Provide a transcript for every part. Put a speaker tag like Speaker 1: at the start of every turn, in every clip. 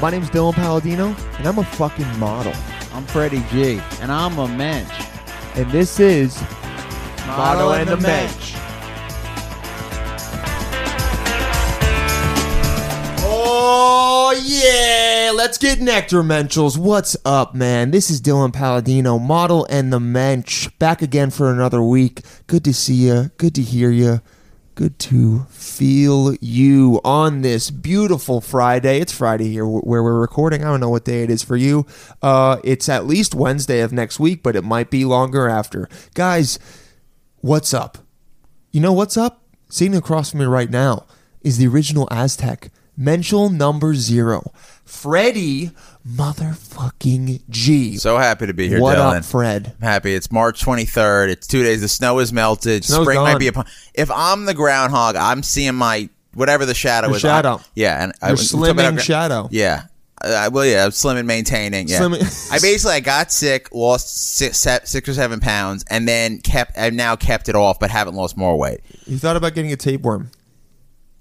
Speaker 1: My name's Dylan Palladino, and I'm a fucking model.
Speaker 2: I'm Freddie G, and I'm a mensch.
Speaker 1: And this is
Speaker 2: Model and the Mensch.
Speaker 1: Oh yeah, let's get nectar menschels. What's up, man? This is Dylan Palladino, model and the mensch, back again for another week. Good to see you. Good to hear you. Good to feel you on this beautiful Friday. It's Friday here wh- where we're recording. I don't know what day it is for you. Uh, it's at least Wednesday of next week, but it might be longer after. Guys, what's up? You know what's up? Sitting across from me right now is the original Aztec, Menschel number zero, Freddie motherfucking G.
Speaker 3: So happy to be here,
Speaker 1: what
Speaker 3: Dylan.
Speaker 1: up, Fred?
Speaker 3: I'm happy. It's March 23rd. It's two days. The snow is melted.
Speaker 1: Snow's
Speaker 3: Spring
Speaker 1: gone.
Speaker 3: might be upon. If I'm the groundhog, I'm seeing my whatever the shadow
Speaker 1: Your
Speaker 3: is. I-
Speaker 1: shadow.
Speaker 3: yeah, and I
Speaker 1: Your
Speaker 3: was talking about
Speaker 1: slimming
Speaker 3: gra-
Speaker 1: shadow.
Speaker 3: Yeah. Uh, well, yeah, I'm slim and maintaining. Yeah,
Speaker 1: Slimming-
Speaker 3: I basically I got sick, lost six, se- six or seven pounds, and then kept. I've now kept it off, but haven't lost more weight.
Speaker 1: You thought about getting a tapeworm.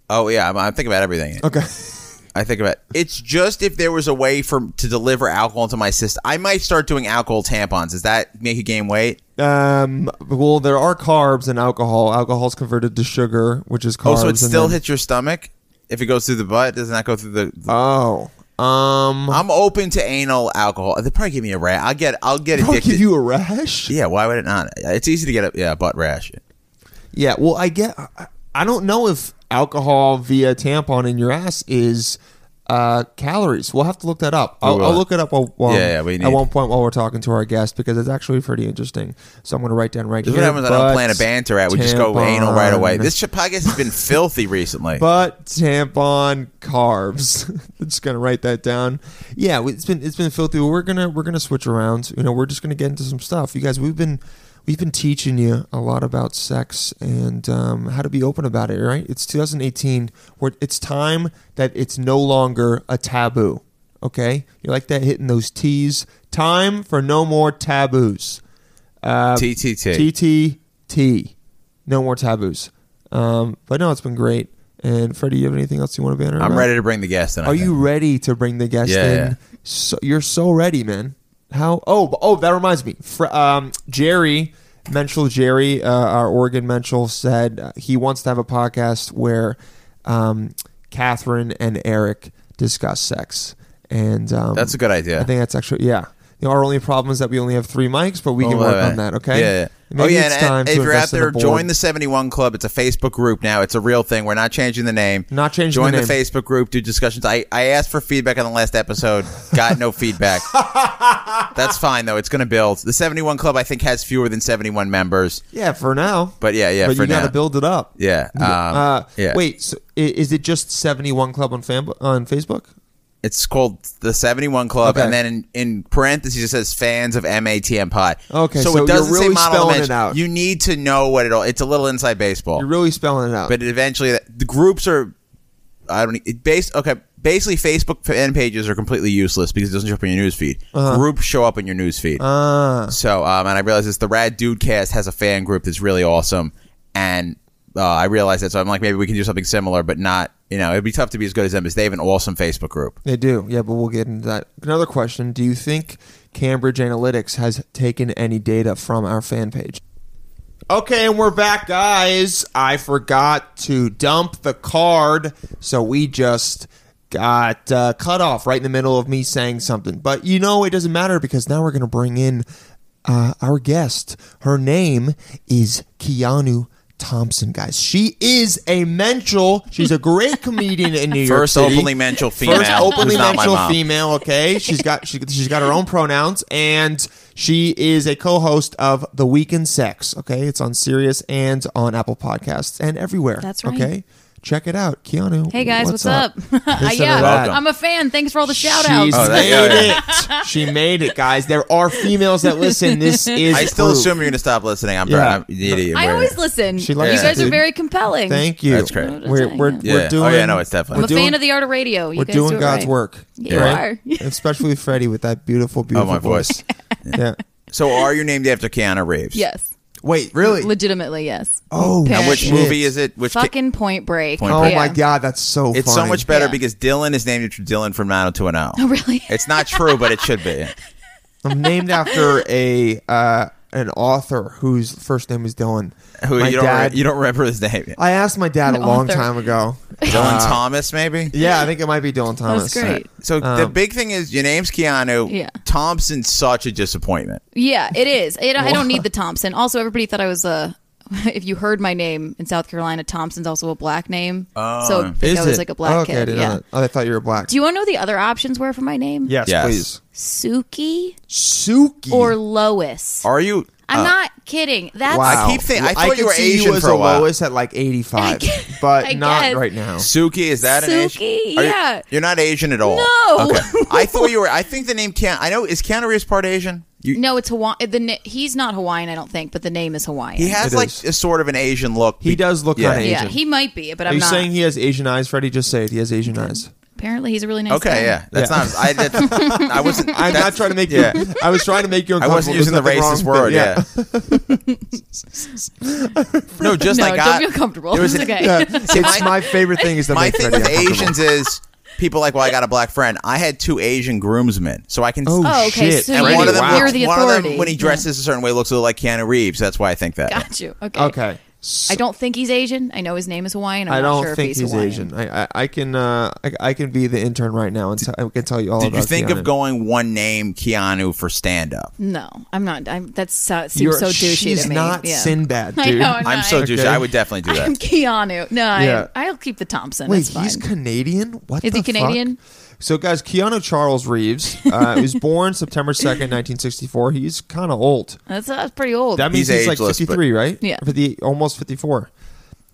Speaker 3: Oh yeah, I'm, I'm thinking about everything.
Speaker 1: Okay.
Speaker 3: I think about it's just if there was a way for to deliver alcohol into my system, I might start doing alcohol tampons. Does that make you gain weight?
Speaker 1: Um, well, there are carbs and alcohol. Alcohol's converted to sugar, which is carbs.
Speaker 3: Oh, so it
Speaker 1: and
Speaker 3: still
Speaker 1: then-
Speaker 3: hits your stomach if it goes through the butt. Does not go through the.
Speaker 1: Oh, um,
Speaker 3: I'm open to anal alcohol. They probably give me a rash. I'll get. I'll get
Speaker 1: I'll
Speaker 3: addicted.
Speaker 1: give you a rash.
Speaker 3: yeah, why would it not? It's easy to get a yeah a butt rash.
Speaker 1: Yeah, well, I get. I- I don't know if alcohol via tampon in your ass is uh, calories. We'll have to look that up. I'll,
Speaker 3: will.
Speaker 1: I'll look it up while, while-
Speaker 3: Yeah, yeah, we need-
Speaker 1: at one point while we're talking to our guest because it's actually pretty interesting. So I'm going to write down right
Speaker 3: This is
Speaker 1: here.
Speaker 3: what happens. when I don't plan a
Speaker 1: butts,
Speaker 3: banter at. We just go
Speaker 1: tampon,
Speaker 3: anal right away. This shit podcast has been filthy recently.
Speaker 1: But tampon carbs. I'm just gonna write that down. Yeah, we- it's been it's been filthy. We're gonna we're gonna switch around. You know, we're just gonna get into some stuff. You guys, we've been we've been teaching you a lot about sex and um, how to be open about it. Right? It's 2018. Where it's time that it's no longer a taboo. Okay, you like that hitting those T's. Time for no more taboos. Uh,
Speaker 3: TTT.
Speaker 1: TTT. No more taboos. Um, but no, it's been great. And Freddie, you have anything else you want to banner?
Speaker 3: I'm
Speaker 1: about?
Speaker 3: ready to bring the guest in. I
Speaker 1: Are
Speaker 3: think.
Speaker 1: you ready to bring the guest
Speaker 3: Yeah,
Speaker 1: in?
Speaker 3: yeah.
Speaker 1: So, you're so ready, man. How? Oh, oh, that reminds me. Fr- um, Jerry, Menschel Jerry, uh, our Oregon Menschel said uh, he wants to have a podcast where um, Catherine and Eric discuss sex. And um,
Speaker 3: That's a good idea.
Speaker 1: I think that's actually yeah. You know, our only problem is that we only have three mics, but we can
Speaker 3: Oh,
Speaker 1: work
Speaker 3: yeah.
Speaker 1: on that. Okay.
Speaker 3: Yeah. yeah.
Speaker 1: Maybe
Speaker 3: oh yeah.
Speaker 1: It's
Speaker 3: and-
Speaker 1: time
Speaker 3: and
Speaker 1: to
Speaker 3: if you're out
Speaker 1: invest in a
Speaker 3: there,
Speaker 1: board.
Speaker 3: join the 71 Club. It's a Facebook group now. It's a real thing. We're not changing the name.
Speaker 1: Not changing
Speaker 3: Join
Speaker 1: the
Speaker 3: the,
Speaker 1: name.
Speaker 3: Facebook group. Do discussions. I I asked for feedback on the last episode. Got no feedback. That's fine though. It's going to build. The 71 Club I think has fewer than 71 members.
Speaker 1: Yeah, for now.
Speaker 3: But yeah, yeah.
Speaker 1: but
Speaker 3: for
Speaker 1: you
Speaker 3: now.
Speaker 1: gotta build it up.
Speaker 3: Yeah. Um,
Speaker 1: uh,
Speaker 3: yeah.
Speaker 1: Wait, so i- is it just seventy one club on fam- on Facebook?
Speaker 3: It's called the 71 Club,
Speaker 1: Okay.
Speaker 3: and then in, in parentheses it says fans of MATM Pod.
Speaker 1: Okay,
Speaker 3: so,
Speaker 1: so
Speaker 3: it doesn't
Speaker 1: you're
Speaker 3: say
Speaker 1: really
Speaker 3: model
Speaker 1: spelling
Speaker 3: image.
Speaker 1: it out.
Speaker 3: You need to know what it all. It's a little inside baseball.
Speaker 1: You're really spelling it out.
Speaker 3: but it eventually the groups are i don't e, it base okay basically facebook fan pages are completely useless because it doesn't show up in your newsfeed groups show up in your newsfeed
Speaker 1: Uh-huh. Ah.
Speaker 3: so um and i realized this the rad dudecast has a fan group that's really awesome and uh, i realized that so i'm like maybe we can do something similar but not you know it'd be tough to be as good as them because they have an awesome facebook group
Speaker 1: they do, yeah. But we'll get into that. Another question: Do you think Cambridge Analytics has taken any data from our fan page? Okay, and we're back, guys. I forgot to dump the card, so we just got uh, cut off right in the middle of me saying something. But you know, it doesn't matter because now we're going to bring in uh, our guest. Her name is Keanu Thompson, guys. She is a mental. She's a great comedian in New
Speaker 3: first
Speaker 1: York City.
Speaker 3: openly mental female
Speaker 1: First openly
Speaker 3: who's not my
Speaker 1: mental
Speaker 3: mom.
Speaker 1: female. Okay, she's got she, she's got her own pronouns, and she is a co-host of The Weekend Sex. Okay, it's on Sirius and on Apple Podcasts and everywhere.
Speaker 4: That's right.
Speaker 1: Okay, check it out, Keanu.
Speaker 4: Hey guys, what's, up? Uh,
Speaker 1: Listen to that.
Speaker 4: yeah,
Speaker 3: Welcome.
Speaker 4: I'm a fan. Thanks for all the shout
Speaker 1: She's
Speaker 4: outs.
Speaker 3: Oh, that-
Speaker 1: made it. She made it, guys. There are females that listen. This is.
Speaker 3: i still
Speaker 1: proof.
Speaker 3: assume you're gonna stop listening i'm,
Speaker 1: Yeah.
Speaker 3: I'm the idiot
Speaker 4: I
Speaker 3: We're-
Speaker 4: always listen.
Speaker 1: She
Speaker 4: You
Speaker 1: likes
Speaker 3: it,
Speaker 4: guys are
Speaker 1: dude.
Speaker 4: very compelling.
Speaker 1: Thank you.
Speaker 3: That's great. I don't
Speaker 4: know what
Speaker 1: We're
Speaker 4: I'm saying,
Speaker 1: we're,
Speaker 3: yeah.
Speaker 1: we're doing.
Speaker 3: Oh, yeah, no, it's definitely-
Speaker 1: we're
Speaker 4: I'm a
Speaker 1: doing-
Speaker 4: fan of the art of radio. You
Speaker 1: We're
Speaker 4: guys do
Speaker 1: doing
Speaker 4: it
Speaker 1: God's
Speaker 4: right.
Speaker 1: work.
Speaker 4: You
Speaker 1: right?
Speaker 4: are.
Speaker 1: Especially Freddie with that beautiful,
Speaker 3: oh
Speaker 1: beautiful
Speaker 3: my voice
Speaker 1: Yeah.
Speaker 3: so are you named after keanu reeves
Speaker 4: yes.
Speaker 1: Wait, really?
Speaker 4: Legitimately, yes.
Speaker 1: Oh,
Speaker 4: Parent.
Speaker 3: And which
Speaker 1: Shit.
Speaker 3: movie is it? Which ki-
Speaker 4: Fucking Point Break.
Speaker 3: Point
Speaker 1: oh
Speaker 3: Break.
Speaker 1: my god, that's so.
Speaker 3: it's so
Speaker 1: funny.
Speaker 3: much better
Speaker 4: Yeah.
Speaker 3: because Dylan is named after Dylan from 90210.
Speaker 4: Oh, really?
Speaker 3: It's not true, but it should be.
Speaker 1: I'm named after a uh, an author whose first name is Dylan.
Speaker 3: Who
Speaker 1: my
Speaker 3: you don't
Speaker 1: dad?
Speaker 3: re- you don't remember his name?
Speaker 1: I asked my dad
Speaker 4: An
Speaker 1: a long
Speaker 4: author.
Speaker 1: time ago.
Speaker 3: Dylan
Speaker 1: Uh,
Speaker 3: Thomas, maybe.
Speaker 1: Yeah, I think it might be Dylan
Speaker 4: That
Speaker 1: Thomas.
Speaker 4: was great.
Speaker 3: So the
Speaker 1: um,
Speaker 3: big thing is your name's Keanu.
Speaker 4: Yeah.
Speaker 3: Thompson's such a disappointment.
Speaker 4: Yeah, it is. I don't, I don't need the Thompson. Also, everybody thought I was a. If you heard my name in South Carolina, Thompson's also a black name.
Speaker 3: Oh.
Speaker 4: so I think
Speaker 1: Is
Speaker 4: I was
Speaker 1: it?
Speaker 4: like a black
Speaker 1: oh, okay, I
Speaker 4: kid.
Speaker 1: didn't know
Speaker 4: Yeah.
Speaker 1: that. Oh, I thought you were black.
Speaker 4: Do you want to know the other options were for my name?
Speaker 1: yes,
Speaker 3: Yes.
Speaker 1: please.
Speaker 4: Suki
Speaker 1: Suki.
Speaker 4: or Lois.
Speaker 3: Are you?
Speaker 4: I'm
Speaker 3: uh,
Speaker 4: not kidding. That's
Speaker 1: wow.
Speaker 3: I keep thinking- I
Speaker 1: Well,
Speaker 3: thought you
Speaker 1: could
Speaker 3: were
Speaker 1: see
Speaker 3: Asian
Speaker 1: you as
Speaker 3: for a while.
Speaker 1: lowest at like 85,
Speaker 4: gu-
Speaker 1: but
Speaker 4: I
Speaker 1: not
Speaker 4: guess.
Speaker 1: right now.
Speaker 3: Suki, is that an Asian?
Speaker 4: Suki,
Speaker 3: are you-
Speaker 4: yeah.
Speaker 3: You're not Asian at all.
Speaker 4: No.
Speaker 3: I thought you were. I think the name Keanu. I know is Keanu Reeves part Asian. You,
Speaker 4: no, it's Hawaiian. The na- he's not Hawaiian, I don't think, but the name is Hawaiian.
Speaker 3: He has
Speaker 1: It
Speaker 3: like
Speaker 1: is.
Speaker 3: a sort of an Asian look.
Speaker 1: He does look
Speaker 3: Yeah.
Speaker 1: kind of
Speaker 4: yeah,
Speaker 1: Asian.
Speaker 4: he might be, but
Speaker 1: Are
Speaker 4: I'm
Speaker 1: you
Speaker 4: not.
Speaker 1: saying he has Asian eyes? Freddie just said he has Asian eyes.
Speaker 4: Apparently, he's a really nice. guy.
Speaker 3: Okay, yeah, that's
Speaker 1: Yeah.
Speaker 3: not. I, that's, I wasn't.
Speaker 1: I'm not
Speaker 3: that's-
Speaker 1: trying to make
Speaker 3: Yeah.
Speaker 1: you. I was trying to make you.
Speaker 3: I wasn't using
Speaker 1: uncomfortable.
Speaker 3: the
Speaker 1: There's
Speaker 3: racist
Speaker 1: nothing wrong,
Speaker 3: word.
Speaker 1: but
Speaker 3: Yeah. no, just
Speaker 4: No,
Speaker 3: like
Speaker 4: don't
Speaker 3: I,
Speaker 4: feel comfortable.
Speaker 3: there was
Speaker 4: It's
Speaker 3: an-
Speaker 4: okay.
Speaker 1: Yeah. it's my favorite thing is the
Speaker 3: my thing with Asians is people like, well, I got a black friend. I had two Asian groomsmen, so I can.
Speaker 1: Oh,
Speaker 4: Oh, okay.
Speaker 1: shit.
Speaker 4: So
Speaker 3: and
Speaker 4: you,
Speaker 3: one of them,
Speaker 1: Wow.
Speaker 4: you're
Speaker 3: looks-
Speaker 4: the
Speaker 3: one of
Speaker 4: authority.
Speaker 3: them, when he dresses a certain way, looks a little like Keanu Reeves. That's why I think that.
Speaker 4: Got you. Okay.
Speaker 1: Okay. So
Speaker 4: I don't think he's Asian. I know his name is Hawaiian. I'm
Speaker 1: I
Speaker 4: not
Speaker 1: don't
Speaker 4: sure
Speaker 1: think
Speaker 4: if he's,
Speaker 1: he's
Speaker 4: Hawaiian.
Speaker 1: Asian. I, I, I can uh, I, I can be the intern right now and t- I can tell you all
Speaker 3: Did
Speaker 1: about.
Speaker 3: you think
Speaker 1: Keanu.
Speaker 3: of going one name Keanu for stand up?
Speaker 4: No, I'm not. I'm, that's so, it seems
Speaker 1: You're-
Speaker 4: so douchey
Speaker 1: She's
Speaker 4: to me.
Speaker 1: not
Speaker 4: yeah.
Speaker 1: Sinbad,
Speaker 4: I
Speaker 1: dude.
Speaker 4: know, I'm
Speaker 3: I'm so
Speaker 4: Nice.
Speaker 3: douchey.
Speaker 1: Okay.
Speaker 3: I would definitely do
Speaker 4: I'm
Speaker 3: that.
Speaker 4: Keanu. No,
Speaker 1: Yeah.
Speaker 4: I, I'll keep the Thompson.
Speaker 1: Wait,
Speaker 4: that's fine.
Speaker 1: he's Canadian. What
Speaker 4: Is
Speaker 1: the
Speaker 4: he Canadian?
Speaker 1: fuck? So, guys, Keanu Charles Reeves uh, was born September second, nineteen sixty four. He's kind of old.
Speaker 4: that's, that's pretty old.
Speaker 1: That means
Speaker 3: He's
Speaker 1: he's, like
Speaker 3: ageless, but-
Speaker 1: fifty three, right?
Speaker 4: Yeah.
Speaker 1: fifty almost fifty four.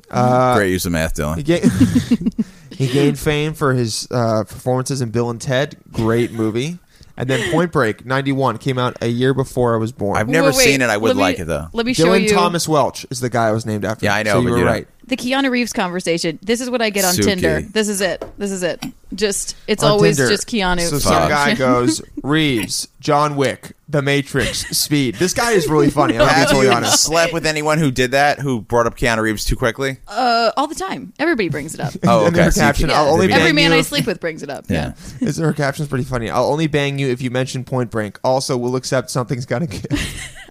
Speaker 1: Uh,
Speaker 3: Great use of math,
Speaker 1: He,
Speaker 3: Dylan.
Speaker 1: ga- he gained fame for his uh, performances in Bill and Ted, great movie, and then Point Break '91 came out a year before I was born.
Speaker 3: I've never
Speaker 4: Wait, wait,
Speaker 3: seen it. I would
Speaker 4: let me-
Speaker 3: like it though.
Speaker 4: Let me show
Speaker 1: Dylan
Speaker 4: you
Speaker 1: Thomas Welch is the guy I was named after.
Speaker 3: Yeah, I know,
Speaker 1: So you
Speaker 3: but
Speaker 1: were
Speaker 3: you don't-
Speaker 1: right.
Speaker 4: the Keanu Reeves conversation. This is what I get on
Speaker 3: Suki.
Speaker 4: Tinder. This is it. This is it. Just it's
Speaker 1: On
Speaker 4: always
Speaker 1: Tinder.
Speaker 4: just Keanu.
Speaker 1: So
Speaker 3: Fuck.
Speaker 1: some guy goes Reeves, John Wick, The Matrix, Speed. This guy is really funny. I'm gonna be
Speaker 3: Have
Speaker 1: totally
Speaker 3: you
Speaker 1: honest.
Speaker 3: slept with anyone who did that? Who brought up Keanu Reeves too quickly?
Speaker 4: uh, all the time. Everybody brings it up.
Speaker 3: Oh,
Speaker 1: And then her
Speaker 3: okay. So you
Speaker 1: caption,
Speaker 3: can't-
Speaker 1: I'll only
Speaker 3: That'd
Speaker 4: Every
Speaker 1: bang
Speaker 4: man
Speaker 1: you.
Speaker 4: I sleep with brings it up.
Speaker 3: Yeah.
Speaker 4: Yeah.
Speaker 1: Is her caption's pretty funny. I'll only bang you if you mention Point Break. Also, we'll accept something's got to give.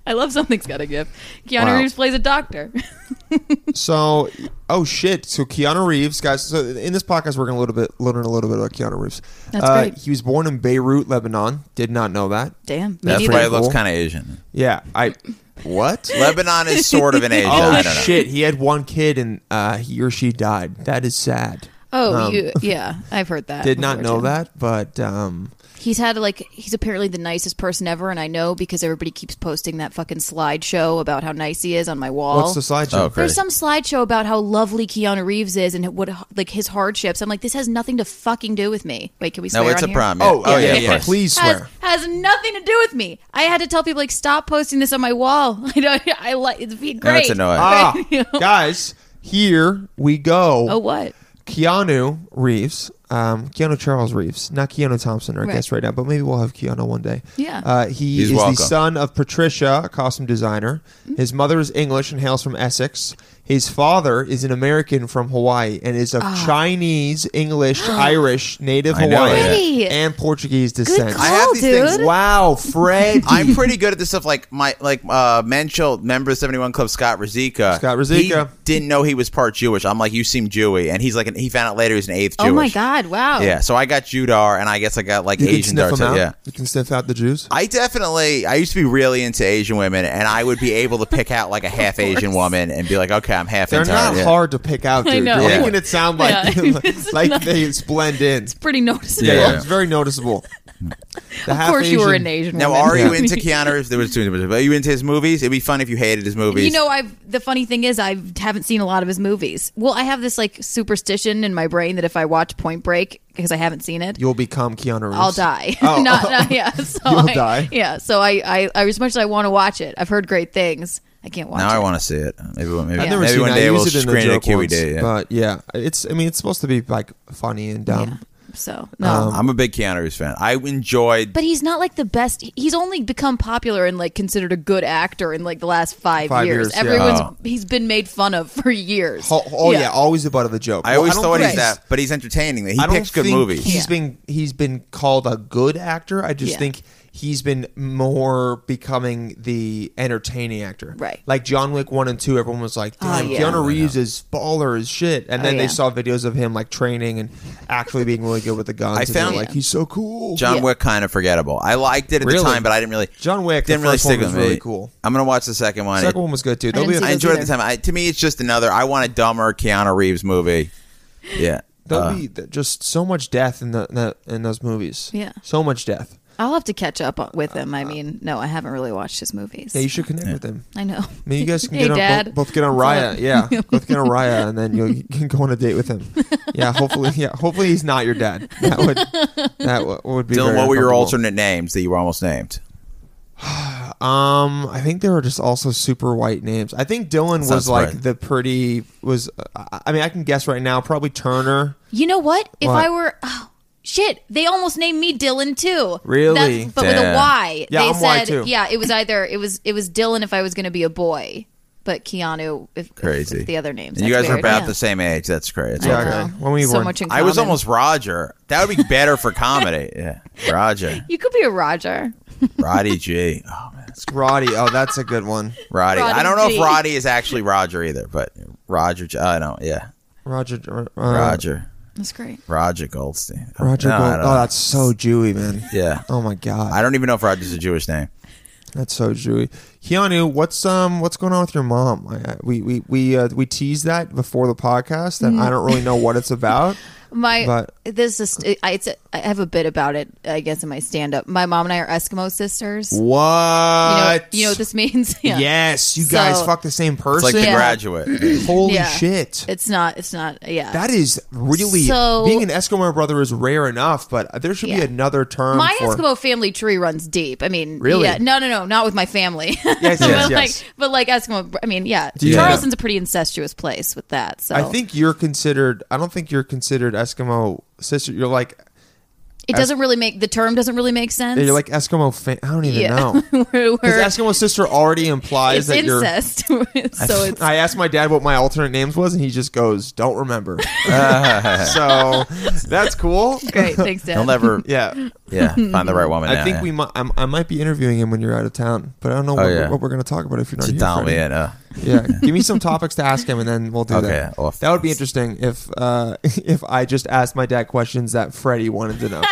Speaker 4: I love something's got to give. Keanu
Speaker 1: Wow.
Speaker 4: Reeves plays a doctor.
Speaker 1: So, oh shit! So Keanu Reeves, guys. So in this podcast, we're gonna a little bit learn a little bit about Keanu Reeves.
Speaker 4: That's
Speaker 1: uh,
Speaker 4: great.
Speaker 1: He was born in Beirut, Lebanon. Did not know that.
Speaker 4: Damn. Me
Speaker 3: That's
Speaker 4: neither.
Speaker 3: why
Speaker 1: either.
Speaker 3: it looks
Speaker 1: Cool.
Speaker 3: kind of Asian.
Speaker 1: Yeah, I. What?
Speaker 3: Lebanon is sort of an Asian.
Speaker 1: oh
Speaker 3: I don't know.
Speaker 1: shit! He had one kid, and uh, he or she died. That is sad.
Speaker 4: Oh,
Speaker 1: Um,
Speaker 4: you, yeah. I've heard that.
Speaker 1: Did not
Speaker 4: before,
Speaker 1: know
Speaker 4: too.
Speaker 1: that, but um,
Speaker 4: He's had like he's apparently the nicest person ever, and I know because everybody keeps posting that fucking slideshow about how nice he is on my wall.
Speaker 1: what's the slideshow?
Speaker 3: Oh, great.
Speaker 4: There's some slideshow about how lovely Keanu Reeves is and what like his hardships. I'm like, this has nothing to fucking do with me. Wait, can we swear
Speaker 3: No, it's
Speaker 4: on
Speaker 3: a
Speaker 4: here?
Speaker 3: problem.
Speaker 1: Oh,
Speaker 3: oh
Speaker 1: yeah,
Speaker 3: yeah,
Speaker 1: yeah,
Speaker 3: of course.
Speaker 1: Please
Speaker 4: Has,
Speaker 1: swear.
Speaker 4: has nothing to do with me. I had to tell people like stop posting this on my wall. I don't. I like it'd be
Speaker 3: No,
Speaker 4: great.
Speaker 3: it's annoying.
Speaker 1: Ah,
Speaker 4: You know?
Speaker 1: guys, here we go.
Speaker 4: Oh what?
Speaker 1: Keanu Reeves, um, Keanu Charles Reeves, not Keanu Thompson, or I
Speaker 4: Right.
Speaker 1: guess right now, but maybe we'll have Keanu one day.
Speaker 4: Yeah.
Speaker 1: Uh, he
Speaker 3: He's
Speaker 1: is
Speaker 3: welcome.
Speaker 1: the son of Patricia, a costume designer.
Speaker 4: Mm-hmm.
Speaker 1: His mother is English and hails from Essex. His father is an American from Hawaii and is of
Speaker 4: Ah.
Speaker 1: Chinese, English, Irish, native
Speaker 3: I know,
Speaker 1: Hawaiian,
Speaker 4: yeah.
Speaker 1: and Portuguese descent.
Speaker 4: Good
Speaker 3: I have
Speaker 4: call,
Speaker 3: these
Speaker 4: dude.
Speaker 3: things-
Speaker 1: Wow, Fred.
Speaker 3: I'm pretty good at this stuff. Like my like uh Menschel, member of 71 Club, Scott Razika.
Speaker 1: Scott Ruzicka.
Speaker 3: He didn't know he was part Jewish. I'm like, you seem Jewy, and he's like, an, he found out later he's an eighth Jewish.
Speaker 4: Oh my god! Wow.
Speaker 3: Yeah. So I got Judar, and I guess I got like
Speaker 1: you can
Speaker 3: Asian
Speaker 1: sniff
Speaker 3: Dar.
Speaker 1: them
Speaker 3: too,
Speaker 1: out.
Speaker 3: Yeah.
Speaker 1: You can sniff out the Jews.
Speaker 3: I definitely. I used to be really into Asian women, and I would be able to pick out like a half Asian woman and be like, okay, I'm half.
Speaker 1: They're
Speaker 3: entire.
Speaker 1: not
Speaker 3: Yeah.
Speaker 1: hard to pick out, dude.
Speaker 4: I
Speaker 1: You're
Speaker 4: know.
Speaker 3: Yeah.
Speaker 1: making it sound like
Speaker 4: Yeah. It's
Speaker 1: like
Speaker 4: not-
Speaker 1: they blend in.
Speaker 4: Pretty noticeable.
Speaker 1: Yeah,
Speaker 3: Yeah.
Speaker 1: it's very noticeable. The
Speaker 4: Of course, you were an Asian.
Speaker 3: Now,
Speaker 4: woman.
Speaker 3: are you
Speaker 1: Yeah.
Speaker 3: into Keanu Reeves? There was two. different- Are you into his movies? It'd be fun if you hated his movies.
Speaker 4: You know, I've the funny thing is I haven't seen a lot of his movies. Well, I have this like superstition in my brain that if I watch Point Break because I haven't seen it,
Speaker 1: You'll become Keanu Reeves.
Speaker 4: I'll die.
Speaker 1: Oh.
Speaker 4: not, not- yeah. So
Speaker 1: You'll
Speaker 4: I,
Speaker 1: die.
Speaker 4: Yeah. So I, I, I as much as I want to watch it, I've heard great things. I can't watch
Speaker 3: now
Speaker 4: it.
Speaker 3: I want to see it. Maybe, one- maybe,
Speaker 1: I've never
Speaker 3: maybe
Speaker 1: seen
Speaker 3: one
Speaker 1: it.
Speaker 3: day
Speaker 1: I
Speaker 3: we'll
Speaker 1: used it in a
Speaker 3: screen it
Speaker 1: joke
Speaker 3: at QED.
Speaker 1: once,
Speaker 3: yeah.
Speaker 1: But yeah, it's. I mean, it's supposed to be like funny and dumb.
Speaker 4: Yeah.
Speaker 1: Um,
Speaker 4: So no.
Speaker 3: I'm a big Keanu Reeves fan. I enjoyed
Speaker 4: Um, but he's not like the best. He's only become popular and like considered a good actor in like the last five,
Speaker 1: Five
Speaker 4: years.
Speaker 1: years, yeah.
Speaker 4: Everyone's
Speaker 3: Oh.
Speaker 4: he's been made fun of for years.
Speaker 1: Oh, oh, yeah. always the butt of the joke.
Speaker 3: I always
Speaker 1: don't
Speaker 3: thought
Speaker 1: think
Speaker 3: he's that, but he's entertaining. He
Speaker 1: I don't
Speaker 3: picks good
Speaker 1: think
Speaker 3: movies.
Speaker 1: He's
Speaker 4: Yeah.
Speaker 1: been he's been called a good actor. I just
Speaker 4: Yeah.
Speaker 1: think he's been more becoming the entertaining actor.
Speaker 4: Right.
Speaker 1: Like John Wick one and two, everyone was like,
Speaker 4: Oh,
Speaker 1: "Damn,
Speaker 4: yeah.
Speaker 1: Keanu Reeves is baller as shit." And
Speaker 4: Oh,
Speaker 1: then
Speaker 4: yeah.
Speaker 1: they saw videos of him like training and actually being really good with the guns.
Speaker 3: I
Speaker 1: and they're
Speaker 3: found-
Speaker 1: like he's so cool.
Speaker 3: John
Speaker 4: Yeah.
Speaker 3: Wick kind of forgettable. I liked it at
Speaker 1: Really?
Speaker 3: the time, but I didn't really.
Speaker 1: John Wick, the
Speaker 3: didn't really
Speaker 1: first one
Speaker 3: stick
Speaker 1: was
Speaker 3: with me.
Speaker 1: really cool.
Speaker 3: I'm gonna watch the second one.
Speaker 1: Second
Speaker 3: It-
Speaker 1: one was good too.
Speaker 4: I
Speaker 1: There'll be
Speaker 4: didn't
Speaker 1: a,
Speaker 4: see
Speaker 3: I
Speaker 4: those
Speaker 3: enjoyed it at the
Speaker 4: either.
Speaker 3: time. I, to me, it's just another. I want a dumber Keanu Reeves movie. Yeah.
Speaker 1: there'll
Speaker 3: Uh,
Speaker 1: be th- just so much death in the, in the in those movies.
Speaker 4: Yeah.
Speaker 1: so much death.
Speaker 4: I'll have to catch up on- with him. I mean, no, I haven't really watched his movies.
Speaker 1: Uh, Yeah, you should connect with him.
Speaker 4: I know.
Speaker 1: I mean, you guys can
Speaker 4: Hey,
Speaker 1: get on,
Speaker 4: Dad.
Speaker 1: both, both get on Raya, yeah, both get on Raya, and then you'll, you can go on a date with him. Yeah, hopefully, yeah, hopefully he's not your dad. That would that w- would be.
Speaker 3: Dylan,
Speaker 1: very
Speaker 3: what were your
Speaker 1: uncomfortable.
Speaker 3: alternate names that you were almost named?
Speaker 1: Um, I think they were just also super white names. I think Dylan
Speaker 3: Sounds
Speaker 1: was like
Speaker 3: right.
Speaker 1: the pretty was. uh, I I mean, I can guess right now. Probably Turner.
Speaker 4: You know what? If
Speaker 1: What?
Speaker 4: I were oh, shit, they almost named me Dylan too.
Speaker 1: Really?
Speaker 4: but with a
Speaker 3: Damn.
Speaker 4: Y.
Speaker 1: Yeah,
Speaker 4: they
Speaker 1: I'm
Speaker 4: said
Speaker 1: Y, too.
Speaker 4: yeah, it was either it was it was Dylan if I was going to be a boy, but Keanu if, if-
Speaker 3: Crazy.
Speaker 4: the other names.
Speaker 3: you
Speaker 4: That's
Speaker 3: guys are
Speaker 4: weird.
Speaker 3: about
Speaker 4: Yeah.
Speaker 3: the same age. That's great. It's
Speaker 1: Yeah,
Speaker 3: all great.
Speaker 1: okay.
Speaker 4: Wow.
Speaker 1: When were you
Speaker 4: so
Speaker 1: born?
Speaker 4: much in
Speaker 3: I was
Speaker 4: common.
Speaker 3: almost Roger. That would be better for comedy. Yeah, Roger,
Speaker 4: You could be a Roger.
Speaker 3: Roddy G. Oh man, it's
Speaker 1: Roddy. Oh, that's a good one.
Speaker 3: Roddy. I don't know
Speaker 4: Roddy
Speaker 3: if
Speaker 4: G.
Speaker 3: Roddy is actually Roger either, but Roger. G- I don't. Yeah,
Speaker 1: Roger. Uh,
Speaker 3: Roger.
Speaker 4: That's great.
Speaker 3: Roger Goldstein.
Speaker 1: Roger.
Speaker 3: No, I
Speaker 1: Gold-
Speaker 3: don't
Speaker 1: oh,
Speaker 3: know.
Speaker 1: that's so Jewy, man.
Speaker 3: yeah.
Speaker 1: Oh my god.
Speaker 3: I don't even know if Roger's a Jewish name.
Speaker 1: That's so Jewy. Keanu, what's um what's going on with your mom? I, I, we we we uh, we teased that before the podcast, and I don't really know what it's about.
Speaker 4: My
Speaker 1: But-
Speaker 4: this is I, it's I have a bit about it I guess in my stand up. My mom and I are Eskimo sisters. You know,
Speaker 1: What?
Speaker 4: you know what this means? yeah.
Speaker 1: Yes, you guys
Speaker 4: So-
Speaker 1: fuck the same
Speaker 3: It's
Speaker 1: person.
Speaker 3: like The
Speaker 4: Yeah.
Speaker 3: Graduate.
Speaker 1: Holy
Speaker 4: Yeah.
Speaker 1: shit!
Speaker 4: It's not it's not yeah.
Speaker 1: That is really
Speaker 4: So-
Speaker 1: being an Eskimo brother is rare enough, but there should be
Speaker 4: Yeah.
Speaker 1: another term.
Speaker 4: my
Speaker 1: for,
Speaker 4: Eskimo family tree runs deep. I mean,
Speaker 1: Really?
Speaker 4: Yeah, no, no, no, not with my family.
Speaker 1: Yes,
Speaker 4: but
Speaker 1: yes,
Speaker 4: like,
Speaker 1: yes.
Speaker 4: but like Eskimo. I mean, yeah,
Speaker 1: you-
Speaker 4: Charleston's a pretty incestuous place with that. So
Speaker 1: I think you're considered. I don't think you're considered Eskimo sister. You're like
Speaker 4: it doesn't really make the term doesn't really make sense.
Speaker 1: you're like Eskimo. Fa- I don't even know.
Speaker 4: we're, we're-
Speaker 1: Because Eskimo sister already implies
Speaker 4: it's
Speaker 1: that you're
Speaker 4: incest. so it's
Speaker 1: I asked my dad what my alternate names was, and he just goes, "Don't remember." so that's cool.
Speaker 4: great. Thanks, Dad.
Speaker 3: He'll never.
Speaker 1: Yeah,
Speaker 3: Yeah, find the right woman.
Speaker 1: I
Speaker 3: now,
Speaker 1: think
Speaker 3: yeah. Oh,
Speaker 1: we might. I'm, I might be interviewing him when you're out of town, but I don't know what,
Speaker 3: yeah.
Speaker 1: what we're going to talk about if you're not
Speaker 3: To
Speaker 1: here.
Speaker 3: dial me
Speaker 1: Freddie.
Speaker 3: in, uh,
Speaker 1: Yeah, give me some topics to ask him, and then we'll do
Speaker 3: Okay,
Speaker 1: that.
Speaker 3: off-
Speaker 1: That would be interesting if uh, if I just asked my dad questions that Freddie wanted to know.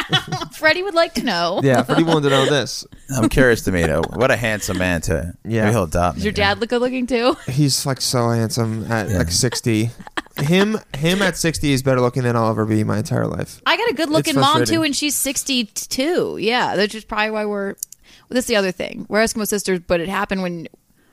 Speaker 4: Freddie would like to know.
Speaker 1: yeah, Freddie wanted to know this.
Speaker 3: I'm curious to meet. uh, What a handsome man to.
Speaker 1: Yeah.
Speaker 3: Maybe he'll adopt.
Speaker 4: Does
Speaker 3: me.
Speaker 4: your dad look good looking too?
Speaker 1: He's like so handsome at like 60. Him him at 60 is better looking than I'll ever be my entire life.
Speaker 4: I got a good looking
Speaker 1: It's
Speaker 4: mom
Speaker 1: frustrating.
Speaker 4: too, and she's sixty two. Yeah, that's just probably why we're. Well, that's the other thing. We're Eskimo sisters, but it happened when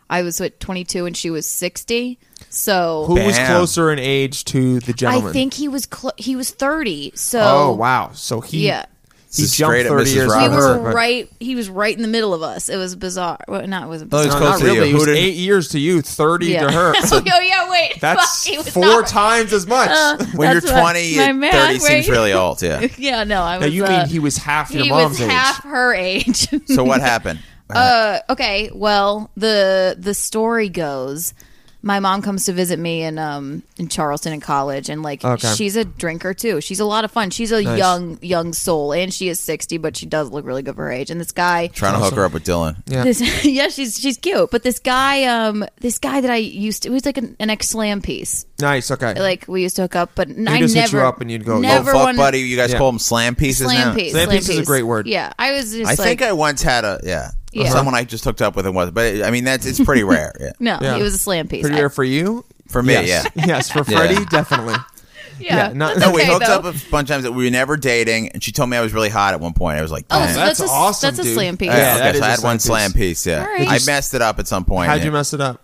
Speaker 4: I was at twenty two and she was sixty. So
Speaker 1: Who was
Speaker 3: Bam.
Speaker 1: closer in age to the gentleman?
Speaker 4: I think he was cl- he was thirty. So
Speaker 1: Oh wow! So he
Speaker 4: Yeah.
Speaker 1: he
Speaker 3: This is
Speaker 1: jumped
Speaker 3: straight up
Speaker 1: thirty
Speaker 3: Mrs.
Speaker 1: years.
Speaker 4: we
Speaker 1: from
Speaker 3: Robinson.
Speaker 1: her,
Speaker 4: were
Speaker 1: but-
Speaker 4: right. He was right in the middle of us. It was bizarre. Well, not it wasn't
Speaker 3: No,
Speaker 4: bizarre.
Speaker 3: it's
Speaker 1: No,
Speaker 3: close
Speaker 1: not
Speaker 3: to you.
Speaker 1: really. It
Speaker 3: Who
Speaker 1: was
Speaker 3: did-
Speaker 1: eight years to you, thirty
Speaker 4: yeah.
Speaker 1: to her.
Speaker 4: oh yeah, yeah, wait.
Speaker 1: That's
Speaker 4: Fuck, it was
Speaker 1: four
Speaker 4: not- Uh,
Speaker 1: times as much.
Speaker 3: When you're
Speaker 4: That's what
Speaker 3: 20,
Speaker 4: my
Speaker 3: it-
Speaker 4: man,
Speaker 3: 30 seems
Speaker 4: right?
Speaker 3: really old. Yeah.
Speaker 4: Yeah, no, I was.
Speaker 1: now you
Speaker 4: uh,
Speaker 1: mean he was half your
Speaker 4: he
Speaker 1: mom's
Speaker 4: was
Speaker 1: age?
Speaker 4: half her age.
Speaker 3: So what happened?
Speaker 4: Uh, okay. Well, the the story goes, my mom comes to visit me in um in Charleston in college, and like
Speaker 1: Okay.
Speaker 4: she's a drinker too. She's a lot of fun. She's a
Speaker 1: Nice.
Speaker 4: young young soul, and she is sixty, but she does look really good for her age. And this guy,
Speaker 3: Trying to hook her up with Dylan.
Speaker 1: Yeah.
Speaker 4: this yeah, she's she's cute, but this guy, um, this guy that I used to, it was like an, an ex slam piece.
Speaker 1: Nice. Okay.
Speaker 4: Like we used to hook up, but n- I
Speaker 1: just hit
Speaker 4: never
Speaker 1: you up and you'd go, "Yo,
Speaker 3: Oh,
Speaker 4: never
Speaker 3: fuck,
Speaker 4: wanted-
Speaker 3: buddy. You guys
Speaker 1: Yeah.
Speaker 3: call him slam pieces now?
Speaker 4: Slam piece.
Speaker 1: Slam piece is a great word.
Speaker 4: Yeah, I was just
Speaker 3: I
Speaker 4: like,
Speaker 3: think I once had a yeah,
Speaker 4: Yeah.
Speaker 3: someone I just hooked up with and was, but I mean that's it's pretty rare. Yeah.
Speaker 4: no,
Speaker 1: Yeah.
Speaker 4: it was a slam piece.
Speaker 1: pretty
Speaker 4: I-
Speaker 1: rare for you.
Speaker 3: For me,
Speaker 1: yes.
Speaker 3: yeah.
Speaker 1: yes. For
Speaker 3: Yeah.
Speaker 1: Freddie, definitely.
Speaker 4: yeah,
Speaker 1: yeah, not-
Speaker 4: that's
Speaker 1: No,
Speaker 3: We
Speaker 4: okay,
Speaker 3: hooked
Speaker 4: though.
Speaker 3: up a bunch of times that we were never dating, and she told me I was really hot at one point. I was like,
Speaker 4: Oh,
Speaker 3: damn.
Speaker 4: so
Speaker 1: that's
Speaker 4: that's, a,
Speaker 1: awesome,
Speaker 4: That's a
Speaker 1: dude.
Speaker 4: slam piece.
Speaker 1: Yeah,
Speaker 3: Yeah,
Speaker 1: that
Speaker 3: okay,
Speaker 1: is
Speaker 3: so I
Speaker 1: a
Speaker 3: had one
Speaker 1: slam
Speaker 3: slam piece. Yeah,
Speaker 4: All right.
Speaker 3: I messed it up at some point.
Speaker 1: How'd
Speaker 3: yeah.
Speaker 1: you mess it up?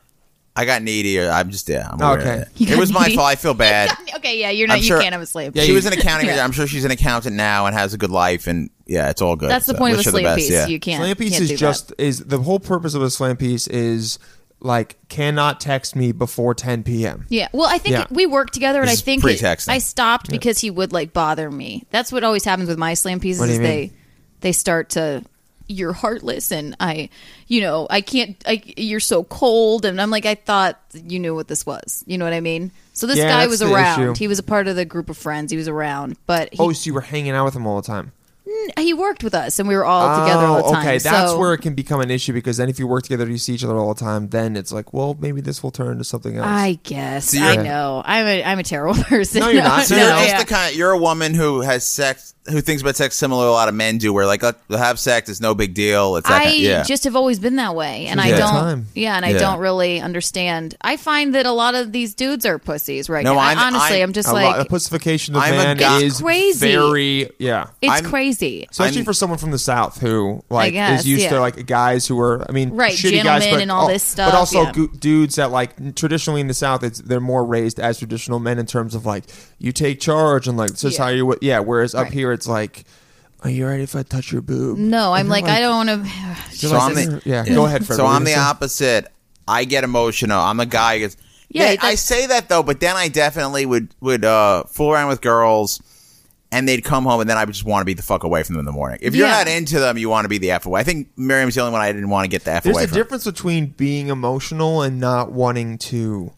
Speaker 3: I got needy. Or I'm just yeah. I'm aware of
Speaker 1: Okay.
Speaker 3: it.
Speaker 4: You
Speaker 3: it
Speaker 4: got
Speaker 3: was my
Speaker 4: needy.
Speaker 3: fault. I feel bad.
Speaker 4: Okay, yeah, you're
Speaker 3: I'm
Speaker 4: not.
Speaker 3: sure-
Speaker 4: you can't have a slam
Speaker 1: Yeah,
Speaker 4: piece.
Speaker 3: she
Speaker 1: you-
Speaker 3: was an accounting.
Speaker 4: Yeah.
Speaker 3: I'm sure she's an accountant now and has a good life. And yeah, it's all good.
Speaker 4: That's the
Speaker 3: So,
Speaker 4: point of a
Speaker 3: wish her
Speaker 4: slam
Speaker 3: best,
Speaker 4: piece.
Speaker 3: Yeah.
Speaker 4: You can't.
Speaker 1: Slam piece
Speaker 4: can't
Speaker 1: is
Speaker 4: do
Speaker 1: just
Speaker 4: That.
Speaker 1: is the whole purpose of a slam piece is like cannot text me before 10 p.m.
Speaker 4: Yeah. Well, I think
Speaker 1: Yeah.
Speaker 4: we worked together, and
Speaker 3: This
Speaker 4: I
Speaker 3: is
Speaker 4: think
Speaker 3: pre-texting.
Speaker 4: I stopped because he would like bother me. That's what always happens with my slam pieces.
Speaker 1: What do
Speaker 4: is
Speaker 1: you
Speaker 4: they
Speaker 1: mean?
Speaker 4: they start to you're heartless, and I, you know, I can't. I you're so cold, and I'm like, I thought you knew what this was. You know what I mean? So this
Speaker 1: Yeah,
Speaker 4: guy
Speaker 1: that's
Speaker 4: was
Speaker 1: the
Speaker 4: around.
Speaker 1: issue.
Speaker 4: He was a part of the group of friends. He was around, but he,
Speaker 1: Oh, so you were hanging out with him all the time.
Speaker 4: he worked with us, and we were all together
Speaker 1: Oh,
Speaker 4: all the time.
Speaker 1: okay, that's
Speaker 4: So-
Speaker 1: where it can become an issue because then if you work together, you see each other all the time. Then it's like, well, maybe this will turn into something else.
Speaker 4: I guess
Speaker 3: you're-
Speaker 4: I know. I'm a I'm a terrible person.
Speaker 1: No, you're not.
Speaker 3: So
Speaker 1: No,
Speaker 3: you're just
Speaker 4: yeah.
Speaker 3: the kind. You're a woman who has sex, who thinks about sex similar to a lot of men do, where like uh, they'll have sex, it's no big deal. It's that
Speaker 4: I
Speaker 3: kind- yeah.
Speaker 4: just have always been that way, and I
Speaker 1: Yeah.
Speaker 4: don't.
Speaker 1: Time.
Speaker 4: Yeah, and I
Speaker 3: Yeah.
Speaker 4: don't really understand. I find that a lot of these dudes are pussies right
Speaker 3: No,
Speaker 4: now. I
Speaker 3: I'm-
Speaker 4: honestly,
Speaker 3: I'm-
Speaker 4: I'm just
Speaker 1: A
Speaker 4: like,
Speaker 1: lot- the pussification of
Speaker 3: I'm a
Speaker 1: man
Speaker 3: guy-
Speaker 1: is
Speaker 4: Crazy.
Speaker 1: very yeah.
Speaker 4: it's
Speaker 3: I'm-
Speaker 4: crazy.
Speaker 1: Especially
Speaker 3: I'm-
Speaker 1: for someone from the South who like
Speaker 4: guess,
Speaker 1: is used
Speaker 4: yeah.
Speaker 1: to like guys who are I mean
Speaker 4: Right,
Speaker 1: shitty guys
Speaker 4: gentlemen
Speaker 1: but,
Speaker 4: and all
Speaker 1: al-
Speaker 4: this stuff,
Speaker 1: but also
Speaker 4: yeah.
Speaker 1: gu- dudes that like traditionally in the South it's they're more raised as traditional men in terms of like you take charge and like this is
Speaker 4: Yeah.
Speaker 1: how you would yeah whereas up
Speaker 4: Right.
Speaker 1: here it's like are you ready if I touch your boob
Speaker 4: No,
Speaker 1: And
Speaker 4: I'm
Speaker 1: you're
Speaker 4: like, I don't want to.
Speaker 1: you're
Speaker 3: So
Speaker 1: like,
Speaker 3: I'm the-
Speaker 1: yeah, go ahead Fred,
Speaker 3: So
Speaker 1: what were
Speaker 3: I'm
Speaker 1: you
Speaker 3: the
Speaker 1: saying?
Speaker 3: opposite. I get emotional. I'm the guy who gets.
Speaker 4: Yeah,
Speaker 3: Yeah, I
Speaker 4: that's-
Speaker 3: say that though, but then I definitely would would uh, fool around with girls, and they'd come home, and then I would just want to be the fuck away from them in the morning. If you're
Speaker 4: Yeah.
Speaker 3: not into them, you want to be the f away. I think Miriam's the only one I didn't want to get the f
Speaker 1: There's
Speaker 3: away
Speaker 1: a
Speaker 3: from.
Speaker 1: difference between being emotional and not wanting to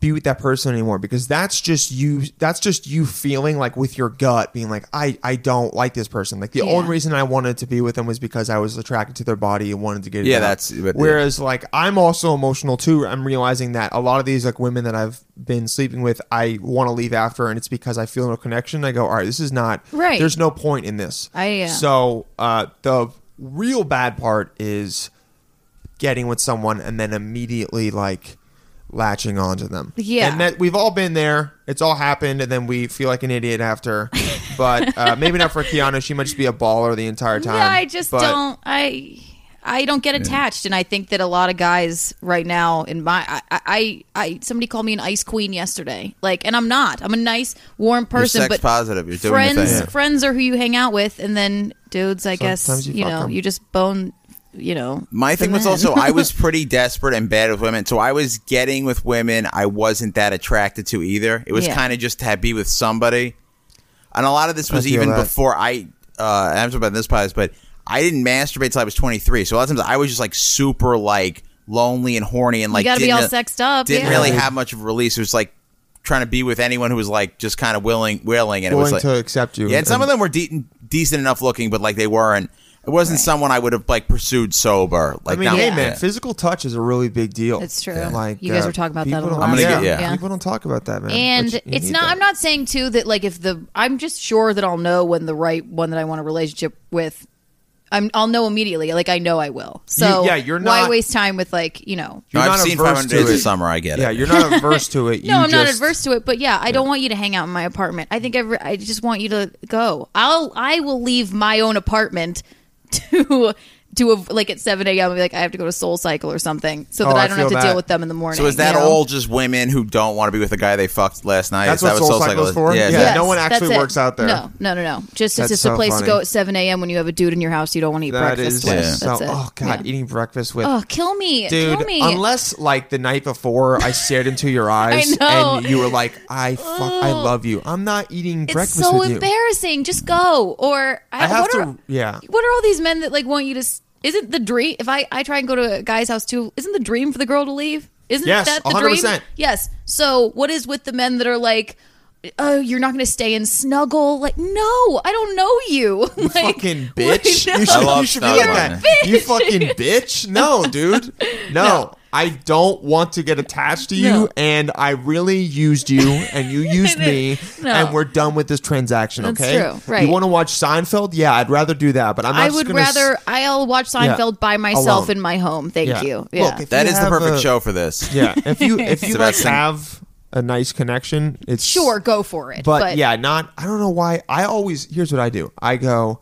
Speaker 1: be with that person anymore because that's just you that's just you feeling like with your gut being like I I don't like this person. Like the
Speaker 4: Yeah.
Speaker 1: only reason I wanted to be with them was because I was attracted to their body and wanted to get it
Speaker 3: Yeah,
Speaker 1: out.
Speaker 3: that's- but-
Speaker 1: Whereas like I'm also emotional too. I'm realizing that a lot of these like women that I've been sleeping with I want to leave after and it's because I feel no connection. I go, "All right, this is not
Speaker 4: Right.
Speaker 1: There's no point in this."
Speaker 4: I, uh,
Speaker 1: So uh, the real bad part is getting with someone and then immediately like latching onto them.
Speaker 4: Yeah.
Speaker 1: and that we've all been there. It's all happened, and then we feel like an idiot after. but uh, maybe not for Keanu. She might just be a baller the entire time.
Speaker 4: Yeah, I just
Speaker 1: But-
Speaker 4: don't. I I don't get attached, and I think that a lot of guys right now in my I I, I somebody called me an ice queen yesterday. Like, and I'm not. I'm a nice, warm person,
Speaker 3: sex
Speaker 4: but
Speaker 3: positive. You're doing your
Speaker 4: friends.
Speaker 3: thing. Yeah.
Speaker 4: Friends are who you hang out with, and then dudes. I guess
Speaker 1: Sometimes you
Speaker 4: you,
Speaker 1: fuck
Speaker 4: know
Speaker 1: 'em.
Speaker 4: you just bone. You know,
Speaker 3: My
Speaker 4: the
Speaker 3: thing was
Speaker 4: men.
Speaker 3: also I was pretty desperate and bad with women, so I was getting with women I wasn't that attracted to either. It was
Speaker 4: Yeah.
Speaker 3: kind of just to be with somebody, and a lot of this was
Speaker 1: feel
Speaker 3: even
Speaker 1: that.
Speaker 3: before I. Uh, I'm talking about this podcast, but I didn't masturbate till I was 23. So a lot of times I was just like super like lonely and horny and like
Speaker 4: gotta be
Speaker 3: didn't
Speaker 4: all
Speaker 3: re-
Speaker 4: sexed up,
Speaker 3: Didn't
Speaker 4: yeah.
Speaker 3: really have much of a release. It was like trying to be with anyone who was like just kind of willing, willing, and it was
Speaker 1: willing
Speaker 3: like
Speaker 1: to accept you.
Speaker 3: yeah, and some of them were de- decent enough looking, but like they weren't. It wasn't someone I would have like pursued sober.
Speaker 1: I
Speaker 3: Like,
Speaker 1: mean,
Speaker 3: not-
Speaker 1: hey
Speaker 4: Yeah.
Speaker 1: man,
Speaker 3: yeah.
Speaker 1: physical touch is a really big deal.
Speaker 4: It's true. Yeah. You guys were talking about that
Speaker 1: uh, people
Speaker 4: a
Speaker 1: don't-
Speaker 4: lot.
Speaker 3: I'm gonna get- yeah.
Speaker 4: Yeah.
Speaker 1: people don't talk about that, man.
Speaker 4: And
Speaker 1: But you
Speaker 4: it's
Speaker 1: need
Speaker 4: not.
Speaker 1: that.
Speaker 4: I'm not saying too that like if the I'm just sure that I'll know when the right one that I want a relationship with. I'm, I'll know immediately. Like I know I will. So
Speaker 1: yeah, you're
Speaker 4: Why
Speaker 1: not-
Speaker 4: waste time with like you know?
Speaker 1: You're
Speaker 3: No, I've
Speaker 1: not
Speaker 3: seen
Speaker 1: averse
Speaker 3: 500
Speaker 1: to
Speaker 3: Days
Speaker 1: it.
Speaker 3: of Summer. I get it.
Speaker 1: Yeah, you're not averse to it.
Speaker 4: No,
Speaker 1: you
Speaker 4: I'm not
Speaker 1: just-
Speaker 4: adverse to it, but yeah, I don't want you to hang out in my apartment. I think every, I just want you to go. I'll I will leave my own apartment to to a, like at 7 a.m. and be like I have to go to Soul Cycle or something, so
Speaker 1: Oh,
Speaker 4: that
Speaker 1: I
Speaker 4: I don't have to
Speaker 1: feel
Speaker 4: deal
Speaker 1: that.
Speaker 4: with them in the morning.
Speaker 3: So is that
Speaker 4: you know?
Speaker 3: all just women who don't want to be with the guy they fucked last night?
Speaker 1: That's
Speaker 3: Is
Speaker 1: what
Speaker 3: that
Speaker 1: Soul Cycle is for?
Speaker 3: Yeah. is
Speaker 1: Yeah.
Speaker 3: that-
Speaker 1: no one
Speaker 4: that's
Speaker 1: actually
Speaker 4: it.
Speaker 1: works out there.
Speaker 4: No, no, no, no. Just
Speaker 1: That's
Speaker 4: it's just a
Speaker 1: so
Speaker 4: place
Speaker 1: funny.
Speaker 4: to go at 7 a.m. when you have a dude in your house you don't want to eat
Speaker 1: That is
Speaker 4: breakfast with.
Speaker 3: yeah.
Speaker 1: so.
Speaker 4: That's it.
Speaker 1: Oh god,
Speaker 4: Yeah.
Speaker 1: eating breakfast with.
Speaker 4: Oh, kill me,
Speaker 1: Dude,
Speaker 4: kill me.
Speaker 1: unless like the night before I stared into your eyes
Speaker 4: know.
Speaker 1: and you were like, "I fuck, I love you." I'm not eating
Speaker 4: it's
Speaker 1: breakfast
Speaker 4: so
Speaker 1: with you.
Speaker 4: embarrassing. Just go. Or I,
Speaker 1: I have
Speaker 4: what
Speaker 1: to.
Speaker 4: Are,
Speaker 1: yeah,
Speaker 4: What are all these men that like want you to? s- Isn't the dream? If I I try and go to a guy's house too, isn't the dream for the girl to leave? Isn't
Speaker 1: Yes,
Speaker 4: that the
Speaker 1: 100%.
Speaker 4: dream? Yes. So what is with the men that are like? Oh, you're not going to stay and snuggle? Like, no, I don't know you. Like,
Speaker 1: fucking bitch.
Speaker 4: like, no.
Speaker 1: You
Speaker 3: I
Speaker 1: should,
Speaker 3: love
Speaker 1: you should be like
Speaker 3: snuggling.
Speaker 1: that. You fucking bitch. No, dude. No. I don't want to get attached to you,
Speaker 4: No.
Speaker 1: and I really used you, and you used me,
Speaker 4: No.
Speaker 1: and we're done with this transaction.
Speaker 4: That's
Speaker 1: okay,
Speaker 4: true. Right.
Speaker 1: You want to watch Seinfeld? Yeah, I'd rather do that, but I'm. Not
Speaker 4: I
Speaker 1: just
Speaker 4: would
Speaker 1: gonna s-
Speaker 4: rather I'll watch Seinfeld by myself
Speaker 1: Alone.
Speaker 4: in my home. Thank
Speaker 1: Yeah.
Speaker 4: you. Yeah.
Speaker 1: Look, if
Speaker 3: that
Speaker 1: you
Speaker 3: is the
Speaker 1: have
Speaker 3: perfect
Speaker 1: a-
Speaker 3: show for this.
Speaker 1: Yeah, if you if you
Speaker 3: about
Speaker 1: like
Speaker 3: sing-
Speaker 1: have a nice connection, it's
Speaker 4: sure, go for it.
Speaker 1: But, yeah, not. I don't know why. I always here's what I do. I go,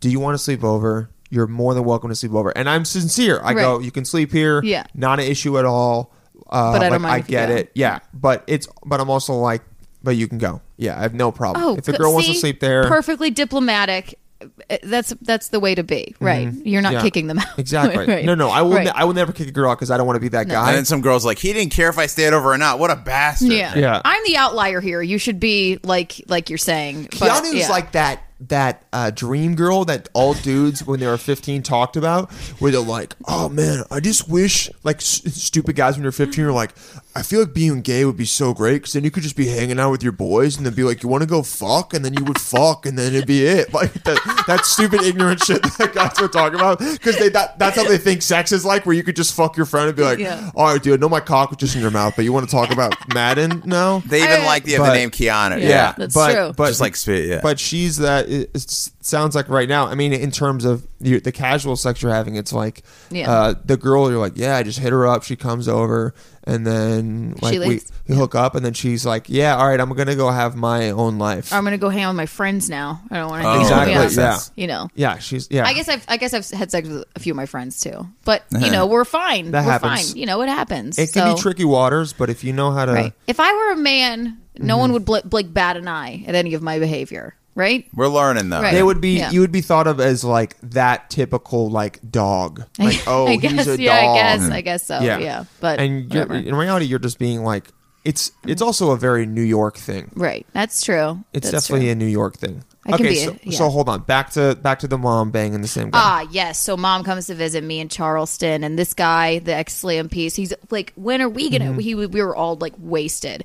Speaker 1: do you want to sleep over? You're more than welcome to sleep over, and I'm sincere. I go,
Speaker 4: Right.
Speaker 1: you can sleep here.
Speaker 4: Yeah.
Speaker 1: not an issue at all. Uh,
Speaker 4: But I don't
Speaker 1: like,
Speaker 4: mind
Speaker 1: I
Speaker 4: if you
Speaker 1: get
Speaker 4: go.
Speaker 1: it. Yeah, but it's but I'm also like, but you can go. Yeah, I have no problem.
Speaker 4: Oh,
Speaker 1: if the
Speaker 4: go-
Speaker 1: girl wants to
Speaker 4: see?
Speaker 1: sleep there,
Speaker 4: perfectly diplomatic. uh, that's that's the way to be, right? You're not
Speaker 1: Mm-hmm. Yeah.
Speaker 4: kicking them out.
Speaker 1: Exactly.
Speaker 4: Right.
Speaker 1: No, no, I will.
Speaker 4: Right.
Speaker 1: Ne- I will never kick a girl out because I don't want to be that guy.
Speaker 3: And then some girls like he didn't care if I stayed over or not. What a bastard!
Speaker 4: yeah.
Speaker 1: Yeah.
Speaker 4: I'm the outlier here. You should be like like you're saying. but,
Speaker 1: Keanu's
Speaker 4: yeah.
Speaker 1: like that that uh, dream girl that all dudes when they were 15 talked about where they're like oh man i just wish like s- stupid guys when you're 15 are like i feel like being gay would be so great because then you could just be hanging out with your boys and then be like you want to go fuck and then you would fuck and then it'd be it like that, that stupid ignorant shit that guys were talking about because they that, that's how they think sex is like where you could just fuck your friend and be like
Speaker 4: Yeah.
Speaker 1: all right dude no my cock was just in your mouth but you want to talk about madden now
Speaker 3: They even
Speaker 4: I- uh,
Speaker 3: like the, the
Speaker 1: But-
Speaker 3: name Keanu.
Speaker 4: Yeah.
Speaker 3: Yeah,
Speaker 4: That's
Speaker 1: but,
Speaker 4: true.
Speaker 1: But
Speaker 3: just like spit. Yeah,
Speaker 1: but she's that. It, it sounds like right now. I mean, in terms of the, the casual sex you're having, it's like
Speaker 4: Yeah.
Speaker 1: uh, the girl. You're like, yeah, I just hit her up. She comes over, and then like we,
Speaker 4: leaves.
Speaker 1: we hook up, and then she's like, yeah, all right, I'm gonna go have my own life.
Speaker 4: I'm gonna go hang out with my friends now. I don't want to.
Speaker 3: Oh,
Speaker 1: exactly. Yeah.
Speaker 3: makes sense.
Speaker 4: You know.
Speaker 1: Yeah. She's yeah.
Speaker 4: I guess I've I guess I've had sex with a few of my friends too, but you know we're fine.
Speaker 1: That
Speaker 4: we're
Speaker 1: happens.
Speaker 4: fine. You know it happens.
Speaker 1: it can
Speaker 4: So-
Speaker 1: be tricky waters, but if you know how to,
Speaker 4: Right. If I were a man, no
Speaker 1: Mm-hmm.
Speaker 4: one would bl- blink bat an eye at any of my behavior. Right.
Speaker 3: we're learning though.
Speaker 4: Right.
Speaker 1: they would be.
Speaker 4: Yeah.
Speaker 1: You would be thought of as like that typical like dog. Like oh,
Speaker 4: I
Speaker 1: he's
Speaker 4: guess.
Speaker 1: a
Speaker 4: yeah.
Speaker 1: dog.
Speaker 4: I guess. I guess so. Yeah. But
Speaker 1: and you're,
Speaker 4: whatever.
Speaker 1: in reality, you're just being like it's. It's also a very New York thing.
Speaker 4: right. That's true.
Speaker 1: It's
Speaker 4: That's
Speaker 1: definitely
Speaker 4: true.
Speaker 1: a New York thing.
Speaker 4: I can
Speaker 1: okay,
Speaker 4: be-
Speaker 1: so,
Speaker 4: yeah.
Speaker 1: so hold on. Back to back to the mom banging the same guy.
Speaker 4: Ah, yes. So mom comes to visit me in Charleston, and this guy, the ex slam piece, he's like, "When are we gonna?"
Speaker 1: Mm-hmm.
Speaker 4: He we were all like wasted.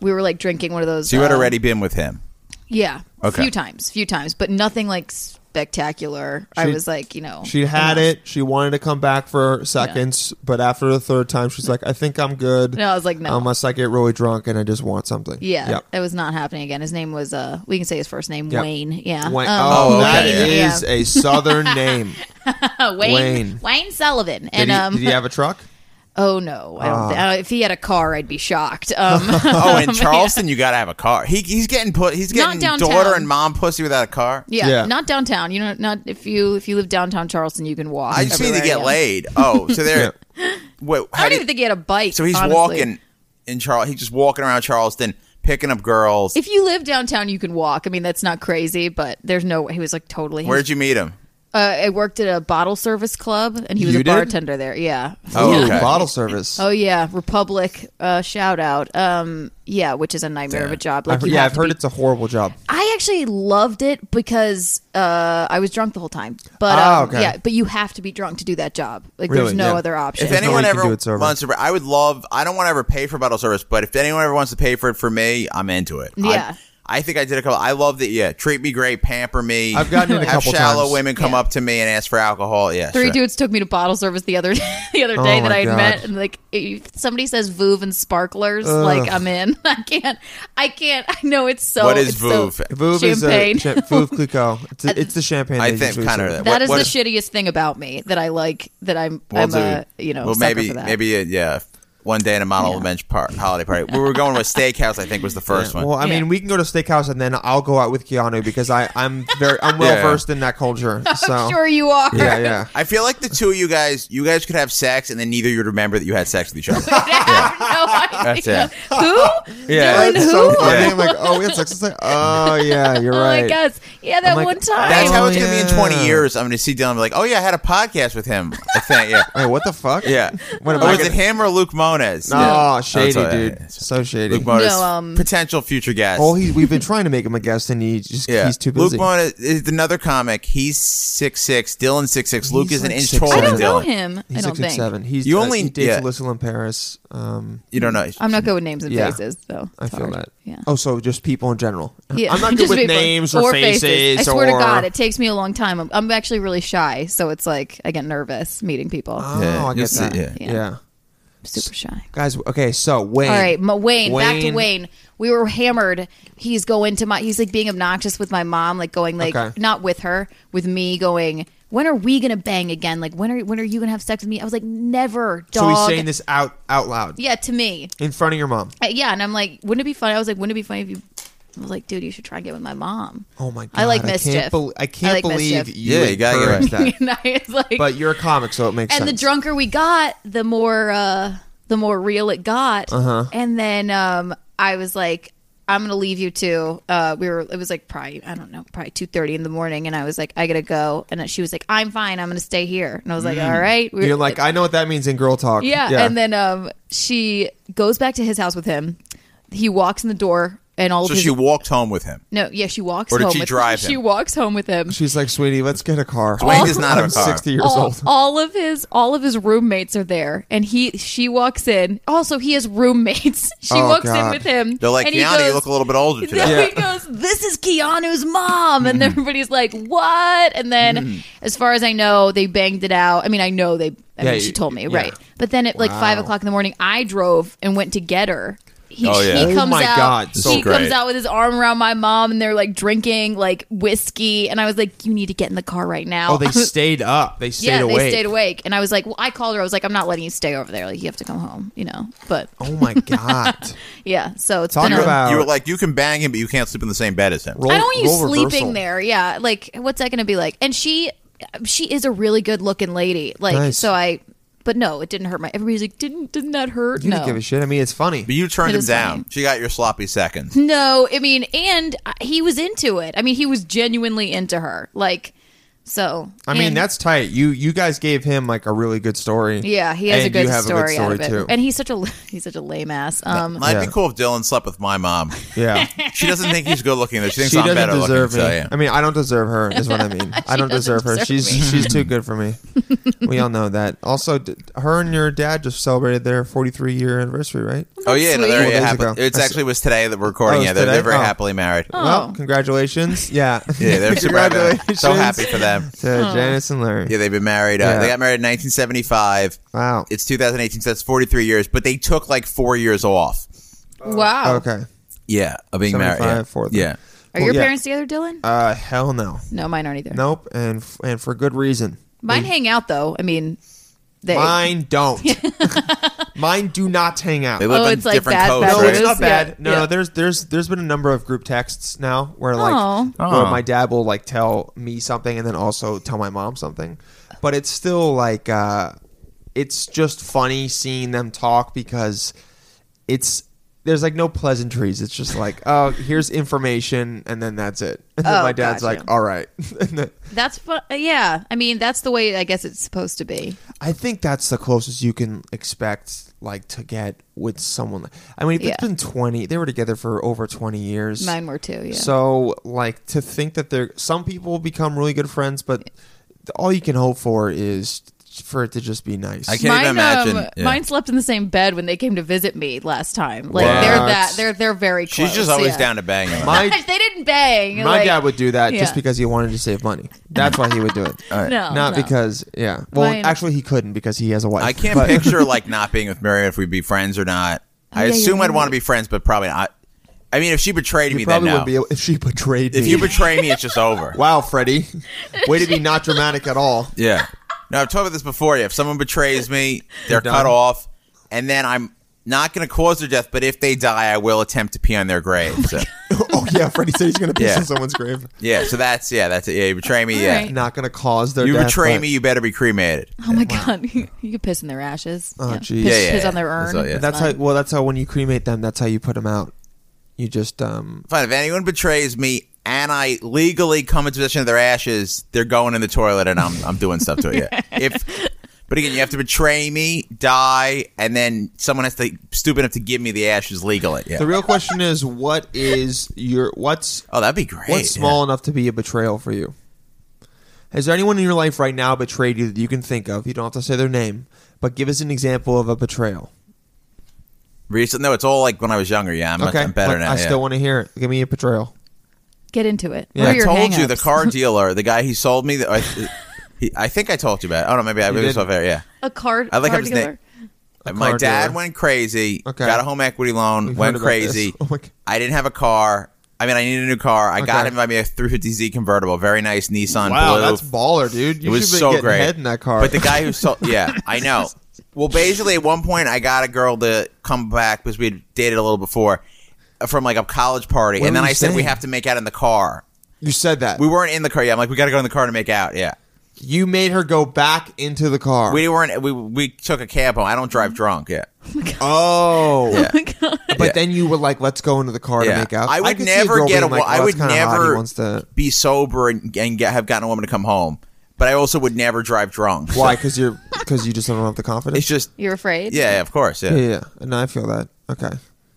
Speaker 4: We were like drinking one of those.
Speaker 3: So you had
Speaker 4: uh,
Speaker 3: already been with him.
Speaker 4: yeah, a
Speaker 3: Okay.
Speaker 4: few times, few times, but nothing like spectacular. I
Speaker 1: She-
Speaker 4: was like, you know,
Speaker 1: she had it. She wanted to come back for seconds, but after the third time, she's like, "I think I'm good."
Speaker 4: No, I was like, no.
Speaker 1: unless I get really drunk and I just want something.
Speaker 4: Yeah,
Speaker 1: Yep.
Speaker 4: that was not happening again. His name was uh, we can say his first name,
Speaker 1: Yep.
Speaker 4: Wayne. Yeah,
Speaker 1: Wayne.
Speaker 4: Um,
Speaker 1: oh,
Speaker 3: okay.
Speaker 1: that
Speaker 4: yeah.
Speaker 1: is a southern name.
Speaker 4: Wayne,
Speaker 1: Wayne.
Speaker 4: Wayne Sullivan.
Speaker 1: Did,
Speaker 4: And
Speaker 1: he,
Speaker 4: um,
Speaker 1: did he have a truck?
Speaker 4: oh no, I don't. thi-
Speaker 1: Ah.
Speaker 4: I don't if he had a car, I'd be shocked. Um,
Speaker 3: Oh, in Charleston, you gotta have a car. He, he's getting put. He's
Speaker 4: Not
Speaker 3: getting
Speaker 4: downtown.
Speaker 3: daughter and mom pussy without a car.
Speaker 4: yeah,
Speaker 1: Yeah.
Speaker 4: not downtown. You know, not if you if you live downtown Charleston, you can walk.
Speaker 3: I just need to
Speaker 4: everywhere,
Speaker 3: get
Speaker 4: yeah.
Speaker 3: laid. Oh, so there. Wait,
Speaker 4: I
Speaker 3: how
Speaker 4: don't
Speaker 3: do
Speaker 4: even
Speaker 3: you,
Speaker 4: think he had a bike.
Speaker 3: so he's
Speaker 4: honestly.
Speaker 3: walking in Charl. He's just walking around Charleston picking up girls.
Speaker 4: If you live downtown, you can walk. I mean, that's not crazy, but there's no way. He was like totally.
Speaker 3: Where'd you meet him?
Speaker 4: uh, I worked at a bottle service club, and he was
Speaker 1: You
Speaker 4: a
Speaker 1: did?
Speaker 4: bartender there. Yeah.
Speaker 3: Oh,
Speaker 1: Ooh,
Speaker 3: okay.
Speaker 1: bottle service.
Speaker 4: Oh yeah, Republic uh, shout out. Um, yeah, which is a nightmare of a job. Like
Speaker 1: I've,
Speaker 4: you
Speaker 1: yeah,
Speaker 4: have
Speaker 1: I've
Speaker 4: to
Speaker 1: heard
Speaker 4: be-
Speaker 1: it's a horrible job.
Speaker 4: I actually loved it because uh, I was drunk the whole time. But
Speaker 1: Ah,
Speaker 4: um,
Speaker 1: okay.
Speaker 4: yeah, but you have to be drunk to do that job. Like
Speaker 1: Really?
Speaker 4: there's no
Speaker 1: Yeah.
Speaker 4: other option.
Speaker 3: If
Speaker 1: There's no way
Speaker 3: anyone
Speaker 1: you can
Speaker 3: ever
Speaker 1: do it sober.
Speaker 3: wants to, I would love. I don't want to ever pay for bottle service, but if anyone ever wants to pay for it for me, I'm into it. I-
Speaker 4: Yeah.
Speaker 3: I think I did a couple. I love that. Yeah, treat me great, pamper me.
Speaker 1: I've gotten it a
Speaker 3: have
Speaker 1: couple
Speaker 3: shallow
Speaker 1: times.
Speaker 3: women come
Speaker 4: Yeah.
Speaker 3: up to me and ask for alcohol. Yeah,
Speaker 4: Three
Speaker 3: sure.
Speaker 4: dudes took me to bottle service the other the other
Speaker 1: Oh,
Speaker 4: day that
Speaker 1: my
Speaker 4: I had
Speaker 1: God.
Speaker 4: met, and like if somebody says Vouv and sparklers, like I'm in. I can't. I can't. I know it's so.
Speaker 3: What is
Speaker 4: it's so-
Speaker 3: Vouv?
Speaker 1: Vouv is a
Speaker 4: Champagne.
Speaker 1: cha- Vouv Clicquot. It's, a- it's the champagne.
Speaker 3: I
Speaker 1: they
Speaker 3: think
Speaker 1: usually
Speaker 3: kind
Speaker 1: serve.
Speaker 3: of
Speaker 4: That is the shittiest thing about me that I like. That I'm.
Speaker 3: Well,
Speaker 4: I'm a
Speaker 3: dude.
Speaker 4: you know.
Speaker 3: Well,
Speaker 4: sucker
Speaker 3: maybe
Speaker 4: for that.
Speaker 3: maybe uh, yeah. One day in a model bench par- holiday party. We were going with steakhouse. I think was the first one.
Speaker 1: Well, I
Speaker 4: Yeah.
Speaker 1: mean, we can go to steakhouse and then I'll go out with Keanu because I I'm very I'm well
Speaker 3: Yeah.
Speaker 1: versed in that culture. So
Speaker 4: I'm sure you are.
Speaker 1: Oh. yeah, yeah.
Speaker 3: I feel like the two of you guys, you guys could have sex, and then neither of you would remember that you had sex with each other.
Speaker 4: I have no
Speaker 3: That's
Speaker 4: idea. Who?
Speaker 3: Yeah.
Speaker 4: Doing
Speaker 1: It's
Speaker 4: who?
Speaker 1: so funny. I'm like, oh, we had sex. It's like, oh yeah, you're
Speaker 4: Oh
Speaker 1: right.
Speaker 4: my gosh. Yeah, that
Speaker 1: I'm like,
Speaker 4: one time.
Speaker 3: That's how it's
Speaker 1: Oh,
Speaker 3: gonna be in
Speaker 1: yeah.
Speaker 3: twenty years. I'm gonna see Dylan and be like, "Oh yeah, I had a podcast with him." I think, yeah,
Speaker 1: Wait, what the fuck?
Speaker 3: yeah.
Speaker 1: What am
Speaker 3: or
Speaker 1: I
Speaker 3: was
Speaker 1: gonna-
Speaker 3: it him or Luke Mones?
Speaker 1: Oh, No,
Speaker 3: Yeah.
Speaker 1: shady
Speaker 3: That's all right.
Speaker 1: dude. So shady.
Speaker 3: Luke Mones,
Speaker 4: No, um,
Speaker 3: potential future guest.
Speaker 1: oh, he's we've been trying to make him a guest and he just
Speaker 3: yeah,
Speaker 1: he's too busy.
Speaker 3: Luke Mones is another comic. He's six six. Dylan six six. Luke is an
Speaker 1: like
Speaker 3: inch
Speaker 1: 6'7".
Speaker 3: taller
Speaker 4: I
Speaker 3: than
Speaker 4: don't know
Speaker 3: Dylan.
Speaker 4: him. I
Speaker 1: He's
Speaker 4: don't
Speaker 1: six and
Speaker 4: think.
Speaker 1: seven. He's
Speaker 3: You
Speaker 1: uh,
Speaker 3: only-
Speaker 1: he dates
Speaker 3: yeah.
Speaker 1: Alyssa in Paris. Um,
Speaker 3: You don't know.
Speaker 4: I'm not good with names and
Speaker 1: Yeah.
Speaker 4: faces, though.
Speaker 1: I
Speaker 4: It's
Speaker 1: feel
Speaker 4: hard.
Speaker 1: that.
Speaker 4: Yeah.
Speaker 1: Oh, so just people in general.
Speaker 4: Yeah.
Speaker 1: I'm not good
Speaker 4: Just
Speaker 1: with
Speaker 4: people.
Speaker 1: names or, faces.
Speaker 4: I swear to
Speaker 1: or-
Speaker 4: God, it takes me a long time. I'm, I'm actually really shy, so it's like I get nervous meeting people.
Speaker 1: Oh,
Speaker 3: Yeah,
Speaker 1: I
Speaker 3: you'll
Speaker 1: get
Speaker 3: see-
Speaker 1: that.
Speaker 3: yeah.
Speaker 4: Yeah.
Speaker 1: yeah.
Speaker 4: Super shy.
Speaker 1: Guys, okay, so Wayne.
Speaker 4: All right, Ma- Wayne, Back to
Speaker 1: Wayne.
Speaker 4: Wayne. We were hammered. He's going to my. He's like being obnoxious with my mom, like going like
Speaker 1: Okay.
Speaker 4: not with her, with me going. When are we gonna bang again? Like when are when are you gonna have sex with me? I was like never,
Speaker 1: So
Speaker 4: dog.
Speaker 1: he's saying this out out loud
Speaker 4: yeah, to me.
Speaker 1: in front of your mom.
Speaker 4: Uh, yeah, and I'm like, wouldn't it be funny? I was like, wouldn't it be funny if you? I was like, dude, you should try and get with my mom.
Speaker 1: Oh my god!
Speaker 4: I like mischief.
Speaker 1: Can't bel- I can't
Speaker 4: like
Speaker 1: believe
Speaker 4: mischief.
Speaker 1: you.
Speaker 3: Yeah, you gotta get
Speaker 1: encouraged
Speaker 3: right.
Speaker 1: that.
Speaker 4: and I was like,
Speaker 1: But you're a comic, so it makes
Speaker 4: and
Speaker 1: sense.
Speaker 4: the drunker we got, the
Speaker 1: Uh-huh.
Speaker 4: more uh, the more real it got. And then um, I was like, I'm gonna leave you to. Uh, we were. It was like probably I don't know, probably two thirty in the morning, and I was like, I gotta go. And she was like, I'm fine. I'm gonna stay here. And I was like, all right. We-
Speaker 1: Mm. You're like, I know what that means in girl talk.
Speaker 4: yeah. And then um, she goes back to his house with him. He walks in the door, and all
Speaker 3: So
Speaker 4: of his
Speaker 3: she walked home with him.
Speaker 4: no, yeah, she walks.
Speaker 3: Or did
Speaker 4: home
Speaker 3: she
Speaker 4: with
Speaker 3: drive
Speaker 4: She
Speaker 3: him?
Speaker 4: walks home with him.
Speaker 1: she's like, sweetie, let's get a car.
Speaker 3: Dwayne does not have
Speaker 1: I'm
Speaker 3: a car.
Speaker 1: 60 years
Speaker 4: all,
Speaker 1: old.
Speaker 4: all of his all of his roommates are there, and he she walks in. Also, he has roommates. She
Speaker 1: Oh,
Speaker 4: walks in
Speaker 1: God.
Speaker 4: with him.
Speaker 3: They're like,
Speaker 4: and he
Speaker 3: Keanu,
Speaker 4: goes-
Speaker 3: you look a little bit older
Speaker 4: then
Speaker 3: today.
Speaker 4: he goes, "This is Keanu's mom," and
Speaker 1: Mm-hmm.
Speaker 4: everybody's like, "What?" And then, as far as I know, they banged it out. I mean, I know they.
Speaker 1: Yeah,
Speaker 4: I mean,
Speaker 1: you-
Speaker 4: she told me
Speaker 1: yeah.
Speaker 4: right, but then at like
Speaker 1: Wow.
Speaker 4: five o'clock in the morning, I drove and went to get her. He,
Speaker 3: Oh, yeah.
Speaker 4: he
Speaker 1: Oh,
Speaker 4: comes
Speaker 1: my
Speaker 4: out.
Speaker 1: God, so
Speaker 4: he comes
Speaker 3: great.
Speaker 4: out with his arm around my mom, and they're like drinking like whiskey. And I was like, "You need to get in the car right now."
Speaker 1: Oh, they
Speaker 4: I was-
Speaker 1: stayed up. They stayed
Speaker 4: yeah,
Speaker 1: awake.
Speaker 4: they stayed awake. And I was like, well, I called her. I was like, I'm not letting you stay over there. Like, you have to come home, you know? But
Speaker 1: Oh my god!
Speaker 4: yeah, so it's
Speaker 1: Talk
Speaker 4: been a-
Speaker 1: about-
Speaker 3: You were like, you can bang him, but you can't sleep in the same bed as him.
Speaker 1: Roll-
Speaker 4: I don't want you
Speaker 1: role
Speaker 4: sleeping
Speaker 1: reversal.
Speaker 4: there. Yeah. Like, what's that going to be like? And she, she is a really good looking lady. Like,
Speaker 1: Nice.
Speaker 4: so I, but no, it didn't hurt my, everybody's like, didn't, didn't that hurt?
Speaker 1: You
Speaker 4: no.
Speaker 1: didn't give a shit. I mean, it's funny.
Speaker 3: But you turned
Speaker 4: It
Speaker 3: him
Speaker 4: is
Speaker 3: down.
Speaker 4: funny.
Speaker 3: She got your sloppy seconds.
Speaker 4: No, I mean, and he was into it. I mean, he was genuinely into her. Like, so.
Speaker 1: I mean,
Speaker 4: and-
Speaker 1: that's tight. You you guys gave him like a really good story.
Speaker 4: Yeah, he has
Speaker 1: and
Speaker 4: a good
Speaker 1: you have
Speaker 4: story,
Speaker 1: a good story
Speaker 4: out of it,
Speaker 1: too.
Speaker 4: and he's such a he's such a lame ass. Um,
Speaker 3: Might
Speaker 1: Yeah.
Speaker 3: be cool if Dylan slept with my mom.
Speaker 1: yeah,
Speaker 3: She doesn't think he's good looking though. She thinks
Speaker 1: she
Speaker 3: I'm
Speaker 1: doesn't
Speaker 3: better
Speaker 1: deserve
Speaker 3: looking.
Speaker 1: me.
Speaker 3: So, yeah.
Speaker 1: I mean, I don't deserve her. Is what I mean. I don't
Speaker 4: doesn't
Speaker 1: deserve her.
Speaker 4: deserve
Speaker 1: she's
Speaker 4: me.
Speaker 1: she's too good for me. we all know that. Also, d- her and your dad just celebrated their 43 year anniversary, right?
Speaker 3: oh yeah, no,
Speaker 4: sweet.
Speaker 3: they're
Speaker 4: Four
Speaker 1: days
Speaker 3: yeah, happy.
Speaker 1: ago.
Speaker 3: It's
Speaker 1: I s-
Speaker 3: actually was today that we're
Speaker 1: Oh,
Speaker 3: recording.
Speaker 1: it's
Speaker 3: yeah, they're, they're
Speaker 1: today?
Speaker 3: very
Speaker 1: Oh.
Speaker 3: happily married.
Speaker 1: Well,
Speaker 4: Oh.
Speaker 1: congratulations. Yeah.
Speaker 3: Yeah, they're super happy.
Speaker 1: congratulations.
Speaker 3: So happy for them.
Speaker 1: to Janice and Larry.
Speaker 3: Yeah, they've been married. Uh,
Speaker 1: Yeah.
Speaker 3: They got married in 1975.
Speaker 1: Wow.
Speaker 3: It's 2018, so that's 43 years. But they took like four years off.
Speaker 4: oh, wow,
Speaker 1: okay.
Speaker 3: Yeah, of being married.
Speaker 1: 75,
Speaker 3: Yeah.
Speaker 1: four of them.
Speaker 3: yeah.
Speaker 4: are
Speaker 1: Well,
Speaker 4: your
Speaker 1: yeah.
Speaker 4: parents together,
Speaker 3: oh.
Speaker 4: Dylan?
Speaker 1: Uh, hell no.
Speaker 4: No, mine aren't either.
Speaker 1: Nope. And f- and for good reason.
Speaker 4: Mine hang out though. I mean, they.
Speaker 1: Mine don't. Mine do not hang out.
Speaker 3: They live
Speaker 4: Oh,
Speaker 3: on
Speaker 4: it's like
Speaker 3: different
Speaker 4: bad-
Speaker 3: coasts,
Speaker 1: No,
Speaker 4: Right.
Speaker 1: it's
Speaker 3: right?
Speaker 1: not
Speaker 4: Yeah,
Speaker 1: bad. No,
Speaker 4: yeah.
Speaker 1: no, there's there's there's been a number of group texts now where like
Speaker 4: Aw.
Speaker 1: where
Speaker 3: Aw.
Speaker 1: my dad will like tell me something and then also tell my mom something, but it's still like uh, it's just funny seeing them talk because it's there's like no pleasantries. It's just like oh here's information and then that's it. And then
Speaker 4: Oh,
Speaker 1: my dad's
Speaker 4: gotcha.
Speaker 1: like all right. And then-
Speaker 4: that's fu- uh, yeah. I mean, that's the way I guess it's supposed to be.
Speaker 1: I think that's the closest you can expect, like to get with someone. I mean, if
Speaker 4: Yeah.
Speaker 1: it's been twenty, they were together for over twenty years.
Speaker 4: Mine were too. Yeah.
Speaker 1: So, like, to think that there, some people become really good friends, but th- all you can hope for is for it to just be nice.
Speaker 3: I can't even imagine. Yeah.
Speaker 4: um, mine slept in the same bed when they came to visit me last time. Like
Speaker 1: Wow.
Speaker 4: they're
Speaker 1: What?
Speaker 4: that they're they're very close.
Speaker 3: She's just always
Speaker 4: yeah.
Speaker 3: down to bang him.
Speaker 1: My
Speaker 4: they didn't bang.
Speaker 1: my
Speaker 4: like-
Speaker 1: dad would do that just
Speaker 4: yeah.
Speaker 1: because he wanted to save money. That's why he would do it.
Speaker 3: All right.
Speaker 4: No,
Speaker 1: Not
Speaker 4: no.
Speaker 1: because, yeah. Well,
Speaker 4: Mine-
Speaker 1: actually, he couldn't because he has a wife.
Speaker 3: I can't
Speaker 1: But-
Speaker 3: picture like not being with Miriam if we'd be friends or not. I
Speaker 4: yeah, you're
Speaker 3: assume I'd
Speaker 4: right.
Speaker 3: want to be friends, but probably not. I mean, if she betrayed me,
Speaker 1: You
Speaker 3: then
Speaker 1: probably
Speaker 3: no.
Speaker 1: would be if she betrayed
Speaker 3: if
Speaker 1: me.
Speaker 3: you betray me, it's just over.
Speaker 1: wow, Freddie, way to be not dramatic at all.
Speaker 3: Yeah. No, I've talked about this before. Yeah, if someone betrays me, they're
Speaker 1: done.
Speaker 3: cut off, and then I'm not going to cause their death. But if they die, I will attempt to pee on their grave. so,
Speaker 1: oh yeah, Freddie said he's gonna piss
Speaker 3: Yeah.
Speaker 1: in someone's grave.
Speaker 3: yeah. So that's yeah. That's it. Yeah. You betray me.
Speaker 4: All
Speaker 3: yeah.
Speaker 4: right.
Speaker 1: Not gonna cause their.
Speaker 3: You
Speaker 1: death,
Speaker 3: betray
Speaker 1: but-
Speaker 3: me. You better be cremated.
Speaker 4: Oh my god, you could piss in their ashes.
Speaker 1: Oh,
Speaker 4: yeah.
Speaker 1: geez.
Speaker 4: Piss,
Speaker 3: Yeah, yeah,
Speaker 4: piss on
Speaker 3: yeah.
Speaker 4: their urn.
Speaker 3: That's all, yeah.
Speaker 1: That's how.
Speaker 4: fine.
Speaker 1: Well, that's how when you cremate them, that's how you put them out. You just um.
Speaker 3: Fine. If anyone betrays me and I legally come into possession of their ashes, they're going in the toilet, and I'm I'm doing stuff to it. Yeah. If but again, you have to betray me, die, and then someone has to be stupid enough to give me the ashes legally. Yeah.
Speaker 1: The real question is, what is your what's
Speaker 3: oh, that'd be great.
Speaker 1: what's
Speaker 3: yeah.
Speaker 1: small enough to be a betrayal for you? Has there anyone in your life right now betrayed you that you can think of? You don't have to say their name, but give us an example of a betrayal.
Speaker 3: Recent? No, it's all like when I was younger. Yeah, I'm,
Speaker 1: okay,
Speaker 3: I'm better
Speaker 1: But
Speaker 3: now.
Speaker 1: I
Speaker 3: yeah.
Speaker 1: still want to hear it. Give me a betrayal.
Speaker 4: Get into it.
Speaker 1: Yeah.
Speaker 4: What are
Speaker 3: I
Speaker 4: your
Speaker 3: told you
Speaker 4: hang-ups?
Speaker 3: the car dealer, the guy he sold me. The, I, he, I think I told you about. It. Oh no, maybe I
Speaker 1: You
Speaker 3: maybe
Speaker 1: did.
Speaker 3: this was off air. Yeah,
Speaker 4: a car.
Speaker 3: I like how
Speaker 4: car
Speaker 3: his name-
Speaker 4: dealer?
Speaker 1: A
Speaker 3: my
Speaker 1: car
Speaker 3: dad
Speaker 1: dealer.
Speaker 3: went crazy.
Speaker 1: Okay.
Speaker 3: got a home equity loan,
Speaker 1: We've heard
Speaker 3: went
Speaker 1: about this.
Speaker 3: crazy.
Speaker 1: Oh my God.
Speaker 3: I didn't have a car. I mean, I needed a new car. I got
Speaker 1: Okay.
Speaker 3: him by me a 350Z convertible, very nice Nissan
Speaker 1: Wow,
Speaker 3: Blue.
Speaker 1: that's baller, dude. You
Speaker 3: it was
Speaker 1: should be
Speaker 3: so
Speaker 1: getting
Speaker 3: great.
Speaker 1: Head in that car.
Speaker 3: But the guy who sold, yeah, I know. Well, basically, at one point, I got a girl to come back because we had dated a little before uh, from like a college party,
Speaker 1: Where
Speaker 3: and
Speaker 1: were
Speaker 3: then
Speaker 1: you
Speaker 3: I said we
Speaker 1: staying?
Speaker 3: have to make out in the car.
Speaker 1: you said that.
Speaker 3: We weren't in the car. Yeah, I'm like, we got to go in the car to make out. Yeah.
Speaker 1: You made her go back into the car.
Speaker 3: We weren't. We we took a cab home. I don't drive drunk yet.
Speaker 1: oh.
Speaker 4: God.
Speaker 1: But
Speaker 3: Yeah.
Speaker 1: then you were like, "Let's go into the car
Speaker 3: Yeah.
Speaker 1: to make out."
Speaker 3: I would
Speaker 1: could see
Speaker 3: never
Speaker 1: girl
Speaker 3: get
Speaker 1: being
Speaker 3: a.
Speaker 1: Like,
Speaker 3: wo- I
Speaker 1: "Oh, that's
Speaker 3: would
Speaker 1: kinda hot. He
Speaker 3: never
Speaker 1: wants to.
Speaker 3: be sober and, and get, have gotten a woman to come home. But I also would never drive drunk.
Speaker 1: Why? Because you're because you just don't have the confidence.
Speaker 3: It's just
Speaker 4: You're afraid?
Speaker 3: yeah, yeah, of course, yeah.
Speaker 1: yeah, yeah. And I feel that. Okay.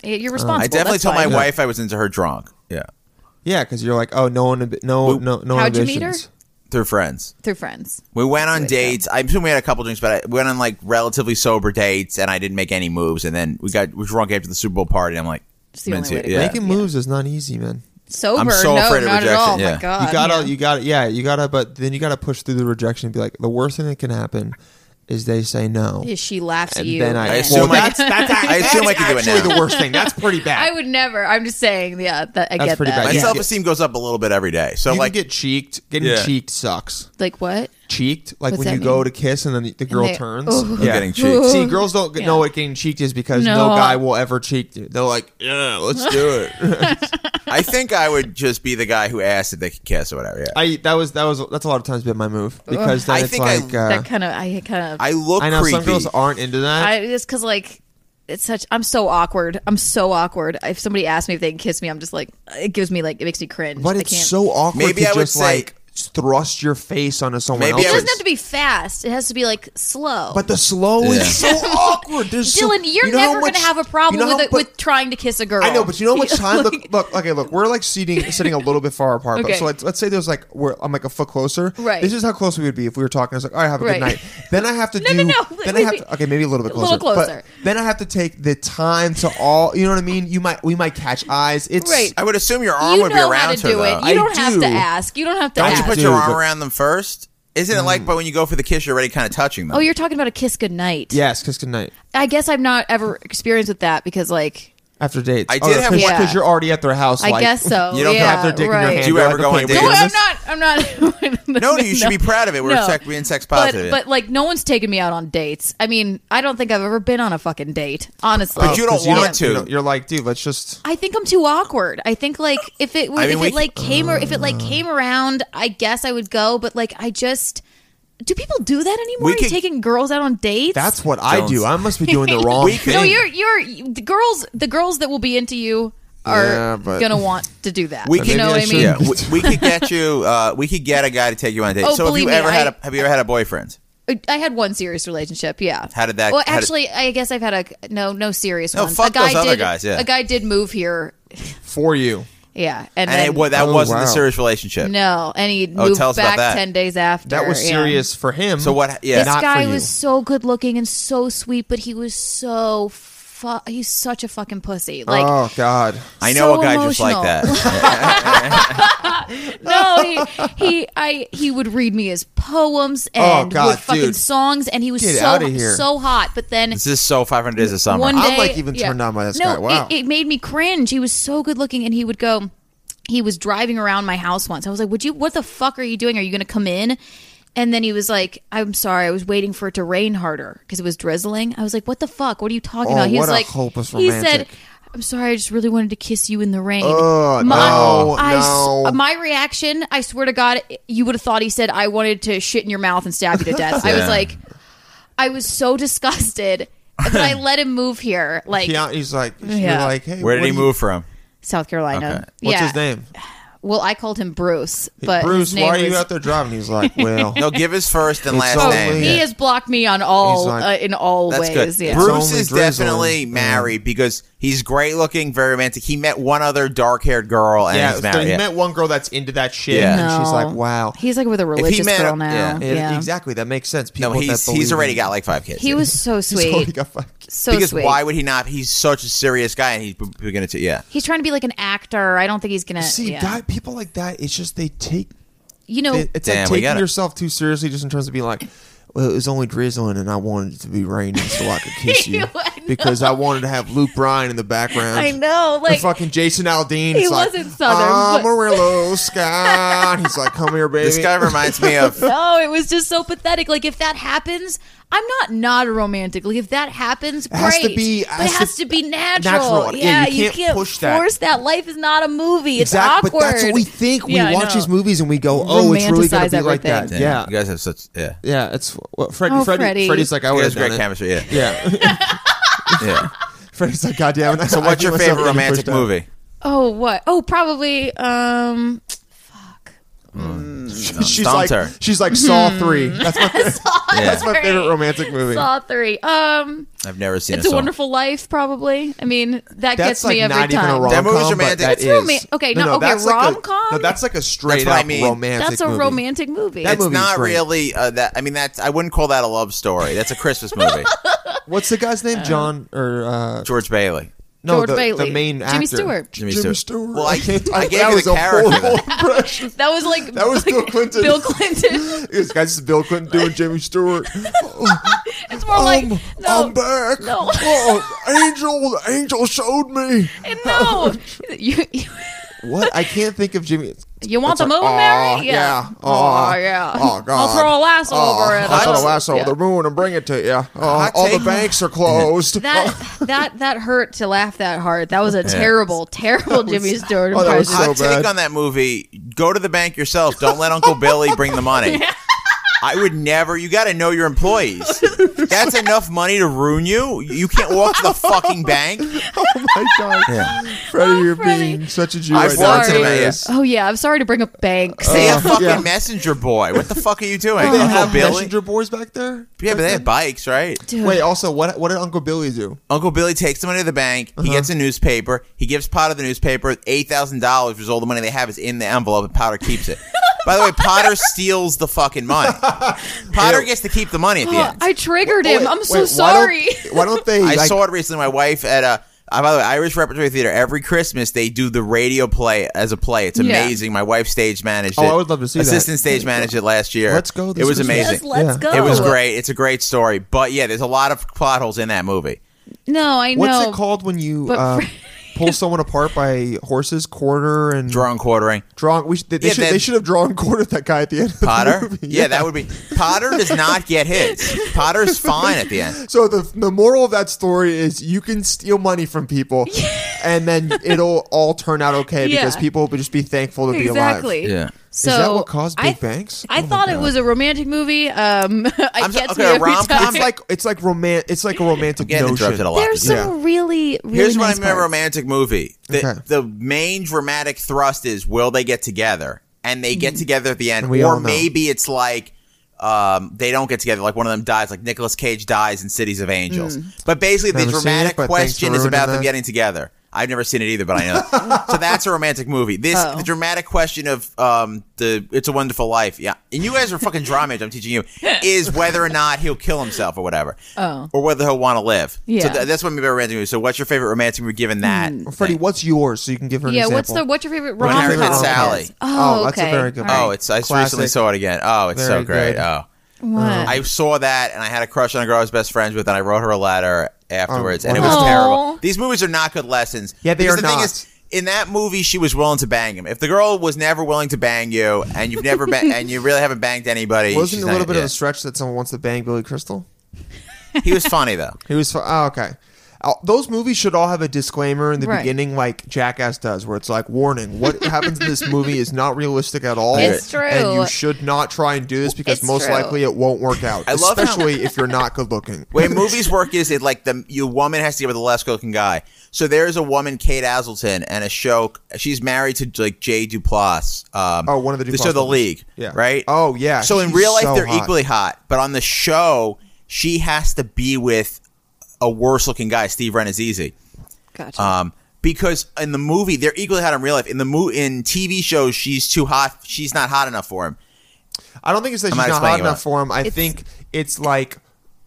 Speaker 4: Yeah, You're responsible.
Speaker 3: I definitely
Speaker 4: that's
Speaker 3: told my
Speaker 4: why.
Speaker 3: wife I was into her drunk. Yeah,
Speaker 1: Yeah, because you're like, oh, no one, no, no, no.
Speaker 4: How'd you meet
Speaker 1: ambitions.
Speaker 4: her?
Speaker 3: through friends.
Speaker 4: Through friends.
Speaker 3: We went on
Speaker 4: Wait,
Speaker 3: dates. I assume we had a couple drinks, but I we went on like relatively sober dates, and I didn't make any moves. And then we got we were drunk after the Super Bowl party. And I'm like,
Speaker 4: It's the only
Speaker 3: Mincy,
Speaker 4: way to
Speaker 3: yeah.
Speaker 1: Making moves is not easy, man.
Speaker 4: Sober?
Speaker 3: I'm so
Speaker 4: no,
Speaker 3: afraid of
Speaker 4: not at
Speaker 3: rejection,
Speaker 4: all.
Speaker 3: yeah.
Speaker 4: My God.
Speaker 1: you gotta, you gotta, yeah, you gotta, but then you gotta push through the rejection and be like, the worst thing that can happen is they say no.
Speaker 4: Yeah, she laughs at
Speaker 1: And
Speaker 4: you.
Speaker 1: then I-
Speaker 3: I
Speaker 4: and-
Speaker 1: Well,
Speaker 3: assume I,
Speaker 1: that's- that's-
Speaker 3: I assume I could do it
Speaker 1: Actually, the
Speaker 3: now.
Speaker 1: worst thing. That's pretty bad.
Speaker 4: I would never. I'm just saying. Yeah, that, I
Speaker 1: That's
Speaker 4: get
Speaker 1: pretty
Speaker 4: that.
Speaker 1: bad.
Speaker 3: My
Speaker 1: Yeah.
Speaker 4: Yeah.
Speaker 3: self esteem goes up a little bit every day. So
Speaker 1: you
Speaker 3: like,
Speaker 1: can get cheeked. Getting
Speaker 3: Yeah.
Speaker 1: cheeked sucks.
Speaker 4: Like what?
Speaker 1: Uh-huh. Cheeked, like
Speaker 4: What's
Speaker 1: when
Speaker 4: that
Speaker 1: you go
Speaker 4: mean?
Speaker 1: to kiss and then the, the girl
Speaker 4: they-
Speaker 1: turns.
Speaker 4: Ooh.
Speaker 3: I'm
Speaker 1: Yeah.
Speaker 3: getting cheeks.
Speaker 1: See, girls don't know what getting cheeked is because no.
Speaker 4: No.
Speaker 1: guy will ever cheek you. They're like, yeah, let's do it.
Speaker 3: I think I would just be the guy who asked if they could kiss or whatever. Yeah. I,
Speaker 1: I that was that was that's a lot of times been my move because then
Speaker 3: I
Speaker 1: it's
Speaker 3: think I-
Speaker 1: like uh,
Speaker 4: that kind of. I kind of. I,
Speaker 3: look
Speaker 1: I know
Speaker 3: creepy.
Speaker 1: some girls aren't into that.
Speaker 4: just because like it's such. I'm so awkward. I'm so awkward. If somebody asks me if they can kiss me, I'm just like it gives me like it makes me cringe.
Speaker 1: But
Speaker 4: I
Speaker 1: it's
Speaker 4: can't.
Speaker 1: so awkward
Speaker 3: Maybe
Speaker 1: to
Speaker 3: I would
Speaker 1: just
Speaker 3: say-
Speaker 1: like thrust your face onto someone
Speaker 3: Maybe I
Speaker 4: It
Speaker 1: else's.
Speaker 4: doesn't have to be fast. It has to be like slow.
Speaker 1: but the slow
Speaker 3: Yeah.
Speaker 1: is so awkward. There's so-
Speaker 4: Dylan, you're
Speaker 1: you know how
Speaker 4: never
Speaker 1: much-
Speaker 4: going to have a problem
Speaker 1: you know
Speaker 4: with
Speaker 1: how
Speaker 4: it,
Speaker 1: mu-
Speaker 4: with trying to kiss a girl.
Speaker 1: I know, but you know how much time? Look,
Speaker 4: Like,
Speaker 1: look, okay, look, we're like seating, sitting a little bit far apart. But
Speaker 4: Okay.
Speaker 1: so let's, let's say there's like, we're, I'm like a foot closer.
Speaker 4: Right.
Speaker 1: This is how close we would be if we were talking. I was like, all right, have a good
Speaker 4: Right.
Speaker 1: night. Then I have to
Speaker 4: No,
Speaker 1: do.
Speaker 4: no, no,
Speaker 1: Then I
Speaker 4: maybe-
Speaker 1: have to, okay, maybe a little bit
Speaker 4: a
Speaker 1: closer.
Speaker 4: little
Speaker 1: but
Speaker 4: closer.
Speaker 1: then I have to take the time to all. You know what I mean? You might, we might catch eyes. It's
Speaker 4: Right.
Speaker 3: I would assume your arm
Speaker 4: you
Speaker 3: would be
Speaker 4: know
Speaker 3: around
Speaker 4: how to
Speaker 3: her.
Speaker 4: do
Speaker 3: though.
Speaker 4: it. You
Speaker 1: I
Speaker 4: don't have
Speaker 1: do.
Speaker 4: to ask. You don't have to
Speaker 3: Don't
Speaker 4: ask.
Speaker 3: you put
Speaker 1: do,
Speaker 3: your arm
Speaker 1: but- Mm.
Speaker 3: around them first? Isn't it like, but when you go for the kiss, you're already kind of touching them?
Speaker 4: oh, you're talking about a kiss goodnight.
Speaker 1: Yes, kiss good night
Speaker 4: I guess I've not ever experienced with that because like
Speaker 1: after dates.
Speaker 3: I did have
Speaker 1: because
Speaker 4: one-
Speaker 1: you're already at their house.
Speaker 4: I
Speaker 1: like,
Speaker 4: guess so.
Speaker 3: You don't
Speaker 4: yeah,
Speaker 1: have their dick in your
Speaker 4: right.
Speaker 1: hand.
Speaker 3: Do you
Speaker 1: You're
Speaker 3: ever
Speaker 1: like,
Speaker 3: go on
Speaker 1: okay,
Speaker 3: dates?
Speaker 1: we're
Speaker 4: No,
Speaker 1: doing
Speaker 4: I'm
Speaker 1: this?
Speaker 4: not. I'm not.
Speaker 3: no, you should be proud of it. We're sex, being sex positive.
Speaker 4: But, but like no one's taken me out on dates. I mean, I don't think I've ever been on a fucking date, honestly.
Speaker 3: But you don't
Speaker 1: Oh, 'Cause
Speaker 3: want
Speaker 1: don't-
Speaker 3: to.
Speaker 1: don't- You're like, dude, let's just.
Speaker 4: I think I'm too awkward. I think like if it were,
Speaker 3: I mean,
Speaker 4: if
Speaker 3: we
Speaker 4: it like came or if it like came around, I guess I would go. But like I just, do people do that anymore?
Speaker 3: We
Speaker 4: Are you
Speaker 3: could-
Speaker 4: taking girls out on dates?
Speaker 1: That's what I
Speaker 3: Don't-
Speaker 1: do. I must be doing the wrong
Speaker 3: We
Speaker 1: thing.
Speaker 3: could-
Speaker 4: no. You're you're the girls. The girls that will be into you are
Speaker 1: Yeah, but-
Speaker 4: gonna want to do that.
Speaker 3: we
Speaker 4: you
Speaker 3: could,
Speaker 4: know
Speaker 1: maybe I
Speaker 4: what I mean?
Speaker 3: yeah, we, we could get you. Uh, we could get a guy to take you on a date.
Speaker 4: Oh,
Speaker 3: so, have you
Speaker 4: believe me,
Speaker 3: ever had
Speaker 4: I-
Speaker 3: a? Have you ever had a boyfriend?
Speaker 4: I had one serious relationship. Yeah.
Speaker 3: How did that-
Speaker 4: Well,
Speaker 3: how did-
Speaker 4: actually, I guess I've had a no, no serious
Speaker 3: No,
Speaker 4: one.
Speaker 3: fuck
Speaker 4: a guy
Speaker 3: those other
Speaker 4: did,
Speaker 3: guys, yeah.
Speaker 4: A guy did move here.
Speaker 1: for you.
Speaker 4: Yeah,
Speaker 3: And
Speaker 4: and, then
Speaker 3: it, well, that
Speaker 1: Oh,
Speaker 3: wasn't a
Speaker 1: wow.
Speaker 3: serious relationship.
Speaker 4: no, and he
Speaker 3: Oh,
Speaker 4: moved
Speaker 3: tell us about
Speaker 4: back
Speaker 3: that.
Speaker 4: ten days after.
Speaker 1: That was
Speaker 4: yeah.
Speaker 1: serious for him.
Speaker 3: So what- yeah.
Speaker 1: but
Speaker 4: This
Speaker 1: not
Speaker 4: guy
Speaker 1: for you.
Speaker 4: was so good looking and so sweet, but he was so fu- he's such a fucking pussy. Like
Speaker 1: oh God.
Speaker 3: I know
Speaker 4: so
Speaker 3: a guy just like
Speaker 4: emotional.
Speaker 3: that.
Speaker 4: no, he, he I he would read me his poems and
Speaker 1: Oh, God,
Speaker 4: would fucking
Speaker 1: dude.
Speaker 4: songs, and he was
Speaker 1: Get
Speaker 4: so
Speaker 1: outta here.
Speaker 4: so hot. But then
Speaker 3: this is so 500 days of summer.
Speaker 4: One
Speaker 1: I'm,
Speaker 4: day,
Speaker 1: like, even turned on by this
Speaker 4: no,
Speaker 1: guy. Wow.
Speaker 4: it, it made me cringe. He was so good looking, and he would go. He was driving around my house once. I was like, "Would you? What the fuck are you doing? Are you going to come in?" And then he was like, "I'm sorry, I was waiting for it to rain harder because it was drizzling." I was like, "What the fuck? What are you talking
Speaker 1: Oh,
Speaker 4: about?" He
Speaker 1: what
Speaker 4: was
Speaker 1: a
Speaker 4: like,
Speaker 1: hopeless
Speaker 4: "He said."
Speaker 1: romantic.
Speaker 4: I'm sorry. I just really wanted to kiss you in the rain.
Speaker 1: Ugh,
Speaker 4: my,
Speaker 1: no,
Speaker 4: I s-
Speaker 1: no.
Speaker 4: my reaction. I swear to God, you would have thought he said I wanted to shit in your mouth and stab you to death. I was
Speaker 3: Yeah.
Speaker 4: like, I was so disgusted, but I let him move here, like
Speaker 1: Yeah, he's like, you're
Speaker 4: Yeah.
Speaker 1: like, hey,
Speaker 3: Where did
Speaker 1: what
Speaker 3: he
Speaker 1: do you-
Speaker 3: move from?
Speaker 4: South
Speaker 3: Okay.
Speaker 4: Carolina.
Speaker 1: What's
Speaker 3: What's
Speaker 4: yeah.
Speaker 1: his name?
Speaker 4: Well, I called him Bruce, but
Speaker 1: Bruce.
Speaker 4: his name
Speaker 1: Why are you
Speaker 4: was- Oh,
Speaker 1: out there driving? He's like, well,
Speaker 3: No, give his first and
Speaker 1: It's
Speaker 3: last
Speaker 1: so
Speaker 3: name.
Speaker 1: late.
Speaker 4: He
Speaker 1: Yeah.
Speaker 4: has blocked me on all
Speaker 1: He's like-
Speaker 4: uh, in all
Speaker 3: That's
Speaker 4: ways.
Speaker 3: good.
Speaker 4: Yeah.
Speaker 1: Bru-
Speaker 3: Bruce
Speaker 1: It's
Speaker 3: is
Speaker 1: only drizzling.
Speaker 3: definitely
Speaker 1: Yeah.
Speaker 3: married because he's great looking, very romantic. He met one other dark haired girl and
Speaker 1: yeah. so
Speaker 3: he's married.
Speaker 1: he
Speaker 3: yeah.
Speaker 1: met one girl that's into that shit,
Speaker 3: Yeah.
Speaker 1: and she's
Speaker 4: No.
Speaker 1: like, wow.
Speaker 4: He's like with a religious
Speaker 3: met
Speaker 4: girl
Speaker 3: him-
Speaker 4: now.
Speaker 3: yeah.
Speaker 4: Yeah.
Speaker 1: It- Exactly. That makes sense.
Speaker 3: no,
Speaker 1: People
Speaker 3: he's
Speaker 1: that
Speaker 3: he's
Speaker 1: believe
Speaker 3: already
Speaker 1: in-
Speaker 3: got like five kids.
Speaker 4: He
Speaker 3: yeah.
Speaker 4: was so
Speaker 1: He's already
Speaker 4: sweet.
Speaker 1: got five kids.
Speaker 4: So
Speaker 3: because
Speaker 4: sweet.
Speaker 3: why would he not? He's such a serious guy, and he's b- beginning to yeah.
Speaker 4: He's trying to be like an actor. I don't think he's gonna.
Speaker 1: See,
Speaker 4: yeah.
Speaker 1: guy, people like that, it's just they take
Speaker 4: you know,
Speaker 1: it, it's
Speaker 3: Damn,
Speaker 1: like
Speaker 3: we got
Speaker 1: taking
Speaker 3: it.
Speaker 1: yourself too seriously, just in terms of being like, well, it was only drizzling, and I wanted it to be raining so I could kiss you.
Speaker 4: I
Speaker 1: because I wanted to have Luke Bryan in the background.
Speaker 4: I know,
Speaker 1: And
Speaker 4: like
Speaker 1: fucking Jason Aldean.
Speaker 4: he
Speaker 1: it's like,
Speaker 4: wasn't Southern, but-
Speaker 1: Amarillo Scott. He's like, come here, baby.
Speaker 3: This guy reminds me of
Speaker 4: no, it was just so pathetic. Like if that happens, I'm not not a romantic. Like if that happens, great.
Speaker 1: has to be-
Speaker 4: but it
Speaker 1: has to-
Speaker 4: has to, be natural.
Speaker 1: natural. Yeah,
Speaker 4: Yeah,
Speaker 1: you can't push that.
Speaker 4: force that. Life is not a movie. It's
Speaker 1: Exactly,
Speaker 4: awkward.
Speaker 1: but that's what we think. We
Speaker 4: Yeah, I
Speaker 1: watch
Speaker 4: know.
Speaker 1: his movies and we go, "Oh, it's really going to
Speaker 4: Romanticize
Speaker 1: be like that."
Speaker 4: everything.
Speaker 1: Yeah,
Speaker 3: You guys have such yeah.
Speaker 1: yeah. It's well, Fred,
Speaker 4: Oh,
Speaker 1: Freddy-
Speaker 4: Freddy.
Speaker 1: Freddy's like, "I
Speaker 3: You
Speaker 1: would
Speaker 3: guys
Speaker 1: have
Speaker 3: great
Speaker 1: done it."
Speaker 3: chemistry. Yeah.
Speaker 1: Yeah,
Speaker 3: yeah.
Speaker 1: Freddy's like, "God damn it!"
Speaker 3: So what's your favorite romantic movie?
Speaker 4: Oh what? Oh probably um
Speaker 1: she's
Speaker 3: Stumped
Speaker 1: like,
Speaker 3: her.
Speaker 1: she's like Saw three. That's my, that's my
Speaker 4: Three.
Speaker 1: favorite romantic movie.
Speaker 4: Hmm. Saw three. Um
Speaker 3: I've never seen
Speaker 4: It's
Speaker 3: it,
Speaker 4: a
Speaker 3: so-
Speaker 4: Wonderful Life, probably. I mean, that
Speaker 1: That's
Speaker 4: gets
Speaker 1: like
Speaker 4: me every
Speaker 1: not
Speaker 4: time.
Speaker 1: even a rom
Speaker 3: That
Speaker 1: com.
Speaker 3: movie's romantic.
Speaker 1: But that
Speaker 3: It's
Speaker 1: is-
Speaker 4: roman- okay, no, okay,
Speaker 1: that's like a-
Speaker 4: rom-com?
Speaker 1: no, that's like a straight
Speaker 3: what I
Speaker 1: up
Speaker 3: mean.
Speaker 1: romantic.
Speaker 4: That's a
Speaker 1: movie.
Speaker 4: romantic movie.
Speaker 1: That
Speaker 3: It's
Speaker 1: movie's
Speaker 3: not
Speaker 1: great.
Speaker 3: really uh, that. I mean, that's I wouldn't call that a love story. That's a Christmas movie.
Speaker 1: What's the guy's name? John or uh,
Speaker 3: George Bailey.
Speaker 1: no,
Speaker 4: George
Speaker 1: the,
Speaker 4: Bailey.
Speaker 1: the main
Speaker 4: Jimmy
Speaker 1: actor,
Speaker 4: Stewart.
Speaker 3: Jimmy
Speaker 1: Jimmy
Speaker 3: Stewart.
Speaker 1: Stewart.
Speaker 3: Well, I- I gave
Speaker 1: that
Speaker 3: you
Speaker 1: was
Speaker 3: the
Speaker 1: a
Speaker 3: character
Speaker 1: horrible
Speaker 3: then.
Speaker 1: impression.
Speaker 4: that was like
Speaker 1: That was
Speaker 4: like
Speaker 1: Bill Clinton.
Speaker 4: Bill Clinton.
Speaker 1: This guy's Bill Clinton doing Jimmy Stewart.
Speaker 4: it's more like
Speaker 1: Um,
Speaker 4: no,
Speaker 1: I'm back.
Speaker 4: No.
Speaker 1: Oh, angel, the angel showed me.
Speaker 4: and
Speaker 1: um,
Speaker 4: no. You, you,
Speaker 1: What? I can't think of Jimmy.
Speaker 4: you want
Speaker 1: It's
Speaker 4: the
Speaker 1: like,
Speaker 4: moon,
Speaker 1: "Aw,
Speaker 4: Mary?
Speaker 1: yeah.
Speaker 4: Oh,
Speaker 1: Aw.
Speaker 4: yeah.
Speaker 1: Oh, God.
Speaker 4: I'll throw a lasso
Speaker 1: Oh,
Speaker 4: over it.
Speaker 1: I'll throw a
Speaker 4: That's-
Speaker 1: lasso
Speaker 4: yeah.
Speaker 1: over the moon and bring it to you. Uh,
Speaker 3: Hot
Speaker 1: all the
Speaker 3: take.
Speaker 1: banks are closed.
Speaker 4: That that that hurt to laugh that hard. That was a terrible, terrible Jimmy Stewart
Speaker 1: oh, that was
Speaker 4: impression.
Speaker 1: so
Speaker 3: Hot
Speaker 1: bad.
Speaker 3: take on that movie: Go to the bank yourself. Don't let Uncle Billy bring the money. I would never. You got to know your employees. That's enough money to ruin you. You can't walk to the fucking bank.
Speaker 1: oh my god, Freddie, you're
Speaker 4: Oh, Freddie.
Speaker 1: being such a Jew.
Speaker 3: I've
Speaker 1: right now.
Speaker 4: learned
Speaker 1: It's
Speaker 4: about
Speaker 1: hilarious.
Speaker 4: oh yeah, I'm sorry to bring up banks.
Speaker 1: Uh,
Speaker 3: Say a fucking
Speaker 1: yeah.
Speaker 3: messenger boy. What the fuck are you doing,
Speaker 1: They have
Speaker 3: Uncle Billy?
Speaker 1: messenger boys back there.
Speaker 3: Yeah, but they have bikes, right?
Speaker 4: Dude.
Speaker 1: Wait, also, what what did Uncle Billy do?
Speaker 3: Uncle Billy takes the money to the bank. He
Speaker 1: Uh-huh.
Speaker 3: gets a newspaper. He gives Potter the newspaper. Eight thousand dollars was all the money they have is in the envelope, and Potter keeps it. By the way, Potter steals the fucking money. Potter
Speaker 1: Ew.
Speaker 3: gets to keep the money at the
Speaker 4: Oh,
Speaker 3: end.
Speaker 4: I triggered him.
Speaker 1: Wait,
Speaker 4: I'm so
Speaker 1: wait, why don't-
Speaker 4: sorry.
Speaker 1: Why don't they?
Speaker 3: I
Speaker 1: like,
Speaker 3: saw it recently. My wife at a. Uh, by the way, Irish Repertory Theater. Every Christmas, they do the radio play as a play. It's
Speaker 4: Yeah.
Speaker 3: amazing. My wife stage managed
Speaker 1: Oh,
Speaker 3: it.
Speaker 1: I would love to see that.
Speaker 3: Assistant stage managed it last year.
Speaker 1: Let's go. This
Speaker 3: It was
Speaker 1: Christmas.
Speaker 3: amazing.
Speaker 4: Yes, let's
Speaker 1: Yeah.
Speaker 4: go.
Speaker 3: It was great. It's a great story. But yeah, there's a lot of plot holes in that movie.
Speaker 4: No, I know.
Speaker 1: What's it called when you
Speaker 4: But
Speaker 1: uh,
Speaker 4: Fre-
Speaker 1: pull someone apart by horses, quarter, and
Speaker 3: Drawn quartering.
Speaker 1: Drawn- We should, they,
Speaker 3: Yeah,
Speaker 1: should,
Speaker 3: then-
Speaker 1: they should have drawn quarter that guy at the end. Of The
Speaker 3: Potter?
Speaker 1: movie.
Speaker 3: Yeah, that would be. Potter does not get hits. Potter's fine at the end.
Speaker 1: So the the moral of that story is you can steal money from people, and then it'll all turn out okay
Speaker 4: Yeah.
Speaker 1: because people will just be thankful to be alive.
Speaker 4: exactly.
Speaker 3: Yeah.
Speaker 4: So
Speaker 1: is that what caused big
Speaker 4: I,
Speaker 1: banks? Oh
Speaker 4: I thought it was a romantic movie. Um, I
Speaker 3: I'm so-
Speaker 4: gets
Speaker 3: okay,
Speaker 4: me
Speaker 3: a
Speaker 4: every
Speaker 3: rom-com?
Speaker 4: time.
Speaker 1: It's like it's like roman it's like a romantic
Speaker 3: Getting
Speaker 1: notion.
Speaker 3: interrupted a lot.
Speaker 4: There's
Speaker 1: Yeah.
Speaker 4: some really, really.
Speaker 3: Here's what I
Speaker 4: nice
Speaker 3: mean about a
Speaker 4: parts.
Speaker 3: romantic movie. The,
Speaker 1: Okay.
Speaker 3: the main dramatic thrust is will they get together? And they
Speaker 4: Mm.
Speaker 3: get together at the end.
Speaker 1: And we all
Speaker 3: or
Speaker 1: know.
Speaker 3: maybe it's like um, they don't get together. Like one of them dies. Like Nicolas Cage dies in Cities of Angels.
Speaker 4: Mm.
Speaker 3: But basically,
Speaker 1: Never seen
Speaker 3: the
Speaker 1: it,
Speaker 3: dramatic
Speaker 1: but thanks for
Speaker 3: question is
Speaker 1: ruining
Speaker 3: about them
Speaker 1: that.
Speaker 3: getting together. I've never seen it either, but I know. so that's a romantic movie. This
Speaker 4: Oh.
Speaker 3: the dramatic question of um, the It's a Wonderful Life. Yeah, and you guys are fucking drama. I'm teaching you is whether or not he'll kill himself or whatever,
Speaker 4: Oh.
Speaker 3: or whether he'll want to live.
Speaker 4: Yeah.
Speaker 3: So th- that's what I mean by romantic movie. So what's your favorite romantic movie given that?
Speaker 1: Well, Freddie, what's yours so you can give her an
Speaker 4: Yeah.
Speaker 1: example?
Speaker 4: What's the What's your favorite
Speaker 3: When Harry
Speaker 4: rom
Speaker 3: Met
Speaker 4: com?
Speaker 3: Sally.
Speaker 4: Oh,
Speaker 1: Oh, that's a
Speaker 4: okay.
Speaker 1: very good
Speaker 4: All
Speaker 1: one.
Speaker 3: Oh,
Speaker 4: right.
Speaker 3: it's I just
Speaker 1: Classic.
Speaker 3: recently saw it again. Oh, it's
Speaker 1: Very
Speaker 3: so great.
Speaker 1: good.
Speaker 3: Oh.
Speaker 4: What?
Speaker 3: I saw that and I had a crush on a girl I was best friends with, and I wrote her a letter afterwards, and it was
Speaker 4: Aw.
Speaker 3: terrible. These movies are not good lessons.
Speaker 1: Oh, Yeah, they
Speaker 3: Because
Speaker 1: are
Speaker 3: the
Speaker 1: not.
Speaker 3: Thing is, in that movie, she was willing to bang him. If the girl was never willing to bang you, and you've never ba- and you really haven't banged anybody,
Speaker 1: Wasn't
Speaker 3: she's
Speaker 1: it a little
Speaker 3: not-
Speaker 1: bit of
Speaker 3: yeah.
Speaker 1: a stretch that someone wants to bang Billy Crystal?
Speaker 3: He was funny though.
Speaker 1: He was. fu- Oh, okay. Uh, Those movies should all have a disclaimer in the
Speaker 4: Right.
Speaker 1: beginning, like Jackass does, where it's like, "Warning: What happens in this movie is not realistic at all.
Speaker 4: It's true.
Speaker 1: and you should not try and do this because
Speaker 4: It's
Speaker 1: most
Speaker 4: true.
Speaker 1: likely it won't work out,
Speaker 3: I love how-
Speaker 1: especially if you're not good looking."
Speaker 3: way movies work is it like the your woman has to get with the less good looking guy. So there's a woman, Kate Asleton, and a show. She's married to like Jay Duplass. Um,
Speaker 1: Oh, one of the
Speaker 3: show,
Speaker 1: Duplass
Speaker 3: The
Speaker 1: ones.
Speaker 3: League.
Speaker 1: Yeah.
Speaker 3: Right.
Speaker 1: Oh, yeah.
Speaker 3: So in
Speaker 1: She's
Speaker 3: real life,
Speaker 1: so
Speaker 3: they're
Speaker 1: hot.
Speaker 3: equally hot, but on the show, she has to be with a worse looking guy, Steve Renazizi.
Speaker 4: Gotcha.
Speaker 3: Um, because in the movie, they're equally hot in real life. In the mo- in TV shows, she's too hot. She's not hot enough for him.
Speaker 1: I don't think it's that she's
Speaker 3: not
Speaker 1: not hot
Speaker 3: explaining
Speaker 1: enough
Speaker 3: it.
Speaker 1: for him. I
Speaker 4: It's-
Speaker 1: think it's like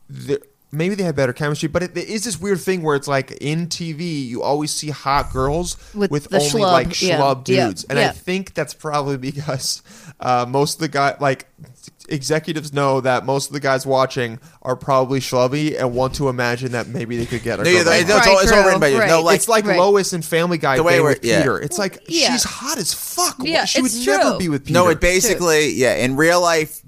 Speaker 1: the, maybe they had better chemistry, but it, there is this weird thing where it's like in TV you always see hot girls with,
Speaker 4: With the
Speaker 1: only
Speaker 4: schlub,
Speaker 1: like
Speaker 4: yeah,
Speaker 1: schlub
Speaker 4: yeah,
Speaker 1: dudes, and I
Speaker 4: yeah.
Speaker 1: think that's probably because uh, most of the guy like executives know that most of the guys watching are probably schlubby and want to imagine that maybe they could get a
Speaker 3: No,
Speaker 1: girl
Speaker 3: yeah,
Speaker 1: like
Speaker 3: it's,
Speaker 1: that.
Speaker 3: all, it's all written by you.
Speaker 4: Right,
Speaker 3: No,
Speaker 4: true.
Speaker 3: like,
Speaker 1: it's like
Speaker 4: right.
Speaker 1: Lois in Family Guy
Speaker 3: The way
Speaker 1: thing
Speaker 3: we're-
Speaker 1: with
Speaker 3: yeah.
Speaker 1: Peter. It's like
Speaker 4: yeah.
Speaker 1: she's hot as fuck.
Speaker 4: Yeah,
Speaker 1: she would
Speaker 4: it's
Speaker 1: never
Speaker 4: true.
Speaker 1: be with Peter.
Speaker 3: no, it basically yeah. In real life,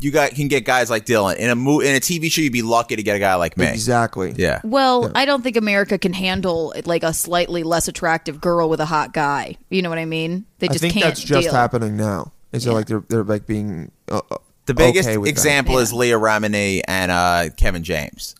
Speaker 3: you got can get guys like Dylan in a mo- in a TV show. You'd be lucky to get a guy like me.
Speaker 1: exactly.
Speaker 3: Yeah.
Speaker 4: Well, I don't think America can handle like a slightly less attractive girl with a hot guy. You know what I mean? They
Speaker 1: I
Speaker 4: just
Speaker 1: think
Speaker 4: can't
Speaker 1: that's just
Speaker 4: deal.
Speaker 1: happening now. Is it like they're they're like being uh, uh,
Speaker 3: The biggest
Speaker 1: okay with that.
Speaker 3: example is Leah Remini and uh, Kevin James.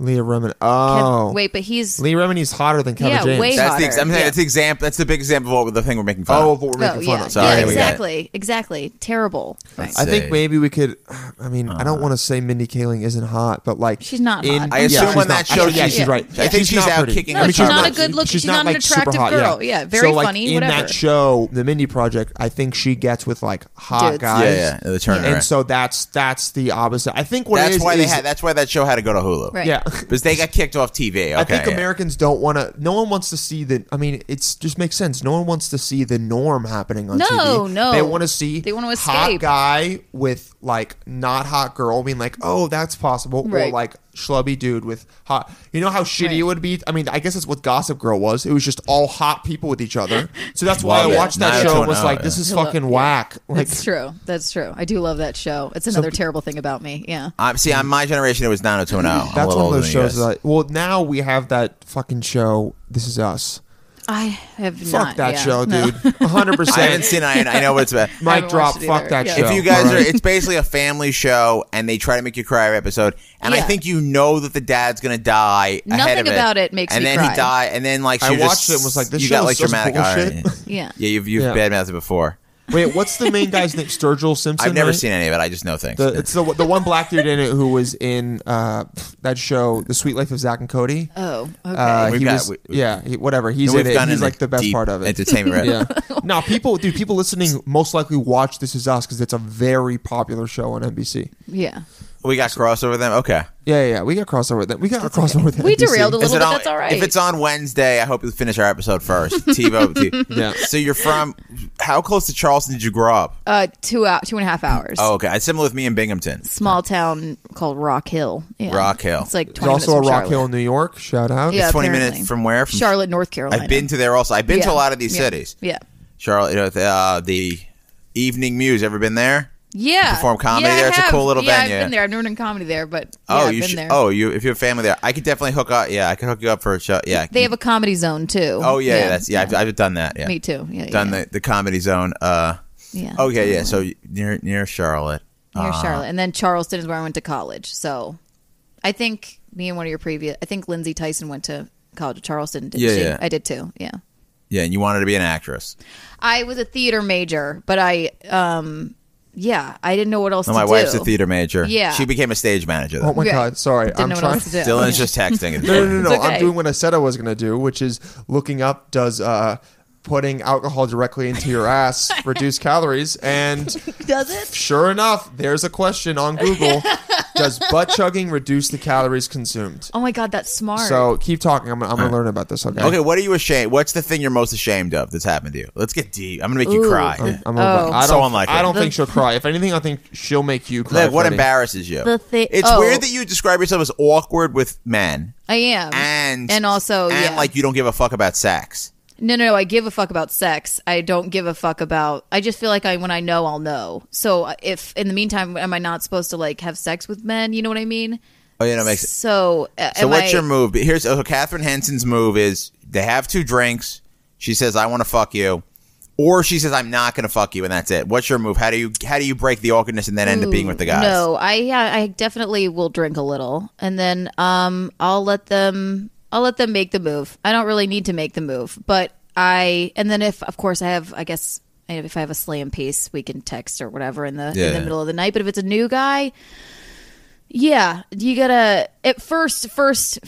Speaker 1: Leah Remini. Oh,
Speaker 4: Kev- Wait, but he's
Speaker 1: Leah Remini's hotter than Kevin
Speaker 4: Yeah,
Speaker 1: James.
Speaker 4: way-
Speaker 3: That's the
Speaker 4: Hotter,
Speaker 3: ex- I'm saying
Speaker 4: yeah.
Speaker 3: that's the example. That's the big example of what the thing we're making fun.
Speaker 1: oh,
Speaker 3: of.
Speaker 1: but we're
Speaker 4: oh
Speaker 1: making fun
Speaker 4: yeah,
Speaker 1: of.
Speaker 3: Sorry,
Speaker 4: yeah
Speaker 3: we got it.
Speaker 4: exactly, exactly. Terrible. Right.
Speaker 1: I think
Speaker 3: Say. Uh.
Speaker 1: maybe we could. I mean, I don't want to say Mindy Kaling isn't hot, but like
Speaker 4: She's not
Speaker 1: in-
Speaker 4: hot.
Speaker 3: I
Speaker 1: Yeah,
Speaker 3: assume
Speaker 1: she's
Speaker 3: on
Speaker 1: not-
Speaker 3: that show
Speaker 1: yeah,
Speaker 3: she's-
Speaker 1: she's right.
Speaker 3: I think she's out
Speaker 1: pretty.
Speaker 3: kicking
Speaker 4: No,
Speaker 3: she's not a
Speaker 4: good look- she's not an
Speaker 1: super
Speaker 4: attractive
Speaker 1: hot,
Speaker 4: girl. Yeah, very
Speaker 1: so, like,
Speaker 4: funny,
Speaker 1: In
Speaker 4: whatever.
Speaker 1: that show, the Mindy Project, I think she gets with like hot
Speaker 4: Dudes.
Speaker 1: guys.
Speaker 3: Yeah, yeah, the turnaround.
Speaker 1: And so that's that's the opposite. I think what it
Speaker 3: that's
Speaker 1: is
Speaker 3: why they
Speaker 1: is-
Speaker 3: had. That's why that show had to go to Hulu.
Speaker 4: Right.
Speaker 1: yeah.
Speaker 3: Because they got kicked off TV. Okay,
Speaker 1: I think
Speaker 3: yeah.
Speaker 1: Americans don't want to. No one wants to see the. I mean, it's just makes sense. No one wants to see the norm happening on
Speaker 4: No,
Speaker 1: TV.
Speaker 4: no.
Speaker 1: They want to see
Speaker 4: They wanna
Speaker 1: hot
Speaker 4: escape.
Speaker 1: guy with like not hot girl being like, oh, that's possible, or
Speaker 4: Right.
Speaker 1: like schlubby dude with hot. You know how shitty it
Speaker 4: Right.
Speaker 1: would be. I mean, I guess that's what Gossip Girl was. It was just all hot people with each other. So that's why
Speaker 3: Love
Speaker 1: I
Speaker 3: it.
Speaker 1: watched that show. and Was
Speaker 3: 90210,
Speaker 1: like, this is
Speaker 4: yeah.
Speaker 1: fucking whack. Like,
Speaker 4: That's true. That's true. I do love that show. It's another terrible thing about me. Yeah.
Speaker 3: I'm, see, on my generation, it was 90210. I'm a
Speaker 1: that's
Speaker 3: little
Speaker 1: one of those
Speaker 3: older than you
Speaker 1: shows.
Speaker 3: guys.
Speaker 1: That, well, now we have that fucking show. This is us.
Speaker 4: I have
Speaker 1: Fuck
Speaker 4: not.
Speaker 1: that
Speaker 4: yeah.
Speaker 1: show,
Speaker 4: No.
Speaker 1: dude. One hundred
Speaker 3: I haven't
Speaker 1: percent.
Speaker 3: seen. it. I, I know what it's about.
Speaker 4: I
Speaker 1: Mic
Speaker 4: haven't
Speaker 1: drop.
Speaker 4: watched it
Speaker 1: Fuck
Speaker 4: either.
Speaker 1: that
Speaker 4: Yeah.
Speaker 1: show.
Speaker 3: If you guys
Speaker 1: All
Speaker 3: are,
Speaker 1: right.
Speaker 3: it's basically a family show, and they try to make you cry every episode. And I
Speaker 4: Yeah.
Speaker 3: think you know that the dad's gonna die. ahead
Speaker 4: Nothing
Speaker 3: of it.
Speaker 4: about it makes
Speaker 3: and
Speaker 4: me
Speaker 3: then
Speaker 4: cry.
Speaker 3: he die, and then like
Speaker 1: I
Speaker 3: she
Speaker 1: watched
Speaker 3: just,
Speaker 1: it and was like, this
Speaker 3: you
Speaker 1: show
Speaker 3: got
Speaker 1: is
Speaker 3: like
Speaker 1: such
Speaker 3: dramatic
Speaker 1: bullshit.
Speaker 3: irony.
Speaker 4: Yeah.
Speaker 3: yeah, you've you've
Speaker 1: Yeah.
Speaker 3: badmouthed it before.
Speaker 1: Wait, what's the main guy's name? Sturgill Simpson.
Speaker 3: I've never
Speaker 1: right?
Speaker 3: seen any of it. I just know things.
Speaker 1: The, it's the the one black dude in it who was in uh, that show, The Sweet Life of Zach and Cody.
Speaker 4: Oh, okay.
Speaker 1: Uh,
Speaker 3: We've
Speaker 1: he
Speaker 3: got-
Speaker 1: was,
Speaker 3: we- we-
Speaker 1: yeah, he, whatever. He's
Speaker 3: we've
Speaker 1: in it.
Speaker 3: gone
Speaker 1: He's
Speaker 3: into
Speaker 1: like the best
Speaker 3: deep
Speaker 1: part of it.
Speaker 3: Entertainment.
Speaker 1: yeah. No, people, dude, people listening most likely watch This Is Us because it's a very popular show on NBC.
Speaker 4: yeah.
Speaker 3: We got crossover them. Okay.
Speaker 1: Yeah, yeah, yeah. We got crossover with that. We got a crossover with
Speaker 4: We
Speaker 1: NBC.
Speaker 4: derailed a little
Speaker 3: Is it
Speaker 4: bit.
Speaker 3: on-
Speaker 4: that's all right.
Speaker 3: If it's on Wednesday, I hope you finish our episode first. TiVo. T-
Speaker 1: Yeah.
Speaker 3: So you're from how close to Charleston did you grow up?
Speaker 4: uh, two out, two and a half hours.
Speaker 3: Oh, okay. It's similar with me in Binghamton.
Speaker 4: Small town called Rock Hill. Yeah.
Speaker 3: Rock Hill.
Speaker 4: It's like
Speaker 1: There's
Speaker 4: 20
Speaker 1: also a
Speaker 4: minutes from
Speaker 1: Rock
Speaker 4: Charlotte.
Speaker 1: Hill in New York. Shout out.
Speaker 4: Yeah,
Speaker 3: It's 20
Speaker 4: apparently.
Speaker 3: minutes from where? From
Speaker 4: Charlotte, North Carolina.
Speaker 3: I've been to there also. I've been to
Speaker 4: Yeah.
Speaker 3: a lot of these
Speaker 4: Yeah.
Speaker 3: cities.
Speaker 4: Yeah.
Speaker 3: Charlotte, you know, the, uh, the Evening Muse. Ever been there?
Speaker 4: Yeah.
Speaker 3: perform comedy
Speaker 4: yeah, I
Speaker 3: there? It's a
Speaker 4: have.
Speaker 3: cool little
Speaker 4: yeah,
Speaker 3: venue.
Speaker 4: I've been there. I've never done comedy there, but
Speaker 3: Oh,
Speaker 4: yeah, I've
Speaker 3: you
Speaker 4: been
Speaker 3: should.
Speaker 4: there.
Speaker 3: Oh, you. If you have family there, I could definitely hook up. Yeah, I could hook you up for a show. Yeah. I
Speaker 4: They
Speaker 3: can-
Speaker 4: have a comedy zone too.
Speaker 3: oh yeah, yeah, that's yeah. I've, I've done that. Yeah.
Speaker 4: Me too. Yeah,
Speaker 3: Done
Speaker 4: yeah.
Speaker 3: the the comedy zone. Uh.
Speaker 4: Yeah.
Speaker 3: Okay. Yeah. So near near Charlotte. Uh,
Speaker 4: near
Speaker 3: Ah.
Speaker 4: Charlotte, and then Charleston is where I went to college. So, I think me and one of your previous, I think Lindsay Tyson went to college at Charleston. Didn't
Speaker 3: Yeah,
Speaker 4: she?
Speaker 3: yeah.
Speaker 4: I did too. Yeah.
Speaker 3: Yeah, and you wanted to be an actress.
Speaker 4: I was a theater major, but I, um, yeah, I didn't know what else.
Speaker 3: No,
Speaker 4: to
Speaker 3: my
Speaker 4: do.
Speaker 3: wife's a theater major.
Speaker 4: Yeah.
Speaker 3: She became a stage manager.
Speaker 1: Oh
Speaker 3: Though.
Speaker 1: my
Speaker 4: Yeah.
Speaker 1: God. Sorry.
Speaker 4: Didn't
Speaker 1: I'm
Speaker 4: know what
Speaker 1: trying.
Speaker 4: else to do.
Speaker 3: Dylan's just texting. at this
Speaker 1: No,
Speaker 3: point.
Speaker 1: no, no, no.
Speaker 4: It's
Speaker 1: I'm
Speaker 4: okay.
Speaker 1: doing what I said I was going to do, which is looking up does uh, putting alcohol directly into your ass reduce calories. And
Speaker 4: Does it?
Speaker 1: sure enough, there's a question on Google Does butt chugging reduce the calories consumed?
Speaker 4: Oh my god, that's smart.
Speaker 1: So keep talking. I'm, I'm going to learn about this, okay?
Speaker 3: Okay, what are you ashamed? What's the thing you're most ashamed of that's happened to you? Let's get deep. I'm gonna make you
Speaker 4: Ooh.
Speaker 3: cry.
Speaker 1: I'm, I'm a little
Speaker 4: Oh.
Speaker 1: bit- I
Speaker 3: So
Speaker 1: don't,
Speaker 3: unlikely.
Speaker 1: I don't
Speaker 4: The-
Speaker 1: think she'll cry. If anything, I think she'll make you cry.
Speaker 3: Like, what
Speaker 1: Freddie.
Speaker 3: embarrasses you?
Speaker 4: The thi-
Speaker 3: it's
Speaker 4: oh.
Speaker 3: weird that you describe yourself as awkward with men,
Speaker 4: I am,
Speaker 3: and
Speaker 4: and also,
Speaker 3: and
Speaker 4: yeah.
Speaker 3: like you don't give a fuck about sex.
Speaker 4: No, no, no. I give a fuck about sex. I don't give a fuck about. I just feel like I when I know, I'll know. So if in the meantime, am I not supposed to like have sex with men? You know what I mean?
Speaker 3: Oh, you know, it makes
Speaker 4: So, uh,
Speaker 3: So
Speaker 4: am
Speaker 3: what's
Speaker 4: I-
Speaker 3: your move? Here's so Catherine Henson's move is they have two drinks. She says, "I want to fuck you," or she says, "I'm not going to fuck you," and that's it. What's your move? How do you how do you break the awkwardness and then end up being with the guys?
Speaker 4: No, I yeah, I definitely will drink a little, and then um, I'll let them. I'll let them make the move. I don't really need to make the move, but I and then if of course I have, I guess if I have a slam piece, we can text or whatever in the in
Speaker 3: Yeah.
Speaker 4: the middle of the night. But if it's a new guy, yeah, you gotta at first first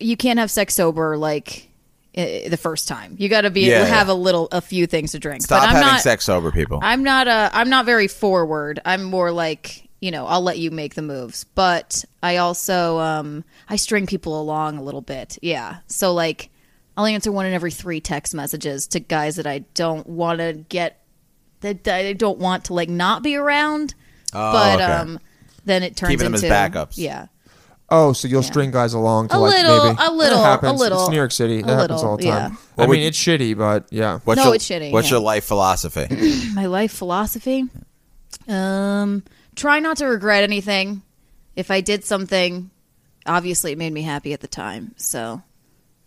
Speaker 4: you can't have sex sober like. eh, The first time, you got to be
Speaker 3: Yeah,
Speaker 4: have
Speaker 3: yeah.
Speaker 4: a little, a few things to drink.
Speaker 3: Stop
Speaker 4: but I'm
Speaker 3: having
Speaker 4: not,
Speaker 3: sex over people.
Speaker 4: I'm not a I'm not very forward. I'm more like, you know, I'll let you make the moves, but I also um I string people along a little bit. Yeah. So like I'll answer one in every 3 text messages to guys that I don't want to get that I don't want to like not be around. but
Speaker 3: Oh, okay.
Speaker 4: um, then it turns
Speaker 3: Keeping them
Speaker 4: into
Speaker 3: as backups.
Speaker 4: Yeah,
Speaker 1: Oh, so you'll string guys along to
Speaker 4: A
Speaker 1: like
Speaker 4: little-
Speaker 1: maybe
Speaker 4: a
Speaker 1: That
Speaker 4: little- a
Speaker 1: happens.
Speaker 4: little.
Speaker 1: It's New York City.
Speaker 4: A
Speaker 1: That happens
Speaker 4: little,
Speaker 1: all the time.
Speaker 4: yeah.
Speaker 3: What
Speaker 1: I
Speaker 3: would-
Speaker 1: mean, it's shitty, but yeah.
Speaker 3: What's
Speaker 4: No,
Speaker 3: your,
Speaker 4: it's shitty,
Speaker 3: What's
Speaker 4: yeah.
Speaker 3: your life philosophy?
Speaker 4: my life philosophy. Um, try not to regret anything. If I did something, obviously it made me happy at the time, so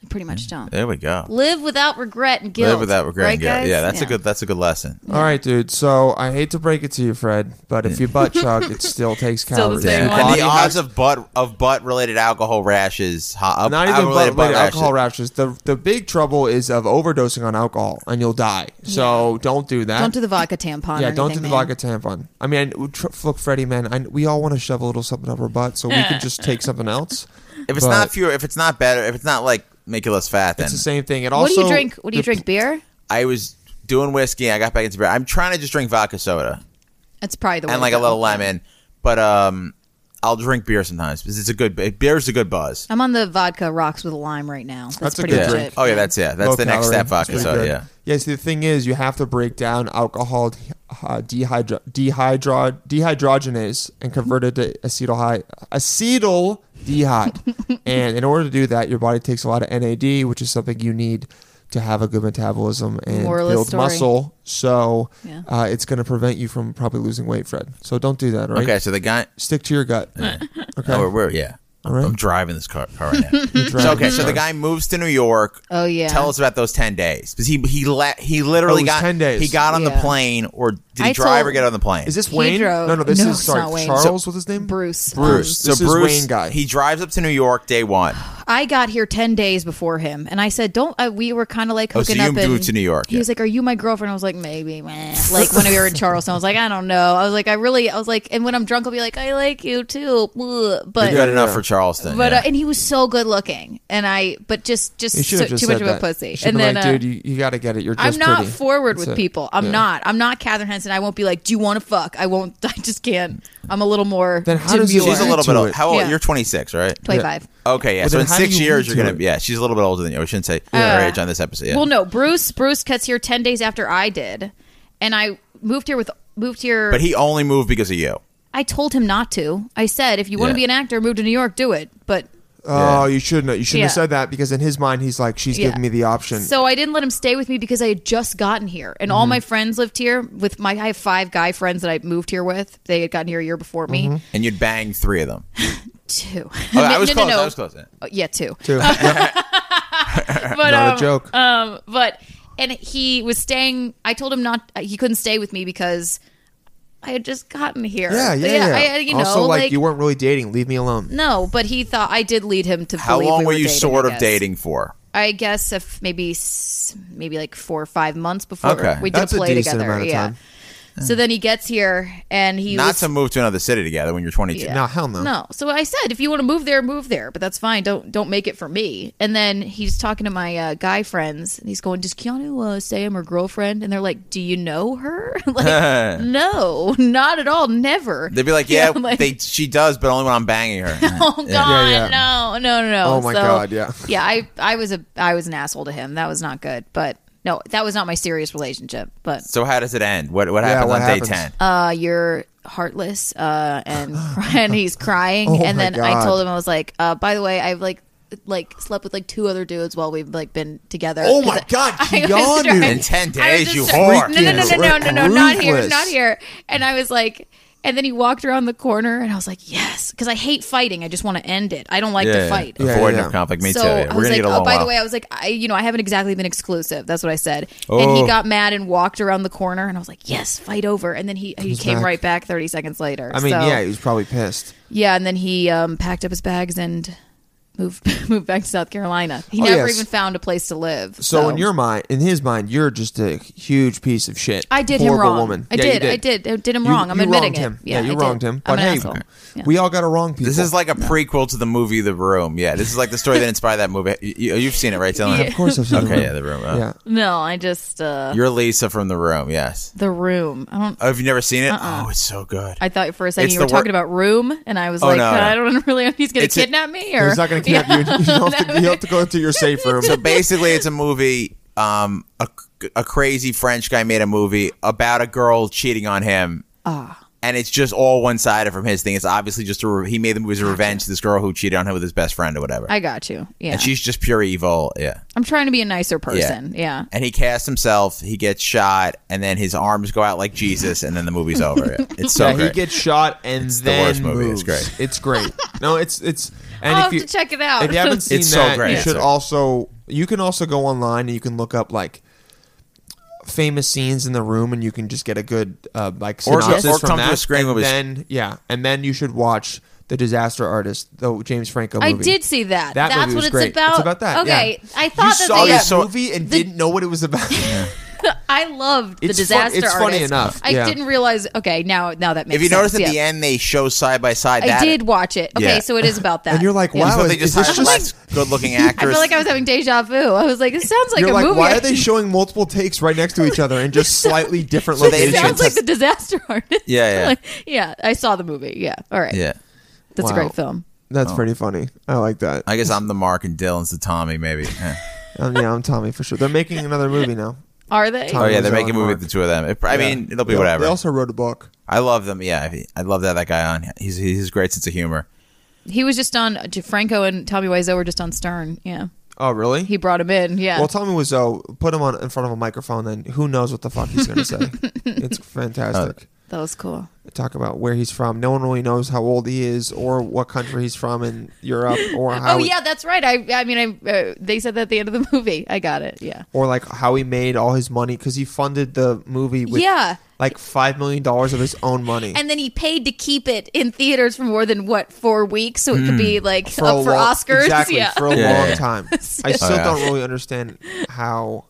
Speaker 4: I pretty much don't.
Speaker 3: there we go.
Speaker 4: Live without regret and guilt.
Speaker 3: Live without regret.
Speaker 4: Right,
Speaker 3: yeah,
Speaker 4: guys?
Speaker 3: yeah, that's a good. That's a good lesson.
Speaker 1: All right, dude. So I hate to break it to you, Fred, but if you butt chug, it still takes
Speaker 4: Still the
Speaker 1: calories.
Speaker 4: same
Speaker 1: Your
Speaker 4: one.
Speaker 3: And
Speaker 1: body
Speaker 3: the
Speaker 1: has-
Speaker 3: odds of butt of butt related alcohol rashes, ho-
Speaker 1: not even
Speaker 3: alcohol-related
Speaker 1: but,
Speaker 3: butt
Speaker 1: but
Speaker 3: rashes.
Speaker 1: alcohol rashes. The the big trouble is of overdosing on alcohol and you'll die. So don't do that.
Speaker 4: Don't do the vodka tampon.
Speaker 1: yeah,
Speaker 4: or
Speaker 1: don't do
Speaker 4: anything,
Speaker 1: the
Speaker 4: man.
Speaker 1: vodka tampon. I mean, I- tr- look, Freddie, man, I, we all want to shove a little something up our butt, so we can just take something else.
Speaker 3: If it's
Speaker 1: But-
Speaker 3: not fewer, if it's not better, if it's not like make you less fat, then
Speaker 1: It's the same thing. And
Speaker 4: What
Speaker 1: also,
Speaker 4: do you drink? What do you
Speaker 1: the-
Speaker 4: drink? Beer?
Speaker 3: I was doing whiskey. I got back into beer. I'm trying to just drink vodka soda
Speaker 4: That's probably the way.
Speaker 3: and
Speaker 4: to
Speaker 3: like a
Speaker 4: go.
Speaker 3: little lemon, but um, I'll drink beer sometimes because it's a good beer's a good buzz.
Speaker 4: I'm on the vodka rocks with a lime right now. That's,
Speaker 1: That's a
Speaker 4: pretty
Speaker 1: good
Speaker 4: much
Speaker 3: Yeah.
Speaker 1: drink.
Speaker 4: it.
Speaker 3: Oh yeah, that's yeah. That's
Speaker 1: low
Speaker 3: the next
Speaker 1: calorie.
Speaker 3: step vodka
Speaker 1: It's pretty
Speaker 3: soda.
Speaker 1: good.
Speaker 3: Yeah.
Speaker 1: Yeah. See, the thing is, you have to break down alcohol de- uh, dehydro- dehydro- dehydrogenase and convert it to acetyl high acetyl dehyde. and in order to do that, your body takes a lot of NAD, which is something you need to have a good metabolism and
Speaker 4: Moral of the
Speaker 1: build
Speaker 4: story.
Speaker 1: muscle. So
Speaker 4: Yeah.
Speaker 1: uh, it's going to prevent you from probably losing weight, Fred. So don't do that. all Right?
Speaker 3: Okay, so the guy.
Speaker 1: Stick to your gut. Okay.
Speaker 3: Oh, we're, we're- yeah.
Speaker 1: All right.
Speaker 3: I'm driving this car, car right now.
Speaker 1: You're
Speaker 3: So,
Speaker 1: driving
Speaker 3: okay, so
Speaker 1: yourself.
Speaker 3: the guy moves to New York.
Speaker 4: Oh, yeah.
Speaker 3: Tell us about those ten days because he he la- he
Speaker 1: Oh, it
Speaker 3: literally
Speaker 1: was
Speaker 3: got
Speaker 1: 10 days.
Speaker 3: He got on the
Speaker 4: Yeah.
Speaker 3: plane, or did he
Speaker 4: I
Speaker 3: drive or
Speaker 4: told-
Speaker 3: get on the plane?
Speaker 1: Is this
Speaker 4: He
Speaker 1: Wayne?
Speaker 4: drove-
Speaker 1: no, no, this
Speaker 4: No,
Speaker 1: is
Speaker 4: it's
Speaker 1: sorry.
Speaker 4: not Wayne.
Speaker 1: Charles, what's his name?
Speaker 4: Bruce.
Speaker 1: Bruce.
Speaker 3: so
Speaker 1: this is
Speaker 3: Bruce,
Speaker 1: Wayne guy.
Speaker 3: he drives up to New York day one. Oh,
Speaker 4: I got here ten days before him, and I said, "Don't." Uh, we were kind of like
Speaker 3: Oh, so
Speaker 4: hooking
Speaker 3: you
Speaker 4: up. and
Speaker 3: moved to New York,
Speaker 4: He
Speaker 3: yeah.
Speaker 4: was like, "Are you my girlfriend?" I was like, "Maybe." meh." Like when we were in Charleston, I was like, "I don't know." I was like, "I really." I was like, and when I'm drunk, I'll be like, "I like you too," Ugh. but
Speaker 3: Good enough for Charleston.
Speaker 4: but
Speaker 3: yeah.
Speaker 4: uh, and he was so good looking, and I but just just,
Speaker 1: You should
Speaker 4: so,
Speaker 1: have just
Speaker 4: too much
Speaker 1: said
Speaker 4: of a
Speaker 1: that. You
Speaker 4: pussy.
Speaker 1: should've been
Speaker 4: And then
Speaker 1: like,
Speaker 4: uh,
Speaker 1: dude, you, you got to get it. You're just
Speaker 4: I'm not
Speaker 1: pretty."
Speaker 4: forward
Speaker 1: That's
Speaker 4: with
Speaker 1: it.
Speaker 4: people. I'm
Speaker 1: Yeah.
Speaker 4: not. I'm not Catherine Henson. I won't be like, "Do you want to fuck?" I won't. I just can't. I'm a little more.
Speaker 1: Then how does
Speaker 4: demure.
Speaker 1: this-
Speaker 3: she's a little
Speaker 1: to
Speaker 3: bit old.
Speaker 1: it.
Speaker 3: How old?
Speaker 4: Yeah.
Speaker 3: You're 26, right?
Speaker 4: 25.
Speaker 3: Okay, yeah.
Speaker 1: Well,
Speaker 3: so
Speaker 1: then
Speaker 3: in
Speaker 1: how
Speaker 3: six
Speaker 1: do you
Speaker 3: years,
Speaker 1: lead
Speaker 3: you're gonna.
Speaker 1: to it?
Speaker 3: Yeah, she's a little bit older than you. We shouldn't say her age on this episode. Yeah.
Speaker 4: Uh, Well, no, Bruce. Bruce cuts here ten days after I did, and I moved here with moved here.
Speaker 3: but he only moved because of you.
Speaker 4: I told him not to. I said, if you want
Speaker 3: Yeah.
Speaker 4: to be an actor, move to New York, do it. But
Speaker 1: Oh, you shouldn't. You shouldn't have
Speaker 4: Yeah.
Speaker 1: said that because in his mind, he's like, she's
Speaker 4: Yeah.
Speaker 1: giving me the option.
Speaker 4: so I didn't let him stay with me because I had just gotten here, and
Speaker 3: Mm-hmm.
Speaker 4: all my friends lived here. With my, I have five guy friends that I moved here with. They had gotten here a year before me.
Speaker 3: And you'd bang three of them.
Speaker 4: Two.
Speaker 3: Mm-hmm. Oh, I was
Speaker 4: No,
Speaker 3: close.
Speaker 4: no, no.
Speaker 3: I was close. Yeah.
Speaker 4: Oh, Yeah, two.
Speaker 1: Too.
Speaker 4: but
Speaker 1: Not a
Speaker 4: um,
Speaker 1: joke.
Speaker 4: Um, but and he was staying. I told him not. He couldn't stay with me because I had just gotten here.
Speaker 1: yeah, yeah, yeah.
Speaker 4: I, had- you know,
Speaker 1: also, like,
Speaker 4: like
Speaker 1: you weren't really dating. Leave me alone.
Speaker 4: No, but he thought I did lead him to.
Speaker 3: How
Speaker 4: believe
Speaker 3: long
Speaker 4: we
Speaker 3: were you
Speaker 4: dating,
Speaker 3: sort
Speaker 4: I
Speaker 3: of
Speaker 4: guess.
Speaker 3: dating for?
Speaker 4: I guess if maybe s- maybe like four or five months before
Speaker 3: Okay.
Speaker 4: we did
Speaker 1: That's a
Speaker 4: a play
Speaker 1: decent
Speaker 4: together.
Speaker 1: amount of
Speaker 4: yeah.
Speaker 1: time.
Speaker 4: So then he gets here and he
Speaker 3: Not
Speaker 4: was,
Speaker 3: to move to another city together when you're 22.
Speaker 4: Yeah.
Speaker 1: No, hell no.
Speaker 4: No. So I said, if you want to move there, move there, but that's fine. Don't don't make it for me. And then he's talking to my uh, guy friends, and he's going, "Does Keanu uh, say I'm her girlfriend?" And they're like, "Do you know her?" like, no, not at all. Never.
Speaker 3: They'd be like,
Speaker 4: You
Speaker 3: yeah,
Speaker 4: know, like-
Speaker 3: they, she does, but only when I'm banging her.
Speaker 4: Oh God,
Speaker 1: Yeah, yeah.
Speaker 4: no, no, no, no.
Speaker 1: Oh, my
Speaker 4: So,
Speaker 1: God, yeah.
Speaker 4: yeah. I, I was a, I was an asshole to him. That was not good. But no, that was not my serious relationship. But
Speaker 3: So how does it end? What what
Speaker 1: Yeah,
Speaker 3: happens
Speaker 1: what
Speaker 3: on
Speaker 1: happens?
Speaker 3: day 10?
Speaker 4: uh, you're heartless, uh, and and he's crying.
Speaker 1: Oh,
Speaker 4: and
Speaker 1: my
Speaker 4: then I
Speaker 1: God.
Speaker 4: told him I was like, uh, by the way, I've like, like slept with like two other dudes while we've like been together.
Speaker 1: Oh my
Speaker 4: 'Cause I-
Speaker 1: God,
Speaker 4: I was
Speaker 1: Keanu.
Speaker 4: driving-
Speaker 3: In 10
Speaker 4: I was
Speaker 3: days, you
Speaker 4: just-
Speaker 3: whore.
Speaker 4: No, no, no, no, no, no, no, not here,
Speaker 1: Ruthless.
Speaker 4: not here. And I was like, and then he walked around the corner, and I was like, yes, because I hate fighting. I just want to end it. I don't like to fight.
Speaker 1: Yeah,
Speaker 3: Avoidant
Speaker 1: yeah.
Speaker 3: of conflict. Me
Speaker 4: so
Speaker 3: too.
Speaker 4: I
Speaker 3: yeah. We're
Speaker 4: was
Speaker 3: gonna
Speaker 4: like,
Speaker 3: get
Speaker 4: oh,
Speaker 3: along
Speaker 4: by the
Speaker 3: well.
Speaker 4: way, I was like, I, you know, I haven't exactly been exclusive. That's what I said. And
Speaker 3: Oh.
Speaker 4: he got mad and walked around the corner, and I was like, yes, fight over. And then he he came
Speaker 1: back.
Speaker 4: right back thirty seconds later.
Speaker 1: I mean,
Speaker 4: so,
Speaker 1: yeah, he was probably pissed.
Speaker 4: yeah, and then he um, packed up his bags and moved moved back to South Carolina. He
Speaker 1: Oh,
Speaker 4: never
Speaker 1: yes.
Speaker 4: even found a place to live.
Speaker 1: So, in your mind, in his mind, you're just a huge piece of shit.
Speaker 4: I did
Speaker 1: Horrible
Speaker 4: him wrong.
Speaker 1: Woman.
Speaker 4: I
Speaker 1: Yeah, you
Speaker 4: did, I did. I did him
Speaker 1: You-
Speaker 4: wrong. I'm
Speaker 1: you
Speaker 4: admitting
Speaker 1: wronged
Speaker 4: it.
Speaker 1: him. Yeah, you
Speaker 4: I did.
Speaker 1: wronged him.
Speaker 4: I'm
Speaker 1: But
Speaker 4: an
Speaker 1: hey,
Speaker 4: asshole. Yeah.
Speaker 1: we all got to wrong people.
Speaker 3: This is like a prequel to the movie The Room. Yeah, this is like the story that inspired that movie. You, have seen it, right, Dylan?
Speaker 4: Yeah.
Speaker 1: of course, I've seen
Speaker 3: Okay,
Speaker 1: the
Speaker 3: yeah, The Room. uh,
Speaker 1: Yeah.
Speaker 4: no, I just uh,
Speaker 3: You're Lisa from The Room. Yes.
Speaker 4: the room. I don't.
Speaker 3: Oh, have you never seen it?
Speaker 4: Uh-uh.
Speaker 3: Oh, it's so good.
Speaker 4: I thought for a second
Speaker 3: It's
Speaker 4: you were
Speaker 3: the wor-
Speaker 4: talking about room, and I was like,
Speaker 3: no, no.
Speaker 4: I don't really. He's going
Speaker 3: It's
Speaker 4: to
Speaker 3: a-
Speaker 4: kidnap me, or
Speaker 1: He's not going to kidnap you. You have, to, you have to go into your safe room.
Speaker 3: so basically, it's a movie. Um, a, a crazy French guy made a movie about a girl cheating on him. Ah. and it's just all one sided from his thing. It's obviously just a re- he made the movie as a revenge to this girl who cheated on him with his best friend or whatever.
Speaker 4: I got you. Yeah.
Speaker 3: and she's just pure evil. Yeah.
Speaker 4: I'm trying to be a nicer person. Yeah.
Speaker 3: And he casts himself. He gets shot, and then his arms go out like Jesus, and then the movie's over. Yeah. It's so
Speaker 1: yeah, he
Speaker 3: great.
Speaker 1: gets shot and
Speaker 3: the
Speaker 1: then
Speaker 3: worst movie. It's
Speaker 1: moves.
Speaker 3: great.
Speaker 1: It's great. No, it's it's. And
Speaker 4: I'll
Speaker 1: if
Speaker 4: have
Speaker 1: you,
Speaker 4: to check it out.
Speaker 1: If you haven't seen
Speaker 3: It's so
Speaker 1: that,
Speaker 3: great.
Speaker 1: you
Speaker 3: Yeah.
Speaker 1: should
Speaker 3: So-
Speaker 1: also you can also go online and you can look up like famous scenes in the room, and you can just get a good uh, like
Speaker 3: Or go-
Speaker 1: synopsis
Speaker 3: or
Speaker 1: from
Speaker 3: come to
Speaker 1: that.
Speaker 3: a screen
Speaker 1: and
Speaker 3: with a-
Speaker 1: then yeah, and then you should watch the Disaster Artist, the James Franco movie.
Speaker 4: I did see that.
Speaker 1: That
Speaker 4: That's
Speaker 1: movie was
Speaker 4: what it's
Speaker 1: great.
Speaker 4: about.
Speaker 1: It's about that,
Speaker 4: Okay.
Speaker 1: yeah.
Speaker 4: I
Speaker 1: You
Speaker 4: thought that
Speaker 1: saw
Speaker 4: they
Speaker 3: you
Speaker 1: that
Speaker 3: so-
Speaker 1: movie and didn't know what it was about.
Speaker 4: I loved the
Speaker 1: It's fun-
Speaker 4: disaster
Speaker 1: it's funny
Speaker 4: artist.
Speaker 1: enough,
Speaker 4: I
Speaker 1: yeah.
Speaker 4: didn't realize okay, now now that makes
Speaker 3: if you
Speaker 4: sense.
Speaker 3: notice at
Speaker 4: yeah.
Speaker 3: the end, they show side by side.
Speaker 4: I
Speaker 3: that,
Speaker 4: did watch it. Okay,
Speaker 3: Yeah.
Speaker 4: so it is about that.
Speaker 1: And you're like,
Speaker 4: Yeah.
Speaker 1: wow,
Speaker 3: So they
Speaker 1: is-
Speaker 3: just
Speaker 1: is this
Speaker 3: hired
Speaker 1: just-
Speaker 3: less good-looking
Speaker 4: I
Speaker 3: actors.
Speaker 4: feel like I was having deja vu. I was like, it sounds like
Speaker 1: You're
Speaker 4: a
Speaker 1: like,
Speaker 4: movie.
Speaker 1: why are they showing multiple takes right next to each other in just slightly different
Speaker 3: So they
Speaker 4: it
Speaker 1: locations?
Speaker 4: sounds like the disaster artist.
Speaker 3: Yeah, yeah.
Speaker 4: Like, yeah, I saw the movie. Yeah. All right.
Speaker 3: yeah.
Speaker 4: That's a
Speaker 1: Wow.
Speaker 4: great film.
Speaker 1: That's pretty funny. I like that.
Speaker 3: Oh. I guess I'm the Mark and Dylan's the Tommy, maybe. Eh.
Speaker 1: Um, yeah, I'm Tommy for sure. They're making another movie now.
Speaker 4: Are they?
Speaker 1: Tom-
Speaker 3: Oh yeah,
Speaker 1: Ozone
Speaker 3: they're making a movie
Speaker 1: Mark.
Speaker 3: with the two of them. It- I mean, it'll be
Speaker 1: They-
Speaker 3: whatever.
Speaker 1: They also wrote a book.
Speaker 3: I love them. Yeah, I- I love that that guy on. He's he's great sense of humor. Oh,
Speaker 4: He was just on Franco and Tommy Wiseau were just on Stern. Yeah.
Speaker 1: Oh, really?
Speaker 4: He brought him in. Yeah.
Speaker 1: Well, Tommy Wiseau put him on in front of a microphone, and who knows what the fuck he's going to say? It's fantastic.
Speaker 3: Uh,
Speaker 4: that was cool.
Speaker 1: Talk about where he's from. No one really knows how old he is or what country he's from in Europe or how.
Speaker 4: oh
Speaker 1: he-
Speaker 4: yeah, that's right. I I mean, I uh, they said that at the end of the movie. I got it. Yeah.
Speaker 1: Or like how he made all his money because he funded the movie with
Speaker 4: Yeah.
Speaker 1: like five million dollars of his own money.
Speaker 4: And then he paid to keep it in theaters for more than what four weeks, so it could be like
Speaker 1: Hmm. a
Speaker 4: up for
Speaker 1: long-
Speaker 4: Oscars.
Speaker 1: exactly
Speaker 4: yeah.
Speaker 1: for a
Speaker 3: Yeah,
Speaker 1: long
Speaker 3: yeah.
Speaker 1: time. I still
Speaker 3: Oh, yeah.
Speaker 1: don't really understand how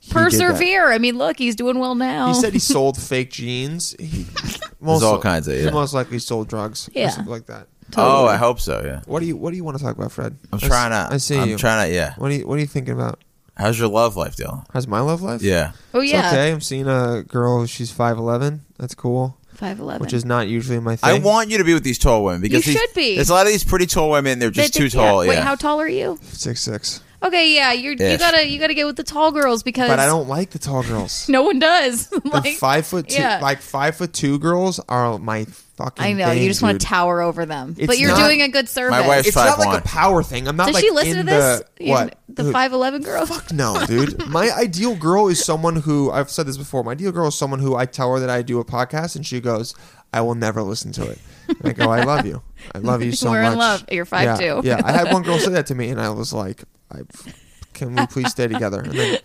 Speaker 1: he did that.
Speaker 4: Persevere. I mean, look, he's doing well now.
Speaker 1: He said he sold fake jeans. He, most
Speaker 3: all kinds of-
Speaker 1: he
Speaker 3: yeah.
Speaker 1: most likely sold drugs.
Speaker 4: Yeah.
Speaker 1: or something like that.
Speaker 3: Oh, I hope so. Yeah,
Speaker 1: What do you What do you want to talk about, Fred?
Speaker 3: I'm
Speaker 1: I s-
Speaker 3: trying to.
Speaker 1: I see
Speaker 3: I'm
Speaker 1: you.
Speaker 3: trying to. Yeah.
Speaker 1: What are you What are you thinking about?
Speaker 3: How's your love life, Dylan?
Speaker 1: How's my love life?
Speaker 3: Yeah.
Speaker 4: oh
Speaker 1: It's
Speaker 4: yeah,
Speaker 1: okay. I'm seeing a girl. She's five eleven. That's cool.
Speaker 4: five eleven.
Speaker 1: Which is not usually my
Speaker 3: I
Speaker 1: thing.
Speaker 3: want you to be with these tall women because these-
Speaker 4: should be.
Speaker 3: There's a lot of these pretty tall women. They're just too tall. Yeah.
Speaker 4: Wait, how tall are you?
Speaker 1: six six,
Speaker 4: Okay, yeah, you're, you
Speaker 3: Ish.
Speaker 4: gotta you gotta get with the tall girls because
Speaker 1: but I don't like the tall girls.
Speaker 4: No one does.
Speaker 1: the
Speaker 4: like,
Speaker 1: five foot two,
Speaker 4: yeah.
Speaker 1: like five foot two girls are my fucking.
Speaker 4: I know
Speaker 1: thing,
Speaker 4: you just want
Speaker 1: dude.
Speaker 4: to tower over them,
Speaker 1: It's
Speaker 4: but you're
Speaker 1: not-
Speaker 4: doing a good service.
Speaker 3: My wife's
Speaker 1: It's not like
Speaker 3: 5'1".
Speaker 1: a power thing. I'm not.
Speaker 4: Does
Speaker 1: like
Speaker 4: she listen to
Speaker 1: in
Speaker 4: this?
Speaker 1: The,
Speaker 4: You-
Speaker 1: what
Speaker 4: the
Speaker 1: Who-
Speaker 4: five eleven girl?
Speaker 1: Fuck no, dude. My ideal girl is someone who I've said this before. My ideal girl is someone who I tell her that I do a podcast, and she goes, "I will never listen to it." And I go, "I love you. I love you so
Speaker 4: We're in
Speaker 1: much."
Speaker 4: love. You're 5'2".
Speaker 1: Yeah, yeah. I had one girl say that to me, and I was like, I, "Can we please stay together?" And then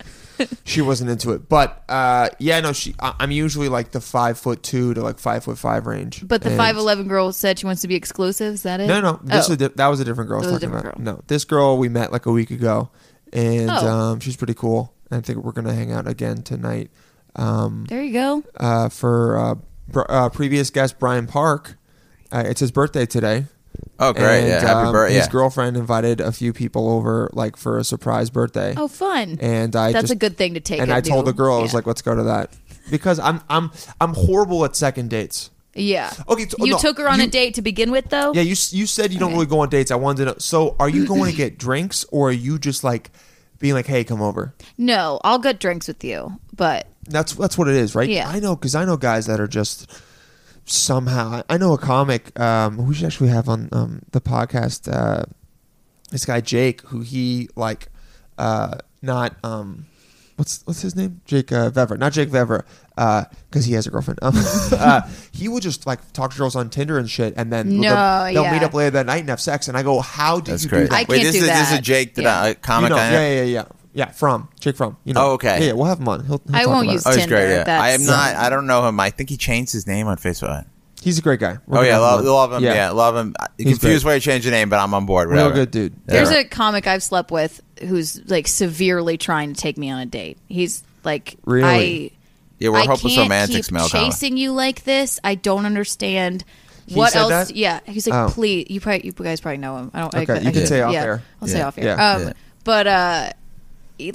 Speaker 1: she wasn't into it. But uh, yeah, no. She, I, I'm usually like the five foot two to like five foot five range.
Speaker 4: But the
Speaker 1: And-
Speaker 4: five eleven girl said she wants to be exclusive. Is that it?
Speaker 1: no, no. This
Speaker 4: Oh.
Speaker 1: is a di- that was a different girl. I was
Speaker 4: That was a
Speaker 1: talking
Speaker 4: different
Speaker 1: about. No, this girl we met like a week ago, and
Speaker 4: Oh.
Speaker 1: um, she's pretty cool. And I think we're gonna hang out again tonight. Um,
Speaker 4: there you go.
Speaker 1: uh, for uh, br- uh, previous guest Brian Park, uh, it's his birthday today.
Speaker 3: oh, great. yeah.
Speaker 1: And,
Speaker 3: Happy
Speaker 1: um,
Speaker 3: birthday.
Speaker 1: His
Speaker 3: Yeah.
Speaker 1: girlfriend invited a few people over, like for a surprise birthday.
Speaker 4: Oh, fun.
Speaker 1: And I
Speaker 4: That's
Speaker 1: just-
Speaker 4: a good thing to take.
Speaker 1: and I told
Speaker 4: do.
Speaker 1: the girl, I was
Speaker 4: Yeah.
Speaker 1: like, "Let's go to that," because I'm I'm I'm horrible at second dates.
Speaker 4: "Yeah."
Speaker 1: Okay, so-
Speaker 4: you
Speaker 1: no,
Speaker 4: took her on
Speaker 1: you-
Speaker 4: a date to begin with, though.
Speaker 1: Yeah, you s- you said you don't really go on dates. I wanted to know. So, are you going to get drinks, or are you just like being like, "Hey, come over"?
Speaker 4: No, I'll get drinks with you, but
Speaker 1: That's that's what it is, right?
Speaker 4: Yeah.
Speaker 1: I know because I know guys that are just somehow. I know a comic um, who we should actually have on um, the podcast. Uh, this guy Jake, who he like uh, not um, what's what's his name? Jake uh, Vever, not Jake Vever, because he has a girlfriend. Um, uh, he will just like talk to girls on Tinder and shit, and then
Speaker 4: No,
Speaker 1: they'll, they'll
Speaker 4: yeah.
Speaker 1: meet up later that night and have sex. And I go, how do
Speaker 3: That's
Speaker 1: you
Speaker 3: great.
Speaker 1: do that?
Speaker 4: I
Speaker 3: Wait,
Speaker 4: can't
Speaker 3: this
Speaker 4: do
Speaker 3: is this is
Speaker 4: that.
Speaker 3: a Jake that
Speaker 4: Yeah.
Speaker 3: I, comic
Speaker 1: You know,
Speaker 3: I
Speaker 1: yeah, yeah, yeah, yeah. From Jake from you know.
Speaker 3: Oh, okay.
Speaker 1: Yeah, yeah, we'll have him on. He'll, he'll
Speaker 4: I
Speaker 1: talk
Speaker 4: won't
Speaker 1: about
Speaker 4: use
Speaker 1: it.
Speaker 3: Oh, he's great. Yeah.
Speaker 4: Tinder,
Speaker 3: I am
Speaker 4: that's-
Speaker 3: not. I don't know him. I think he changed his name on Facebook.
Speaker 1: He's a great guy. We're
Speaker 3: Oh
Speaker 1: gonna
Speaker 3: yeah,
Speaker 1: have him on.
Speaker 3: love, love him. Yeah, love him. I-
Speaker 1: He's
Speaker 3: Confused why he changed the name, but I'm on board.
Speaker 1: real
Speaker 3: Whatever.
Speaker 1: good dude.
Speaker 3: Yeah.
Speaker 4: there's a comic I've slept with who's like severely trying to take me on a date. He's like,
Speaker 1: Really?
Speaker 4: I,
Speaker 3: Yeah, we're
Speaker 4: I
Speaker 3: hopeless
Speaker 4: can't
Speaker 3: romantics,
Speaker 4: keep
Speaker 3: male comic.
Speaker 4: chasing you like this. I don't understand. what
Speaker 1: said
Speaker 4: else?
Speaker 1: that?
Speaker 4: Yeah, he's like,
Speaker 1: Oh.
Speaker 4: please. You probably, you guys probably know him. I don't. I-
Speaker 1: Okay,
Speaker 4: I,
Speaker 1: you can say off
Speaker 4: yeah,
Speaker 1: air.
Speaker 4: I'll say
Speaker 3: Yeah.
Speaker 4: off air.
Speaker 1: Yeah.
Speaker 4: Um,
Speaker 3: Yeah.
Speaker 4: but uh,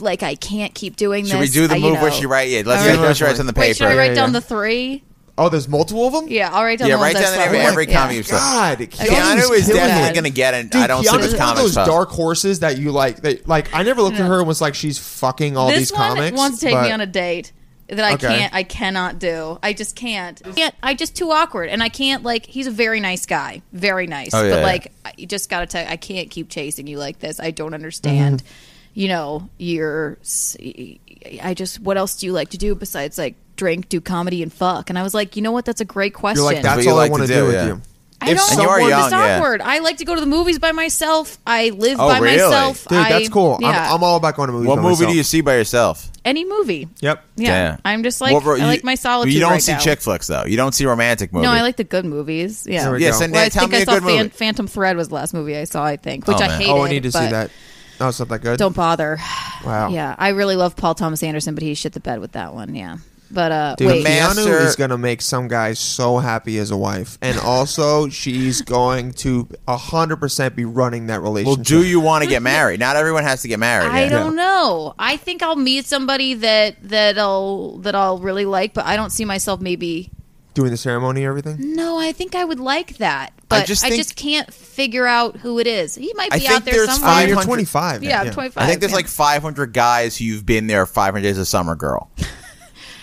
Speaker 4: like I can't keep doing
Speaker 3: Should we
Speaker 4: this.
Speaker 3: do the
Speaker 4: I- you
Speaker 3: move where
Speaker 4: know.
Speaker 3: she write? Yeah, let's
Speaker 4: All
Speaker 3: do
Speaker 4: right.
Speaker 3: the move she writes on the paper.
Speaker 4: Wait, should I write
Speaker 1: yeah,
Speaker 4: down
Speaker 1: yeah.
Speaker 4: the three?
Speaker 1: Oh, there's multiple of them.
Speaker 4: Yeah, I'll write down
Speaker 3: yeah,
Speaker 4: the ones
Speaker 3: write down the name
Speaker 4: I
Speaker 3: of
Speaker 4: slept with.
Speaker 3: every
Speaker 4: yeah.
Speaker 3: comic you've slept.
Speaker 1: God,
Speaker 3: Keanu is
Speaker 1: killing
Speaker 3: definitely
Speaker 1: it.
Speaker 3: going to get it.
Speaker 1: Dude,
Speaker 3: I don't
Speaker 1: Keanu's
Speaker 3: sleep with
Speaker 1: one of
Speaker 3: comics.
Speaker 1: those
Speaker 3: stuff.
Speaker 1: dark horses that you like. That like I never looked at her and was like, she's fucking all
Speaker 4: this
Speaker 1: these
Speaker 4: one
Speaker 1: comics.
Speaker 4: wants to take
Speaker 1: but
Speaker 4: me on a date. that I
Speaker 3: Okay.
Speaker 4: can't I cannot do. I just can't. I can't I just too awkward and I can't like he's a very nice guy. Very nice.
Speaker 3: Oh, yeah,
Speaker 4: but
Speaker 3: yeah.
Speaker 4: like I you just got to tell I can't keep chasing you like this. I don't understand.
Speaker 1: Mm-hmm.
Speaker 4: You know, you're s- I just what else do you like to do besides like drink, do comedy and fuck? And I was like, "You know what? That's a great question."
Speaker 1: You're like, that's
Speaker 3: you
Speaker 1: all I
Speaker 3: like to
Speaker 1: want to
Speaker 3: do,
Speaker 1: do with
Speaker 3: yeah.
Speaker 1: you.
Speaker 4: I
Speaker 1: if
Speaker 4: don't
Speaker 1: And you
Speaker 3: are
Speaker 4: want
Speaker 3: young,
Speaker 4: this
Speaker 3: yeah.
Speaker 4: awkward. I like to go to the movies by myself. I live
Speaker 3: Oh,
Speaker 4: by
Speaker 3: really?
Speaker 4: myself.
Speaker 1: Dude,
Speaker 4: I,
Speaker 1: that's cool.
Speaker 4: Yeah.
Speaker 1: I'm, I'm all about going to movies.
Speaker 3: What
Speaker 1: by
Speaker 3: movie
Speaker 1: myself.
Speaker 3: do you see by yourself?
Speaker 4: Any movie.
Speaker 1: Yep.
Speaker 4: Yeah.
Speaker 3: Damn.
Speaker 4: I'm just like
Speaker 3: What ro-
Speaker 4: I
Speaker 3: you-
Speaker 4: like my solitude.
Speaker 3: You don't
Speaker 4: right
Speaker 3: see
Speaker 4: now.
Speaker 3: chick flicks though. You don't see romantic movies.
Speaker 4: No, I like the good movies. Yeah.
Speaker 1: There we
Speaker 3: Yeah,
Speaker 1: go.
Speaker 3: send
Speaker 4: Well, I
Speaker 3: that. Tell
Speaker 4: think
Speaker 3: me
Speaker 4: I
Speaker 3: a
Speaker 4: saw
Speaker 3: good movie.
Speaker 4: Fan- Phantom Thread was the last movie I saw, I think, which
Speaker 3: Oh,
Speaker 4: I
Speaker 3: man.
Speaker 4: hated.
Speaker 1: Oh, I need to see
Speaker 4: but
Speaker 1: that. Oh, it's not that good.
Speaker 4: Don't bother.
Speaker 1: Wow.
Speaker 4: Yeah, I really love Paul Thomas Anderson, but he shit the bed with that one. Yeah, but uh,
Speaker 1: Dude,
Speaker 4: wait,
Speaker 3: man-
Speaker 1: Keanu
Speaker 3: Master-
Speaker 1: is gonna make some guy so happy as a wife, and also she's going to hundred percent be running that
Speaker 3: Well,
Speaker 1: relationship.
Speaker 3: do you want to get married? Not everyone has to get married.
Speaker 4: I
Speaker 3: yeah.
Speaker 4: don't know. I think I'll meet somebody that that I'll that I'll really like, but I don't see myself maybe.
Speaker 1: doing the ceremony, and everything?
Speaker 4: No, I think I would like that, but I just,
Speaker 3: just think-
Speaker 4: can't figure out who it is. He might
Speaker 3: I
Speaker 4: be
Speaker 3: think
Speaker 4: out there
Speaker 3: there's
Speaker 4: somewhere.
Speaker 1: Oh, you're
Speaker 3: 500
Speaker 1: twenty five.
Speaker 4: yeah, I'm 25.
Speaker 3: I think there's
Speaker 4: yeah.
Speaker 3: like 500 guys who've been there 500 days of summer girl.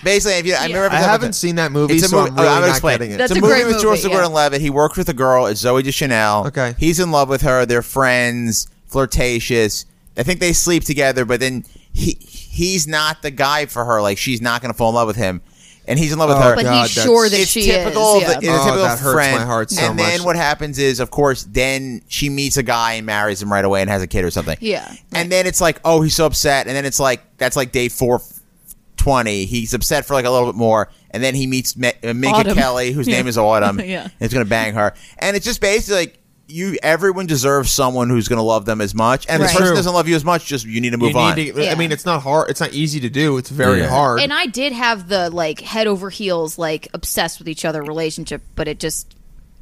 Speaker 3: Basically, if you, I remember
Speaker 1: I haven't seen that movie,
Speaker 3: It's a
Speaker 1: so
Speaker 3: movie.
Speaker 1: I'm really
Speaker 3: I'm gonna
Speaker 1: not
Speaker 3: explain.
Speaker 1: getting it.
Speaker 4: That's
Speaker 3: it's
Speaker 4: a
Speaker 3: a movie
Speaker 4: great
Speaker 3: with
Speaker 4: movie,
Speaker 3: George
Speaker 4: yeah.
Speaker 3: Gordon-Levitt. He worked with a girl. It's Zoe Deschanel.
Speaker 1: Okay.
Speaker 3: He's in love with her. They're friends, flirtatious. I think they sleep together, but then he he's not the guy for her. Like she's not going to fall in love with him, and he's in love with
Speaker 1: Oh,
Speaker 3: her.
Speaker 4: but
Speaker 1: God,
Speaker 4: he's sure that
Speaker 1: that's-
Speaker 3: it's
Speaker 4: she
Speaker 3: typical
Speaker 4: is.
Speaker 3: of the,
Speaker 4: yeah.
Speaker 3: it's
Speaker 1: Oh,
Speaker 3: typical
Speaker 1: that hurts
Speaker 3: friend.
Speaker 1: my heart so
Speaker 3: and then
Speaker 1: much.
Speaker 3: what happens is, of course, then she meets a guy and marries him right away and has a kid or something.
Speaker 4: Yeah.
Speaker 3: And then it's like, oh, he's so upset. And then it's like, that's like day four twenty. He's upset for like a little bit more. And then he meets Me- uh, Minka
Speaker 4: Autumn.
Speaker 3: Kelly, whose
Speaker 4: Yeah.
Speaker 3: name is Autumn.
Speaker 4: Yeah.
Speaker 3: And it's going to bang her. And it's just basically like, you, everyone deserves someone who's going to love them as much. And if
Speaker 4: Right.
Speaker 3: the person
Speaker 1: True.
Speaker 3: doesn't love you as much, just you need to move
Speaker 1: You
Speaker 3: on.
Speaker 1: need to-
Speaker 4: Yeah.
Speaker 1: I mean, it's not hard. It's not easy to do. It's very
Speaker 3: Yeah.
Speaker 1: hard.
Speaker 4: And I did have the like head over heels, like obsessed with each other relationship, but it just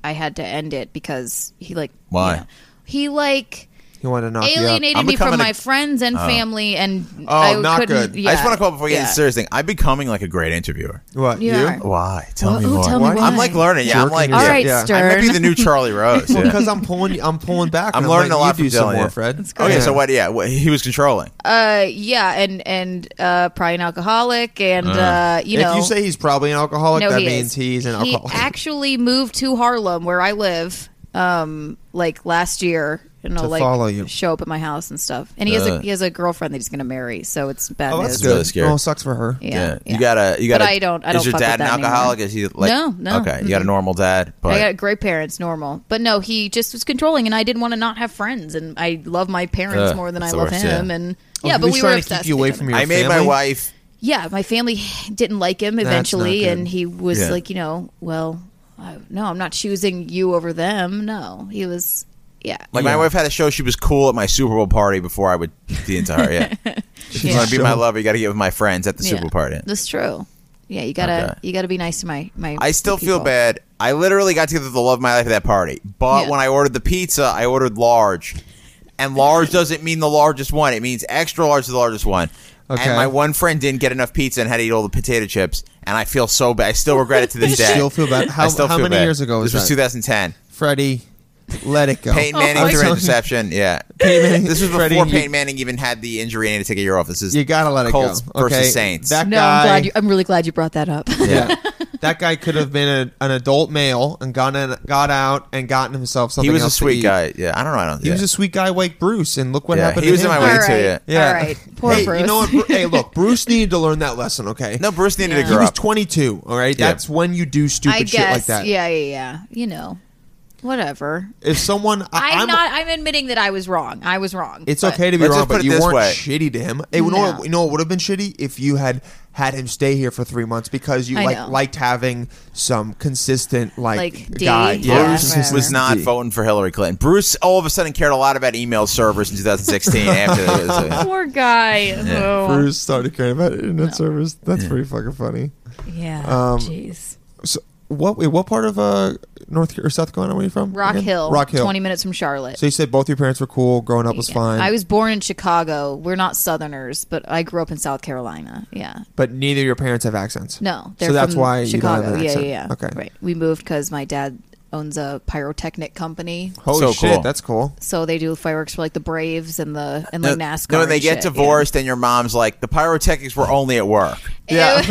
Speaker 4: I had to end it because he like
Speaker 3: Why?
Speaker 4: you know, he like
Speaker 1: you want to knock you out.
Speaker 4: alienated
Speaker 3: I'm
Speaker 4: me from
Speaker 3: becoming a-
Speaker 4: my friends and family, and
Speaker 1: Oh,
Speaker 4: I
Speaker 1: not
Speaker 4: couldn't,
Speaker 1: good.
Speaker 4: Yeah,
Speaker 3: I just want to call before you get into
Speaker 4: yeah.
Speaker 3: the serious thing. I'm becoming like a great interviewer.
Speaker 1: What
Speaker 4: You are.
Speaker 1: you?
Speaker 3: Why? Tell
Speaker 4: Well,
Speaker 3: me
Speaker 4: ooh,
Speaker 3: more.
Speaker 4: tell me
Speaker 3: I'm
Speaker 4: why.
Speaker 3: like learning. Yeah, I'm
Speaker 1: Jerking
Speaker 3: like,
Speaker 1: yourself.
Speaker 4: All
Speaker 1: Yeah,
Speaker 4: right,
Speaker 1: yeah.
Speaker 4: Stern.
Speaker 3: I might be the new Charlie Rose. yeah.
Speaker 1: Because I'm pulling. I'm pulling back.
Speaker 3: I'm
Speaker 1: and
Speaker 3: learning
Speaker 1: letting
Speaker 3: a lot
Speaker 1: You
Speaker 3: from
Speaker 1: do some
Speaker 3: Dylan,
Speaker 1: more,
Speaker 3: yeah.
Speaker 1: Fred.
Speaker 3: Okay, so what? Yeah, wh- he was controlling.
Speaker 4: uh, yeah, and and uh, probably an alcoholic, and uh, you know,
Speaker 1: if you say he's probably an alcoholic,
Speaker 4: no,
Speaker 1: that
Speaker 4: he
Speaker 1: means
Speaker 4: is.
Speaker 1: he's an
Speaker 4: He
Speaker 1: alcoholic.
Speaker 4: actually moved to Harlem, where I live, um, like last year. And I'll like
Speaker 1: follow you.
Speaker 4: show up at my house and stuff. And he has a
Speaker 3: Uh.
Speaker 4: he has a girlfriend that he's gonna marry, so it's bad
Speaker 1: oh,
Speaker 4: news.
Speaker 1: that's
Speaker 3: It's
Speaker 1: good.
Speaker 3: really scary.
Speaker 1: Oh, sucks for her.
Speaker 4: Yeah, yeah.
Speaker 3: you gotta, you
Speaker 4: But
Speaker 3: gotta.
Speaker 4: I don't- I
Speaker 3: is
Speaker 4: don't
Speaker 3: your
Speaker 4: fuck
Speaker 3: dad
Speaker 4: with that
Speaker 3: an alcoholic? Is he like?
Speaker 4: No, no.
Speaker 3: Okay, you got a normal dad, but
Speaker 4: I got great parents, normal. But no, he just was controlling, and I didn't want to not have friends. And I love my parents
Speaker 3: Ugh,
Speaker 4: more than I
Speaker 3: Uh, that's the
Speaker 4: love
Speaker 3: worst,
Speaker 4: him.
Speaker 3: yeah.
Speaker 4: And
Speaker 1: Oh,
Speaker 4: yeah,
Speaker 1: he
Speaker 4: but
Speaker 1: was
Speaker 4: we were
Speaker 1: trying to
Speaker 4: obsessed
Speaker 1: keep you away
Speaker 4: with
Speaker 1: from
Speaker 4: him.
Speaker 1: your
Speaker 3: I made my
Speaker 1: family?
Speaker 3: wife.
Speaker 4: Yeah, my family didn't like him eventually,
Speaker 1: not good.
Speaker 4: and he was
Speaker 3: Yeah.
Speaker 4: like, you know, well, I, no, I'm not choosing you over them. No, he was, yeah.
Speaker 3: Like my wife had a show. She was cool at my Super Bowl party before I would be into her. Yeah, she's
Speaker 4: Yeah.
Speaker 3: gonna be my lover. You got to get with my friends at the
Speaker 4: Yeah.
Speaker 3: Super Bowl party.
Speaker 4: That's true. Yeah, you gotta
Speaker 3: Okay.
Speaker 4: you gotta be nice to my my.
Speaker 3: I still feel
Speaker 4: people.
Speaker 3: bad. I literally got together with the love of my life at that party. But
Speaker 4: Yeah.
Speaker 3: when I ordered the pizza, I ordered large. And large doesn't mean the largest one. It means extra large is the largest one.
Speaker 1: Okay.
Speaker 3: And my one friend didn't get enough pizza and had to eat all the potato chips. And I feel so bad. I still regret it to this
Speaker 1: You
Speaker 3: day.
Speaker 1: still feel bad.
Speaker 3: I
Speaker 1: How,
Speaker 3: still
Speaker 1: how
Speaker 3: feel
Speaker 1: many
Speaker 3: bad.
Speaker 1: years ago was
Speaker 3: This was
Speaker 1: that? Oh,
Speaker 3: 2010.
Speaker 1: Freddie, let it go.
Speaker 3: Peyton Manning
Speaker 4: Oh my
Speaker 3: threw
Speaker 1: God.
Speaker 3: an interception. Yeah.
Speaker 1: Peyton Manning-
Speaker 3: this was before
Speaker 1: Freddie, you-
Speaker 3: Peyton Manning even had the injury and had to take a year off. This is
Speaker 1: You gotta let it
Speaker 3: Colts
Speaker 1: go. Okay,
Speaker 3: versus Saints.
Speaker 1: That
Speaker 4: No,
Speaker 1: guy,
Speaker 4: I'm glad. You, I'm really glad you brought that up.
Speaker 1: yeah, that guy could have been a, an adult male and gone in, got out and gotten himself something.
Speaker 3: he was a
Speaker 1: else to
Speaker 3: sweet
Speaker 1: eat.
Speaker 3: guy. Yeah. I don't know. I don't
Speaker 1: He was
Speaker 3: yeah.
Speaker 1: a sweet guy like Bruce, and look what
Speaker 3: Yeah,
Speaker 1: happened.
Speaker 3: he
Speaker 1: to
Speaker 3: was in
Speaker 1: him.
Speaker 3: my
Speaker 4: all
Speaker 3: way too,
Speaker 4: right,
Speaker 3: yeah.
Speaker 1: Yeah.
Speaker 4: all right. Poor
Speaker 1: hey,
Speaker 4: Bruce.
Speaker 1: You know what? Bru- hey, look, Bruce needed to learn that lesson. Okay,
Speaker 3: No, Bruce needed
Speaker 4: Yeah.
Speaker 3: to
Speaker 1: he
Speaker 3: grow
Speaker 1: was
Speaker 3: up.
Speaker 1: 22. All right,
Speaker 3: Yeah.
Speaker 1: that's when you do stupid
Speaker 4: I
Speaker 1: shit like
Speaker 4: guess.
Speaker 1: that.
Speaker 4: yeah, yeah, yeah. You know, whatever.
Speaker 1: If someone, I,
Speaker 4: I'm,
Speaker 1: I'm
Speaker 4: not. I'm admitting that I was wrong. I was wrong.
Speaker 1: It's
Speaker 4: but-
Speaker 1: okay to be
Speaker 3: Let's
Speaker 1: wrong,
Speaker 3: just put
Speaker 1: but
Speaker 3: it
Speaker 1: you
Speaker 3: this
Speaker 1: weren't
Speaker 3: way.
Speaker 1: shitty to him. It, would-
Speaker 4: No.
Speaker 1: you know what would have been shitty if you had had him stay here for three months because you
Speaker 4: I
Speaker 1: like
Speaker 4: know.
Speaker 1: liked having some consistent like,
Speaker 4: Like D?
Speaker 1: guy.
Speaker 4: Yeah,
Speaker 3: Bruce
Speaker 4: whatever.
Speaker 3: was not
Speaker 1: D.
Speaker 3: voting for Hillary Clinton. Bruce all of a sudden cared a lot about email servers in 2016 after uh, the
Speaker 4: Poor guy. Oh.
Speaker 1: Bruce started caring about internet service. That's pretty fucking funny.
Speaker 4: Yeah.
Speaker 1: Um,
Speaker 4: Jeez.
Speaker 1: So what? Wait, what part of uh North or South Carolina were you from?
Speaker 4: Rock
Speaker 1: again?
Speaker 4: Hill.
Speaker 1: Rock Hill.
Speaker 4: Twenty minutes from Charlotte.
Speaker 1: so you said both your parents were cool. Growing up was
Speaker 4: Yeah.
Speaker 1: fine.
Speaker 4: I was born in Chicago. We're not Southerners, but I grew up in South Carolina. Yeah.
Speaker 1: but neither of your parents have accents.
Speaker 4: No, they're
Speaker 1: So that's
Speaker 4: from
Speaker 1: why you don't have
Speaker 4: Chicago.
Speaker 1: an
Speaker 4: yeah,
Speaker 1: accent.
Speaker 4: yeah, yeah.
Speaker 1: Okay.
Speaker 4: Right. We moved because my dad owns a pyrotechnic company,
Speaker 1: Holy
Speaker 3: So
Speaker 1: shit,
Speaker 3: cool.
Speaker 1: that's cool.
Speaker 4: so they do fireworks for like the Braves and the and like NASCAR.
Speaker 3: when they
Speaker 4: and
Speaker 3: get
Speaker 4: shit, yeah.
Speaker 3: divorced, and your mom's like, the pyrotechnics were only at work.
Speaker 1: Yeah.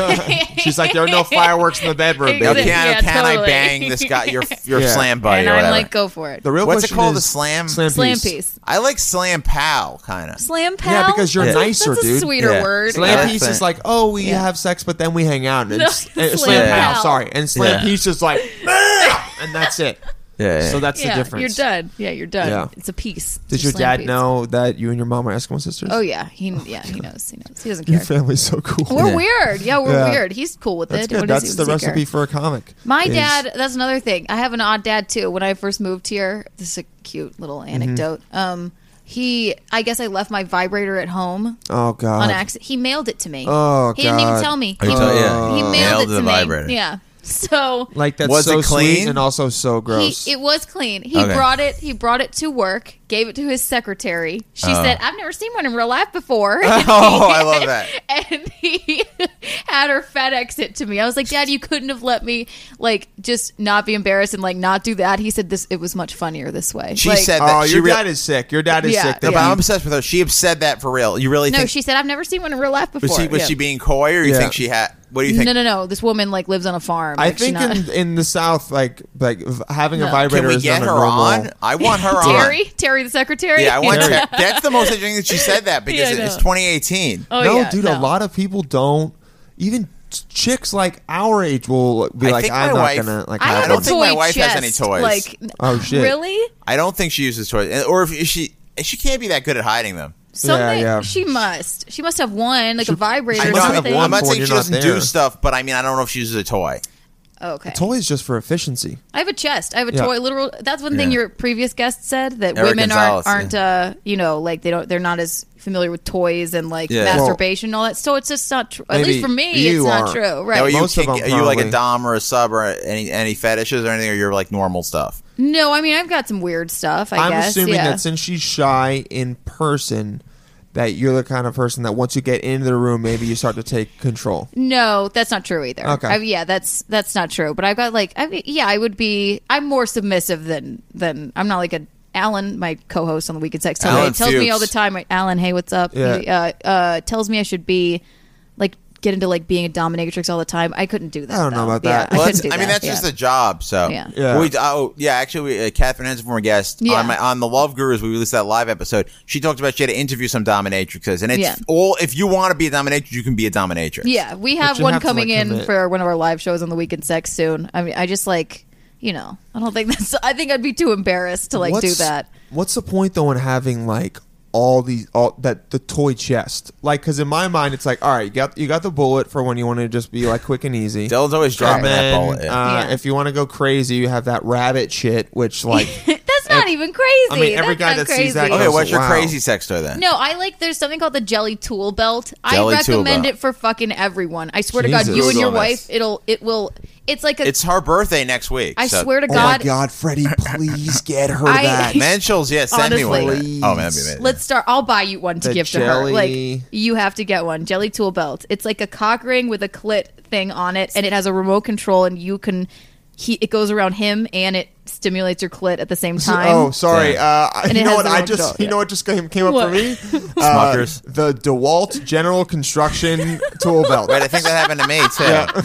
Speaker 1: She's like, there are no fireworks in the bedroom,
Speaker 3: Now,
Speaker 1: baby.
Speaker 4: Exactly.
Speaker 3: can
Speaker 4: Yeah,
Speaker 3: can I
Speaker 4: totally.
Speaker 3: bang this guy? Your your
Speaker 1: Yeah.
Speaker 3: slam buddy
Speaker 4: And
Speaker 3: or
Speaker 4: I'm
Speaker 3: whatever.
Speaker 4: like, go for it.
Speaker 1: The real
Speaker 3: What's it
Speaker 1: question
Speaker 3: called?
Speaker 1: is
Speaker 3: The slam?
Speaker 1: slam
Speaker 4: Slam
Speaker 1: piece.
Speaker 4: piece.
Speaker 3: I like slam pal kind of.
Speaker 4: Slam pal.
Speaker 1: Yeah, because you're
Speaker 4: That's a-
Speaker 1: nicer,
Speaker 4: that's
Speaker 1: dude.
Speaker 4: A sweeter
Speaker 3: Yeah.
Speaker 4: word.
Speaker 1: Slam
Speaker 3: Yeah.
Speaker 1: piece is like, oh, we
Speaker 4: Yeah.
Speaker 1: have sex, but then we hang out. And
Speaker 4: No,
Speaker 1: it's, and
Speaker 4: slam
Speaker 1: slam
Speaker 3: pal.
Speaker 1: pal, sorry. And slam
Speaker 3: Yeah.
Speaker 1: piece is like, "Ah!" and that's it.
Speaker 3: Yeah,
Speaker 1: So that's
Speaker 4: yeah,
Speaker 1: the difference.
Speaker 4: You're done. Yeah, you're done.
Speaker 1: Yeah.
Speaker 4: It's a piece. It's
Speaker 1: Did
Speaker 4: a
Speaker 1: your
Speaker 4: slam
Speaker 1: dad
Speaker 4: piece.
Speaker 1: know that you and your mom are Eskimo sisters?
Speaker 4: Oh yeah, he yeah he knows he knows he doesn't
Speaker 1: Your
Speaker 4: care.
Speaker 1: family's so cool.
Speaker 4: We're
Speaker 3: Yeah.
Speaker 4: weird. Yeah, we're
Speaker 1: Yeah.
Speaker 4: weird. He's cool with
Speaker 1: That's
Speaker 4: it.
Speaker 1: good.
Speaker 4: What does he-
Speaker 1: That's the
Speaker 4: does he care?
Speaker 1: recipe for a comic.
Speaker 4: My
Speaker 1: is-
Speaker 4: dad, that's another thing. I have an odd dad too. When I first moved here, this is a cute little
Speaker 1: Mm-hmm.
Speaker 4: anecdote. Um, he, I guess I left my vibrator at home
Speaker 1: Oh
Speaker 4: on
Speaker 1: God.
Speaker 4: accident. He mailed it to me.
Speaker 1: Oh,
Speaker 4: he didn't
Speaker 1: God.
Speaker 4: even tell me.
Speaker 3: Oh,
Speaker 4: He,
Speaker 3: yeah.
Speaker 4: Uh, he mailed,
Speaker 3: Mailed
Speaker 4: it to
Speaker 3: the
Speaker 4: me.
Speaker 3: vibrator.
Speaker 4: Yeah. So
Speaker 1: Like that's
Speaker 3: Was
Speaker 1: so
Speaker 3: it clean?
Speaker 1: sweet and also so
Speaker 4: he,
Speaker 1: gross.
Speaker 4: it was clean. He
Speaker 3: Okay.
Speaker 4: brought it. He brought it to work. Gave it to his secretary. She
Speaker 1: Uh.
Speaker 4: said, "I've never seen one in real life before."
Speaker 3: Oh, I love that.
Speaker 4: and he had her FedEx it to me. I was like, Dad, you couldn't have let me like just not be embarrassed and like not do that. He said this. It was much funnier this way.
Speaker 3: She
Speaker 4: Like,
Speaker 3: said that
Speaker 1: oh,
Speaker 3: she
Speaker 1: your
Speaker 3: rea-
Speaker 1: dad is sick. Your dad is
Speaker 4: Yeah,
Speaker 1: sick.
Speaker 3: No,
Speaker 1: That
Speaker 3: but
Speaker 4: yeah.
Speaker 3: I'm obsessed with her. She said that for real. You really
Speaker 4: No,
Speaker 3: think
Speaker 4: she said I've never seen one in real life before.
Speaker 3: was she was
Speaker 4: Yeah.
Speaker 3: she being coy, or you
Speaker 1: Yeah.
Speaker 3: think she had? What do you think?
Speaker 4: No, no, no. This woman like lives on a farm.
Speaker 1: I
Speaker 4: Like, she
Speaker 1: think
Speaker 4: not-
Speaker 1: in, in the South, like like v- having a
Speaker 4: No.
Speaker 1: vibrator
Speaker 3: Can we
Speaker 1: is
Speaker 3: get
Speaker 1: not
Speaker 3: her
Speaker 1: a normal.
Speaker 3: on? I want her on.
Speaker 4: Terry, Terry the secretary.
Speaker 3: Yeah, I want
Speaker 1: Terry.
Speaker 3: Terry. That's the most interesting that she said that because
Speaker 4: Yeah, I
Speaker 3: it's
Speaker 4: know.
Speaker 3: 2018.
Speaker 4: Oh,
Speaker 1: no,
Speaker 4: yeah,
Speaker 1: dude, a
Speaker 4: no.
Speaker 1: lot of people don't. Even ch- chicks like our age will be
Speaker 3: I
Speaker 1: like,
Speaker 3: think
Speaker 1: I'm
Speaker 3: my
Speaker 1: not
Speaker 3: wife-
Speaker 1: gonna like.
Speaker 4: I,
Speaker 3: I
Speaker 4: have
Speaker 3: don't
Speaker 4: a
Speaker 3: think
Speaker 4: toy
Speaker 3: my wife has any
Speaker 4: chest.
Speaker 3: toys.
Speaker 4: Like,
Speaker 1: Oh, shit.
Speaker 4: Really?
Speaker 3: I don't think she uses toys, or if she she can't be that good at hiding them.
Speaker 4: Something
Speaker 1: yeah.
Speaker 4: she must. She must have one, like a vibrator
Speaker 1: she
Speaker 4: or
Speaker 1: must have
Speaker 4: something.
Speaker 1: one
Speaker 3: I'm not
Speaker 1: when
Speaker 3: saying
Speaker 1: you're
Speaker 3: she
Speaker 1: not
Speaker 3: doesn't
Speaker 1: there.
Speaker 3: do stuff, but I mean, I don't know if she uses a toy.
Speaker 4: Oh, Okay.
Speaker 1: Toy is just for efficiency.
Speaker 4: I have a chest. I have a
Speaker 1: Yeah.
Speaker 4: toy. Literal. That's one thing
Speaker 3: Yeah.
Speaker 4: your previous guest said that
Speaker 3: Eric
Speaker 4: women
Speaker 3: Gonzalez,
Speaker 4: aren't aren't uh, you know like they don't they're not as familiar with toys and like
Speaker 3: Yeah.
Speaker 4: masturbation and all that. So it's just not true. At
Speaker 1: Maybe
Speaker 4: least for me,
Speaker 1: you
Speaker 4: it's not
Speaker 1: aren't.
Speaker 4: true.
Speaker 3: Now, are
Speaker 4: Right?
Speaker 3: you,
Speaker 1: Most of
Speaker 3: kinky-
Speaker 1: them
Speaker 3: are you like a
Speaker 1: probably.
Speaker 3: dom or a sub or any any fetishes or anything, or you're like normal stuff?
Speaker 4: no, I mean I've got some weird stuff. I
Speaker 1: I'm
Speaker 4: guess.
Speaker 1: assuming
Speaker 4: yeah.
Speaker 1: that since she's shy in person, that you're the kind of person that once you get into the room, maybe you start to take control.
Speaker 4: no, that's not true either.
Speaker 1: Okay.
Speaker 4: I, yeah, that's that's not true. But I've got like I yeah, I would be. I'm more submissive than than I'm not like a. Alan, my co-host on the Weekend Sex, tells, me,
Speaker 3: Alan
Speaker 4: tells me
Speaker 3: Fuchs.
Speaker 4: all the time. like, Alan, hey, what's up?
Speaker 1: Yeah.
Speaker 4: He, uh, uh, tells me I should be like get into like being a dominatrix all the time. I couldn't do that.
Speaker 1: I don't know
Speaker 4: though.
Speaker 1: about that.
Speaker 4: Yeah,
Speaker 1: Well,
Speaker 4: I
Speaker 3: that's-
Speaker 4: couldn't do that.
Speaker 3: mean, that's
Speaker 4: yeah.
Speaker 3: just a job. So
Speaker 4: Yeah.
Speaker 1: Yeah.
Speaker 3: We, oh yeah, actually, we, uh, Catherine Henson, former guest
Speaker 4: Yeah.
Speaker 3: on my on the Love Gurus, we released that live episode. She talked about she had to interview some dominatrixes, and it's
Speaker 4: Yeah.
Speaker 3: all if you want to be a dominatrix, you can be a dominatrix.
Speaker 4: Yeah, we have
Speaker 1: you
Speaker 4: one
Speaker 1: have to, like,
Speaker 4: coming in
Speaker 1: commit.
Speaker 4: for one of our live shows on the weekend sex soon. I mean, I just like you know, I don't think that's. I think I'd be too embarrassed to like do that.
Speaker 1: What's the point though in having like all these all that the toy chest? Like, because in my mind, it's like, all right, you got you got the bullet for when you want to just be like quick and easy.
Speaker 3: Dylan's always dropping
Speaker 1: And
Speaker 3: that
Speaker 1: then,
Speaker 3: bullet. yeah.
Speaker 1: uh,
Speaker 4: Yeah.
Speaker 1: if you want to go crazy, you have that rabbit shit, which like
Speaker 4: That's not
Speaker 1: Ev-
Speaker 4: even crazy.
Speaker 1: I mean, every
Speaker 4: that's
Speaker 1: guy
Speaker 4: not
Speaker 1: that
Speaker 4: crazy.
Speaker 1: sees that
Speaker 3: okay,
Speaker 1: goes,
Speaker 3: what's your
Speaker 1: wow.
Speaker 3: crazy sex toy then?
Speaker 4: No, I like. There's something called the jelly tool belt.
Speaker 3: Jelly
Speaker 4: I
Speaker 3: tool
Speaker 4: recommend
Speaker 3: belt.
Speaker 4: it for fucking everyone. I swear to
Speaker 1: Jesus.
Speaker 4: God, you and
Speaker 3: Google
Speaker 4: your
Speaker 3: this.
Speaker 4: wife, it'll, it will. It's like a. I
Speaker 3: It's her birthday next week. so-
Speaker 4: swear to
Speaker 1: oh
Speaker 4: God,
Speaker 1: my god, Freddie, please get her
Speaker 4: I-
Speaker 1: that.
Speaker 3: Menschels, yeah, send me one.
Speaker 1: Honestly.
Speaker 3: Oh man, that'd be amazing.
Speaker 4: Let's start. I'll buy you one to
Speaker 1: The
Speaker 4: give
Speaker 1: jelly-
Speaker 4: to her. Like you have to get one jelly tool belt. It's like a cock ring with a clit thing on it, and it has a remote control, and you can. He it goes around him, and it stimulates your clit at the same time.
Speaker 1: Oh, sorry. Uh, I-
Speaker 4: And
Speaker 1: you
Speaker 4: it
Speaker 1: know
Speaker 4: has
Speaker 1: what?
Speaker 4: the
Speaker 1: I
Speaker 4: wrong
Speaker 1: just
Speaker 4: dog,
Speaker 1: you
Speaker 4: yeah.
Speaker 1: know what just came, came up
Speaker 4: What?
Speaker 1: for me. Uh,
Speaker 3: Smuckers.
Speaker 1: the DeWalt General Construction tool belt.
Speaker 3: Wait, I think that happened to me too.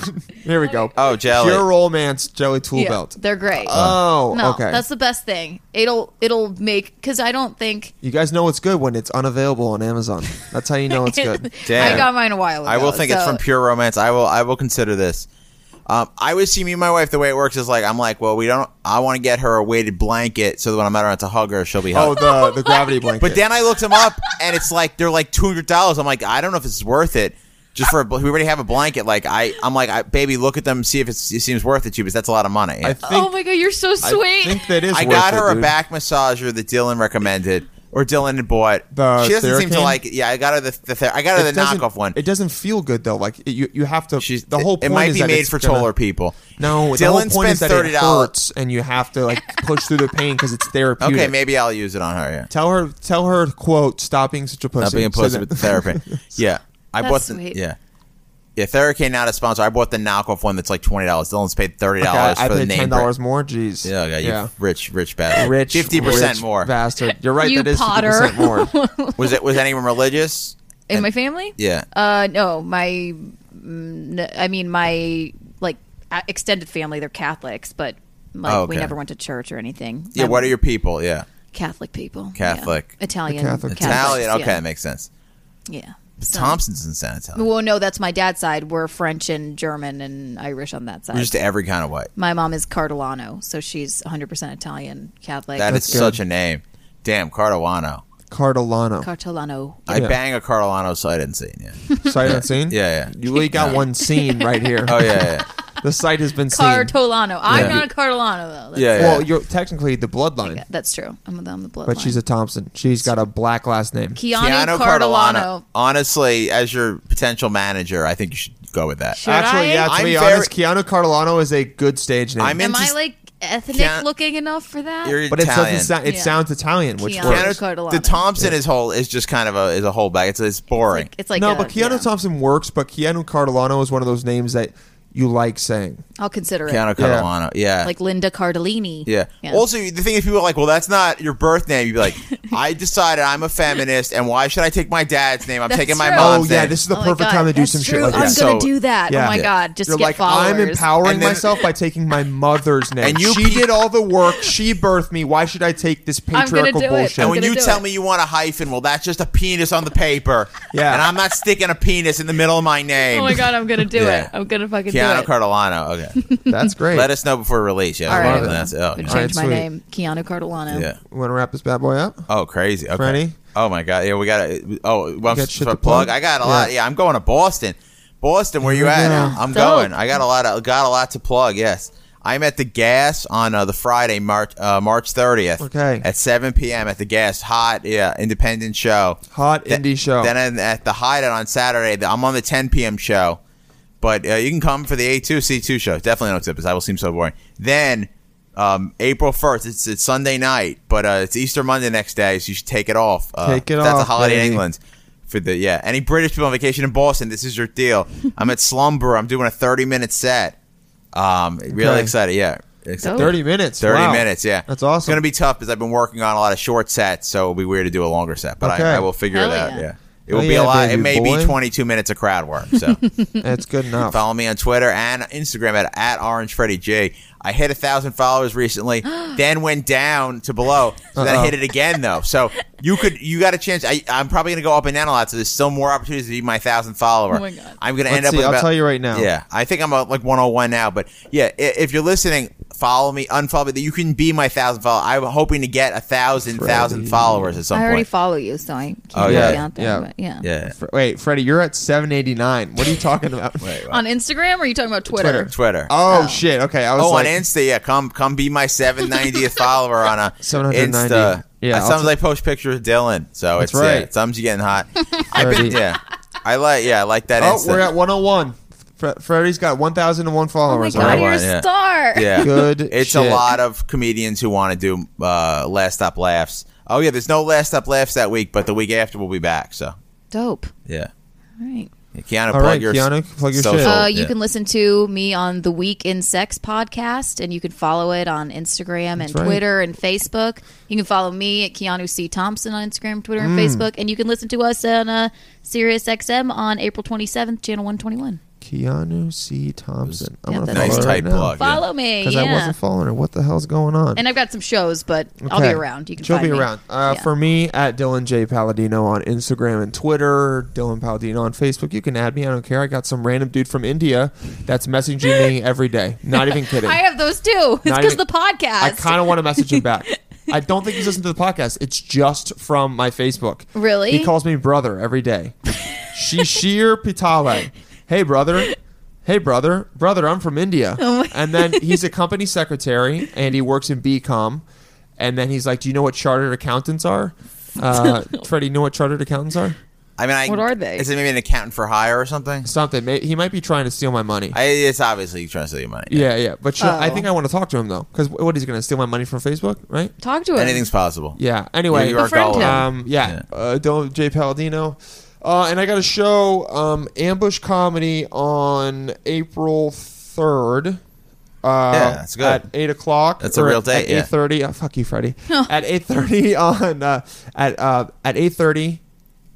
Speaker 1: Here we go.
Speaker 3: Oh, jelly.
Speaker 1: Pure romance jelly tool
Speaker 4: Yeah,
Speaker 1: belt.
Speaker 4: they're great.
Speaker 1: Oh,
Speaker 4: no,
Speaker 1: okay.
Speaker 4: that's the best thing. It'll it'll make because I don't think
Speaker 1: You guys know it's good when it's unavailable on Amazon. That's how you know it's good.
Speaker 3: Damn.
Speaker 4: I got mine a while ago.
Speaker 3: I will think it's
Speaker 4: so-
Speaker 3: from pure romance. I will. I will consider this. Um, I would see me and my wife. The way it works is like I'm like, well, we don't. I want to get her a weighted blanket so that when I'm out around to hug her, she'll be
Speaker 1: Oh,
Speaker 3: hugged.
Speaker 1: the the gravity blanket.
Speaker 3: but then I looked them up, and it's like they're like two hundred dollars. I'm like, I don't know if it's worth it. Just for a, bl- we already have a blanket. Like I, I'm like, I, baby, look at them, see if it's, it seems worth it to you. Because that's a lot of money.
Speaker 1: I
Speaker 3: I,
Speaker 1: think
Speaker 4: Oh my god, you're so
Speaker 1: I
Speaker 4: sweet.
Speaker 1: think that is. worth
Speaker 3: got
Speaker 1: it,
Speaker 3: her a
Speaker 1: dude.
Speaker 3: back massager that Dylan recommended, or Dylan had bought.
Speaker 1: The
Speaker 3: she doesn't seem to
Speaker 1: Theracane?
Speaker 3: like. it. Yeah, I got her the, the ther- I got her
Speaker 1: It
Speaker 3: the
Speaker 1: doesn't-
Speaker 3: knockoff one.
Speaker 1: It doesn't feel good though. Like it- you, you have to.
Speaker 3: She's
Speaker 1: the whole
Speaker 3: It,
Speaker 1: point
Speaker 3: might
Speaker 1: is
Speaker 3: be
Speaker 1: that
Speaker 3: made
Speaker 1: it's
Speaker 3: for
Speaker 1: gonna-
Speaker 3: taller people.
Speaker 1: No, the
Speaker 3: Dylan
Speaker 1: whole point is
Speaker 3: spent
Speaker 1: that it
Speaker 3: $30.
Speaker 1: hurts, and you have to like push through the pain because it's therapeutic.
Speaker 3: Okay, maybe I'll use it on her. Yeah,
Speaker 1: Tell her, tell her, quote, stop being such a pussy.
Speaker 3: not being
Speaker 1: Say
Speaker 3: pussy
Speaker 1: that.
Speaker 3: with the therapy. Yeah, I
Speaker 4: That's
Speaker 3: bought. The,
Speaker 4: sweet.
Speaker 3: yeah, Yeah, Theracane not a sponsor. I bought the knockoff one that's like twenty dollars. Dylan's paid thirty
Speaker 1: Okay,
Speaker 3: dollars
Speaker 1: I, I
Speaker 3: for the
Speaker 1: paid
Speaker 3: name.
Speaker 1: ten dollars more. Jeez.
Speaker 3: Yeah, yeah, you
Speaker 1: yeah.
Speaker 3: rich, rich bastard.
Speaker 1: Rich,
Speaker 3: fifty percent
Speaker 1: rich
Speaker 3: more.
Speaker 1: bastard. You're right.
Speaker 4: You
Speaker 1: that is fifty
Speaker 4: Potter.
Speaker 1: percent more.
Speaker 3: Was it? Was anyone religious?
Speaker 4: in my family.
Speaker 3: Yeah.
Speaker 4: Uh, no, my, mm, n- I mean my like uh, extended family. They're Catholics, but like
Speaker 3: Oh,
Speaker 4: we
Speaker 3: okay.
Speaker 4: never went to church or anything.
Speaker 3: yeah.
Speaker 4: My-
Speaker 3: What are your people? Yeah.
Speaker 4: Catholic people?
Speaker 3: Catholic.
Speaker 4: yeah. Italian,
Speaker 1: The Catholic
Speaker 4: Catholics,
Speaker 3: Italian. Okay,
Speaker 4: yeah.
Speaker 3: that makes sense.
Speaker 4: yeah.
Speaker 3: Thompson's in San Antonio.
Speaker 4: Well, no, that's my dad's side. We're French and German and Irish on that side.
Speaker 3: We're just every kind of white.
Speaker 4: my mom is Cardellano, so she's 100% Italian Catholic.
Speaker 3: That is
Speaker 1: That's good.
Speaker 3: such a name. Damn, Cardolano.
Speaker 1: Cardellano.
Speaker 4: Cardellano.
Speaker 3: I
Speaker 1: Yeah.
Speaker 3: bang a Cardolano sight unseen. Yeah.
Speaker 1: Sight unseen.
Speaker 3: Yeah, yeah.
Speaker 1: You leak out one scene right here.
Speaker 3: Oh yeah, yeah.
Speaker 1: The site has been seen.
Speaker 4: Cardellano. I'm
Speaker 3: Yeah.
Speaker 4: not a Cardellano though. That's,
Speaker 3: Yeah, yeah.
Speaker 1: Well, you're technically the bloodline,
Speaker 4: yeah, that's true. I'm, the- I'm the bloodline.
Speaker 1: but she's a Thompson. She's got a black last name.
Speaker 4: Keanu,
Speaker 3: Keanu
Speaker 4: Cardellano.
Speaker 3: Cardolano. Honestly, as your potential manager, I think you should go with that.
Speaker 4: Should
Speaker 1: Actually,
Speaker 4: I?
Speaker 1: yeah. To
Speaker 3: I'm
Speaker 1: be
Speaker 3: very-
Speaker 1: honest, Keanu Cardellano is a good stage name.
Speaker 3: I'm in-
Speaker 4: Am I
Speaker 3: Just-
Speaker 4: like ethnic
Speaker 3: Keanu-
Speaker 4: looking enough for that?
Speaker 3: You're
Speaker 1: but it
Speaker 3: Italian.
Speaker 1: doesn't sound. It
Speaker 4: Yeah.
Speaker 1: sounds Italian, which
Speaker 4: Keanu.
Speaker 1: works.
Speaker 3: Keanu-
Speaker 4: Cardolano.
Speaker 3: the Thompson is whole is just kind of a is a whole bag. It's it's boring.
Speaker 4: Like, it's like
Speaker 1: no,
Speaker 4: a-
Speaker 1: but Keanu
Speaker 4: yeah.
Speaker 1: Thompson works. But Keanu Cardellano is one of those names that you like saying.
Speaker 4: I'll consider it.
Speaker 3: Keanu
Speaker 1: Yeah.
Speaker 3: Cardolano. Yeah.
Speaker 4: Like Linda Cardellini.
Speaker 3: yeah. Also, the thing is, people are like, "Well, that's not your birth name." You'd be like, "I decided I'm a feminist, and why should I take my dad's name? I'm
Speaker 4: That's
Speaker 3: taking my
Speaker 4: true.
Speaker 1: Oh
Speaker 3: mom's
Speaker 1: yeah,
Speaker 3: name."
Speaker 1: this is the
Speaker 4: Oh my
Speaker 1: perfect
Speaker 4: God,
Speaker 1: time to do
Speaker 4: that's
Speaker 1: some shit
Speaker 4: true.
Speaker 1: like
Speaker 4: I'm
Speaker 1: that.
Speaker 3: that.
Speaker 4: gonna
Speaker 3: So-
Speaker 4: do that.
Speaker 1: Yeah.
Speaker 4: Oh my
Speaker 1: Yeah.
Speaker 4: god, just
Speaker 1: You're
Speaker 4: get
Speaker 1: like
Speaker 4: followers.
Speaker 1: I'm empowering
Speaker 3: And then-
Speaker 1: myself by taking my mother's name.
Speaker 3: And you
Speaker 1: she
Speaker 3: keep-
Speaker 1: did all the work. She birthed me. Why should I take this
Speaker 4: gonna
Speaker 1: patriarchal
Speaker 4: do it.
Speaker 1: bullshit?
Speaker 3: and
Speaker 4: I'm
Speaker 3: when
Speaker 4: gonna
Speaker 3: you
Speaker 4: do
Speaker 3: tell
Speaker 4: it.
Speaker 3: me you want a hyphen, well, that's just a penis on the paper.
Speaker 1: Yeah.
Speaker 3: And I'm not sticking a penis in the middle of my name.
Speaker 4: Oh my god, I'm gonna do
Speaker 3: Yeah.
Speaker 4: it. I'm gonna fucking do
Speaker 3: Keanu
Speaker 4: it.
Speaker 3: Cardolano. Okay.
Speaker 1: That's great.
Speaker 3: Let us know before release. Yeah.
Speaker 4: All
Speaker 3: well,
Speaker 4: right,
Speaker 3: that's-
Speaker 4: I'm
Speaker 3: oh, yeah.
Speaker 4: gonna change
Speaker 1: Alright,
Speaker 4: my
Speaker 1: sweet.
Speaker 4: name, Keanu Cardellano.
Speaker 3: Yeah.
Speaker 1: Want to wrap this bad boy up?
Speaker 3: Oh, crazy. Okay.
Speaker 1: Franny?
Speaker 3: Oh my god. Yeah, we got to Oh, well,
Speaker 1: got
Speaker 3: got
Speaker 1: shit
Speaker 3: plug.
Speaker 1: to plug?
Speaker 3: I got a
Speaker 1: Yeah.
Speaker 3: lot. Yeah, I'm going to Boston. Boston, where you
Speaker 1: we
Speaker 3: at?
Speaker 1: go.
Speaker 3: I'm
Speaker 4: Dope.
Speaker 3: going. I got a lot. Of, got a lot to plug. Yes. I'm at the gas on uh, the Friday, March uh, March 30th.
Speaker 1: Okay.
Speaker 3: At 7 p.m. at the gas, hot, yeah, independent show.
Speaker 1: Hot
Speaker 3: Th-
Speaker 1: indie show.
Speaker 3: Then at- at the Hideout on Saturday, the- I'm on the 10 p.m. show. But uh, you can come for the A2C2 show. Definitely no tips. I will seem so boring. Then um, April 1st, it's, it's Sunday night, but uh, it's Easter Monday next day, so you should take it off. Uh,
Speaker 1: Take it
Speaker 3: that's
Speaker 1: off,
Speaker 3: a holiday
Speaker 1: baby.
Speaker 3: in England. For the yeah, any British people on vacation in Boston, this is your deal. I'm at Slumber. I'm doing a 30 minute set. Um, really
Speaker 1: Okay.
Speaker 3: excited. Yeah, Excited.
Speaker 4: Dope.
Speaker 1: Thirty minutes.
Speaker 3: 30
Speaker 1: Wow.
Speaker 3: minutes, yeah.
Speaker 1: That's awesome.
Speaker 3: It's going to be tough because I've been working on a lot of short sets, so it'll be weird to do a longer set, but
Speaker 1: Okay.
Speaker 3: I, I will figure
Speaker 4: Hell
Speaker 3: it out.
Speaker 4: yeah.
Speaker 3: Yeah. It will
Speaker 1: Hell
Speaker 3: be a
Speaker 1: Oh, yeah,
Speaker 3: lot.
Speaker 1: baby
Speaker 3: it may
Speaker 1: boy.
Speaker 3: be 22 minutes of crowd work. So
Speaker 1: That's good enough.
Speaker 3: follow me on Twitter and Instagram at, at Orange Freddy J. I hit a thousand followers recently, then went down to below. So then
Speaker 1: Uh-oh.
Speaker 3: I hit it again though. So you could you got a chance. I, I'm probably going to go up and down a lot. So there's still more opportunities to be my thousand follower.
Speaker 4: Oh my God.
Speaker 3: I'm going to
Speaker 1: Let's
Speaker 3: end up.
Speaker 1: see,
Speaker 3: With
Speaker 1: I'll
Speaker 3: about-
Speaker 1: tell you right now.
Speaker 3: Yeah, I think I'm at like 101 now. But yeah, i- if you're listening, follow me, unfollow me. That you can be my thousand follower. I'm hoping to get a thousand
Speaker 1: Freddy.
Speaker 3: thousand followers at some
Speaker 4: I
Speaker 3: point.
Speaker 4: already follow you, so I can't
Speaker 3: Oh,
Speaker 4: really
Speaker 3: yeah.
Speaker 4: be out there.
Speaker 1: Yeah.
Speaker 4: But yeah.
Speaker 3: yeah,
Speaker 1: Fr- Wait, Freddie, you're at 789. What are you talking about?
Speaker 3: Wait, what?
Speaker 4: On Instagram, or are you talking about Twitter?
Speaker 1: Twitter.
Speaker 3: Twitter.
Speaker 1: Oh,
Speaker 4: Oh.
Speaker 1: shit. Okay, I was
Speaker 3: Oh,
Speaker 1: like,
Speaker 3: on Insta, yeah. Come, come, be my 790th follower on a
Speaker 1: 790.
Speaker 3: Insta.
Speaker 1: Yeah,
Speaker 3: Yeah,
Speaker 1: I'll
Speaker 3: sometimes
Speaker 1: t-
Speaker 3: I post pictures of Dylan, so
Speaker 1: That's
Speaker 3: it's right.
Speaker 1: right.
Speaker 3: sometimes you getting hot. I been,
Speaker 1: Already.
Speaker 3: yeah, I like, yeah, I like that.
Speaker 1: oh,
Speaker 3: Insta.
Speaker 1: we're at 101. Fre- Freddie's got 1,001
Speaker 4: Oh my
Speaker 1: followers.
Speaker 4: god,
Speaker 1: already.
Speaker 4: you're a
Speaker 3: Yeah.
Speaker 4: star.
Speaker 3: yeah,
Speaker 1: Good
Speaker 3: It's
Speaker 1: shit.
Speaker 3: a lot of comedians who want to do uh, last stop laughs. Oh yeah, there's no last stop laughs that week, but the week after we'll be back. So
Speaker 4: Dope.
Speaker 3: yeah,
Speaker 4: All right.
Speaker 3: Yeah, Keanu,
Speaker 1: All
Speaker 3: plug
Speaker 1: right,
Speaker 3: your
Speaker 1: Keanu, plug your
Speaker 3: social,
Speaker 1: shit.
Speaker 4: Uh, you
Speaker 3: yeah.
Speaker 4: can listen to me on the Week in Sex podcast, and you can follow it on Instagram and
Speaker 1: right.
Speaker 4: Twitter and Facebook. You can follow me at Keanu C. Thompson on Instagram, Twitter,
Speaker 1: Mm.
Speaker 4: and Facebook, and you can listen to us on uh, Sirius XM on April 27th, channel 121.
Speaker 1: Keanu C. Thompson. I'm
Speaker 4: Yeah,
Speaker 1: gonna
Speaker 4: that's
Speaker 1: follow
Speaker 3: nice
Speaker 1: her
Speaker 3: tight
Speaker 1: right now.
Speaker 3: plug. yeah.
Speaker 4: Follow me,
Speaker 1: Because
Speaker 4: yeah.
Speaker 1: I wasn't following her. What the hell's going on?
Speaker 4: and I've got some shows, but I'll be
Speaker 1: Okay.
Speaker 4: around. You can
Speaker 1: She'll
Speaker 4: find
Speaker 1: be
Speaker 4: me.
Speaker 1: around. Uh,
Speaker 4: Yeah.
Speaker 1: For me, at Dylan J Palladino on Instagram and Twitter, Dylan Palladino on Facebook. You can add me. I don't care. I got some random dude from India that's messaging me every day. Not even kidding.
Speaker 4: I
Speaker 1: I,
Speaker 4: have those too. It's
Speaker 1: Not
Speaker 4: because
Speaker 1: even-
Speaker 4: the podcast.
Speaker 1: kind of want to message him back. I don't think he's listening to the podcast. It's just from my Facebook.
Speaker 4: Really?
Speaker 1: He calls me brother every day. Shishir Pitale. Hey, brother. Hey, brother. Brother, I'm from India.
Speaker 4: Oh my-
Speaker 1: and then he's a company secretary and he works in BCom. And then he's like, Do you know what chartered accountants are? Uh, Freddie, you know what chartered accountants are?
Speaker 3: I mean, I,
Speaker 4: What are they?
Speaker 3: Is it maybe an accountant for hire or something?
Speaker 1: Something. May- He might be trying to steal my money.
Speaker 3: I, it's obviously trying to steal your money.
Speaker 1: yeah, yeah. But should- I
Speaker 4: Oh.
Speaker 1: think I want to talk to him, though. Because what, he's going to steal my money from Facebook, right?
Speaker 4: Talk to him.
Speaker 3: anything's possible.
Speaker 1: Yeah. Anyway,
Speaker 3: you are
Speaker 4: Befriend
Speaker 3: gullible.
Speaker 4: him.
Speaker 1: Um, yeah, Uh, don't Jay Palladino. Uh, and I got a show, um, Ambush Comedy, on April third. Uh,
Speaker 3: Yeah, that's good.
Speaker 1: At eight o'clock.
Speaker 3: That's a
Speaker 1: or
Speaker 3: real
Speaker 1: at-
Speaker 3: date,
Speaker 1: At
Speaker 3: yeah.
Speaker 1: eight thirty. Oh, fuck you, Freddie. at eight thirty on uh, at uh, at eight thirty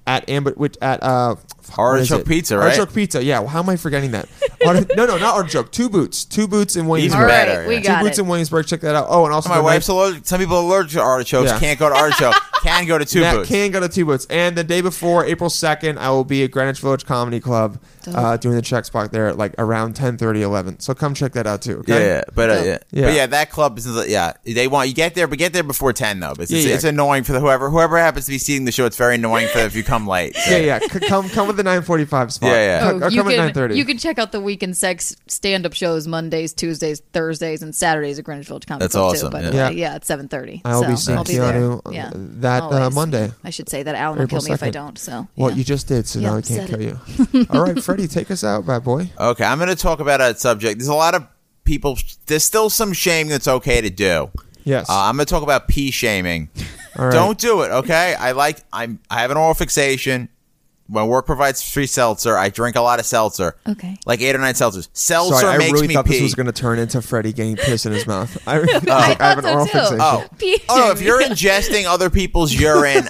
Speaker 1: at Ambush which at uh, fuck, what is
Speaker 3: Artichoke
Speaker 1: it?
Speaker 3: Pizza, right?
Speaker 1: Artichoke Pizza. Yeah. Well, how am I forgetting that? Arti- no, no, not artichoke. Two boots. Two boots in
Speaker 4: All right,
Speaker 1: Williamsburg.
Speaker 3: better,
Speaker 4: we
Speaker 3: yeah.
Speaker 1: Two
Speaker 4: got
Speaker 1: boots
Speaker 4: it.
Speaker 1: in Williamsburg. Check that out. Oh, and also
Speaker 3: My
Speaker 1: the
Speaker 3: wife's
Speaker 1: night-
Speaker 3: allergic. Some people are allergic to artichokes.
Speaker 1: Yeah.
Speaker 3: Can't go to artichoke. can go to two
Speaker 1: yeah,
Speaker 3: boots.
Speaker 1: can go to two boots. And the day before, April second, I will be at Greenwich Village Comedy Club uh, doing the check spot there at like around 10, 11. So come check that out too.
Speaker 3: Yeah,
Speaker 1: Okay?
Speaker 3: yeah, but uh,
Speaker 4: Yeah.
Speaker 3: yeah.
Speaker 1: Yeah.
Speaker 3: but yeah, that club is uh, yeah. They want you get there, but get there before ten though. Because it's,
Speaker 1: Yeah, yeah.
Speaker 3: it's annoying for the whoever whoever happens to be seeing the show. It's very annoying for if you come late. So-
Speaker 1: yeah, yeah. C- come, come with the nine forty five spot.
Speaker 3: Yeah, yeah.
Speaker 1: Co-
Speaker 4: Oh,
Speaker 1: or
Speaker 4: you
Speaker 1: come at nine
Speaker 4: can,
Speaker 1: thirty.
Speaker 4: you can check out the weekend sex stand up shows Mondays, Tuesdays, Thursdays, and Saturdays at Greenwich Village Comedy
Speaker 3: That's
Speaker 4: Club,
Speaker 3: awesome,
Speaker 4: Too,
Speaker 3: yeah.
Speaker 4: but
Speaker 1: Yeah.
Speaker 4: uh, yeah, it's seven thirty.
Speaker 1: I'll
Speaker 4: so
Speaker 1: be seeing
Speaker 4: I'll be
Speaker 1: Keanu
Speaker 4: there. Yeah.
Speaker 1: that uh,
Speaker 4: Always.
Speaker 1: Monday.
Speaker 4: I should say that Alan will
Speaker 1: April
Speaker 4: kill me if I
Speaker 1: 2nd.
Speaker 4: don't. So
Speaker 1: Well,
Speaker 4: yeah.
Speaker 1: you just did, so
Speaker 4: Yeah,
Speaker 1: now I can't
Speaker 4: said
Speaker 1: kill you. All right, Freddie, take us out, bad boy.
Speaker 3: Okay, I'm going to talk about a subject. There's a lot of people. There's still some shaming that's okay to do.
Speaker 1: Yes.
Speaker 3: Uh, I'm going to talk about pee shaming.
Speaker 1: All right.
Speaker 3: Uh, Don't do it. Okay. I like. I'm. I have an oral fixation. My work provides free seltzer. I drink a lot of seltzer.
Speaker 4: Okay.
Speaker 3: Like eight or nine seltzers. Seltzer
Speaker 1: Sorry, I
Speaker 3: makes
Speaker 1: really
Speaker 3: me
Speaker 1: thought
Speaker 3: pee. Uh,
Speaker 1: this was going to turn into Freddie getting piss in his mouth. I,
Speaker 4: I
Speaker 1: I have an
Speaker 4: thought so,
Speaker 1: oral
Speaker 4: too.
Speaker 1: fixation.
Speaker 3: Oh,
Speaker 4: Pee
Speaker 3: oh no, if you're
Speaker 4: shaming.
Speaker 3: ingesting other people's urine,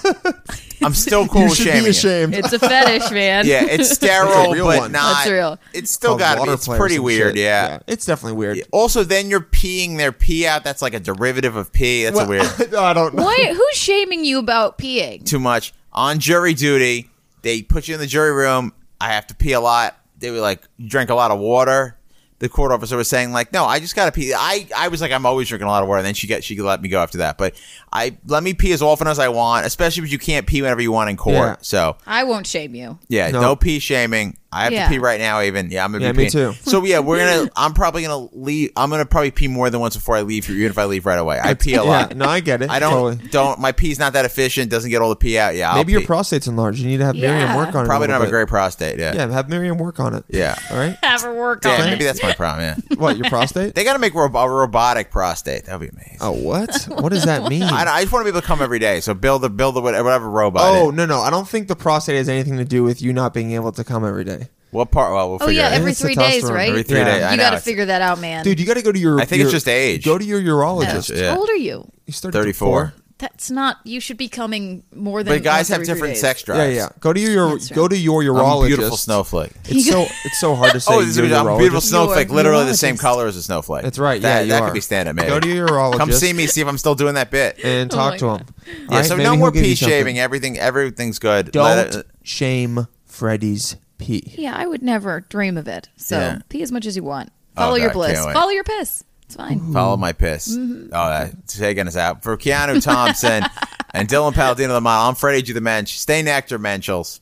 Speaker 3: I'm still cool
Speaker 1: you
Speaker 3: with
Speaker 1: should
Speaker 3: shaming.
Speaker 1: be
Speaker 3: it.
Speaker 1: ashamed.
Speaker 4: it's a fetish, man.
Speaker 3: Yeah, it's sterile,
Speaker 1: real
Speaker 3: but
Speaker 1: one.
Speaker 3: not.
Speaker 4: That's real.
Speaker 3: It's still
Speaker 1: called
Speaker 3: got to be.
Speaker 1: water
Speaker 3: It's
Speaker 1: play or
Speaker 3: pretty
Speaker 1: some
Speaker 3: weird.
Speaker 1: shit.
Speaker 3: Yeah.
Speaker 1: It's definitely weird.
Speaker 3: Also, then you're peeing their pee out. That's like a derivative of pee. That's a
Speaker 1: Well,
Speaker 3: weird.
Speaker 1: no, I don't know.
Speaker 4: Why? Who's shaming you about peeing?
Speaker 3: too much on jury duty. They put you in the jury room. I have to pee a lot. They were like, you drink a lot of water. The court officer was saying like, no, I just gotta pee. I, I was like, I'm always drinking a lot of water. And then she got she let me go after that. But I let me pee as often as I want, especially because you can't pee whenever you want in court.
Speaker 1: Yeah.
Speaker 3: So
Speaker 4: I won't shame you.
Speaker 3: yeah,
Speaker 1: No.
Speaker 3: no, pee shaming. I have
Speaker 4: Yeah.
Speaker 3: to pee right now. Even yeah, I'm gonna
Speaker 1: Yeah,
Speaker 3: be
Speaker 1: me
Speaker 3: peeing.
Speaker 1: too.
Speaker 3: So yeah, we're gonna. I'm probably gonna leave. I'm gonna probably pee more than once before I leave here, even if I leave right away. I pee a lot.
Speaker 1: Yeah, no, I get it.
Speaker 3: I don't
Speaker 1: Totally.
Speaker 3: don't. My pee's not that efficient. Doesn't get all the pee out. Yeah, I'll
Speaker 1: Maybe your
Speaker 3: pee.
Speaker 1: prostate's enlarged. You need to have Miriam
Speaker 4: Yeah.
Speaker 1: work on it. a
Speaker 3: Probably don't
Speaker 1: little
Speaker 3: have a
Speaker 1: bit.
Speaker 3: great prostate. Yeah.
Speaker 1: Yeah, have Miriam work on it.
Speaker 3: Yeah.
Speaker 1: All right.
Speaker 4: Have her work
Speaker 3: Damn,
Speaker 4: on it.
Speaker 3: maybe that's my problem. Yeah.
Speaker 1: What your prostate?
Speaker 3: they got to make ro- a robotic prostate. That would be amazing.
Speaker 1: oh, what? What does that mean?
Speaker 3: I, I just want to be able to come every day. So build a build a whatever, whatever robot.
Speaker 1: oh
Speaker 3: it-
Speaker 1: no, no, I don't think the prostate has anything to do with you not being able to come every day,
Speaker 3: what part? Well, we'll
Speaker 4: oh
Speaker 3: figure
Speaker 4: yeah,
Speaker 3: it out.
Speaker 4: every
Speaker 1: It's
Speaker 4: three days,
Speaker 1: testosterone.
Speaker 4: right?
Speaker 3: Every three
Speaker 1: Yeah.
Speaker 3: days. I
Speaker 4: you
Speaker 3: know.
Speaker 4: got to
Speaker 3: it's
Speaker 4: figure that out, man.
Speaker 1: dude. You got to go to your.
Speaker 3: I think it's
Speaker 1: your-
Speaker 3: just age.
Speaker 1: Go to your urologist.
Speaker 3: Yeah.
Speaker 4: how old are you?
Speaker 1: You started at
Speaker 3: 34.
Speaker 4: That's not. You should be coming more than.
Speaker 3: But guys
Speaker 4: once
Speaker 3: have
Speaker 4: every three
Speaker 3: different
Speaker 4: days.
Speaker 3: sex drives.
Speaker 1: Yeah, yeah. Go to your
Speaker 4: That's right.
Speaker 1: go to your urologist.
Speaker 3: I'm a beautiful snowflake.
Speaker 1: It's so it's so hard to say.
Speaker 3: Oh, this is
Speaker 1: your
Speaker 3: I'm a
Speaker 1: urologist.
Speaker 3: beautiful snowflake.
Speaker 4: Your
Speaker 3: Literally the same
Speaker 4: urologist.
Speaker 3: color as a snowflake.
Speaker 1: That's right.
Speaker 3: That,
Speaker 1: yeah, you
Speaker 3: that
Speaker 1: are.
Speaker 3: could be stand up, maybe.
Speaker 1: Go to your urologist.
Speaker 3: Come see me, see if I'm still doing that bit. Yeah,
Speaker 1: and
Speaker 4: Oh
Speaker 1: talk
Speaker 4: my
Speaker 1: to him.
Speaker 4: God.
Speaker 1: All right,
Speaker 3: so
Speaker 1: maybe
Speaker 3: no
Speaker 1: he'll
Speaker 3: more
Speaker 1: give you
Speaker 3: pee
Speaker 1: something.
Speaker 3: shaving. Everything, everything's good. Let
Speaker 1: Don't
Speaker 3: it-
Speaker 1: shame Freddy's pee.
Speaker 4: Yeah, I would never dream of it. So
Speaker 3: Yeah.
Speaker 4: pee as much as you want.
Speaker 3: Oh,
Speaker 4: Follow your
Speaker 3: God, can't
Speaker 4: bliss.
Speaker 3: wait.
Speaker 4: Follow your piss. It's fine.
Speaker 3: Follow my piss. Oh, that's taking us out. For Keanu Thompson and Dylan Paladino, the model, I'm Freddie G. the Mensch. Stay nectar, Menschels.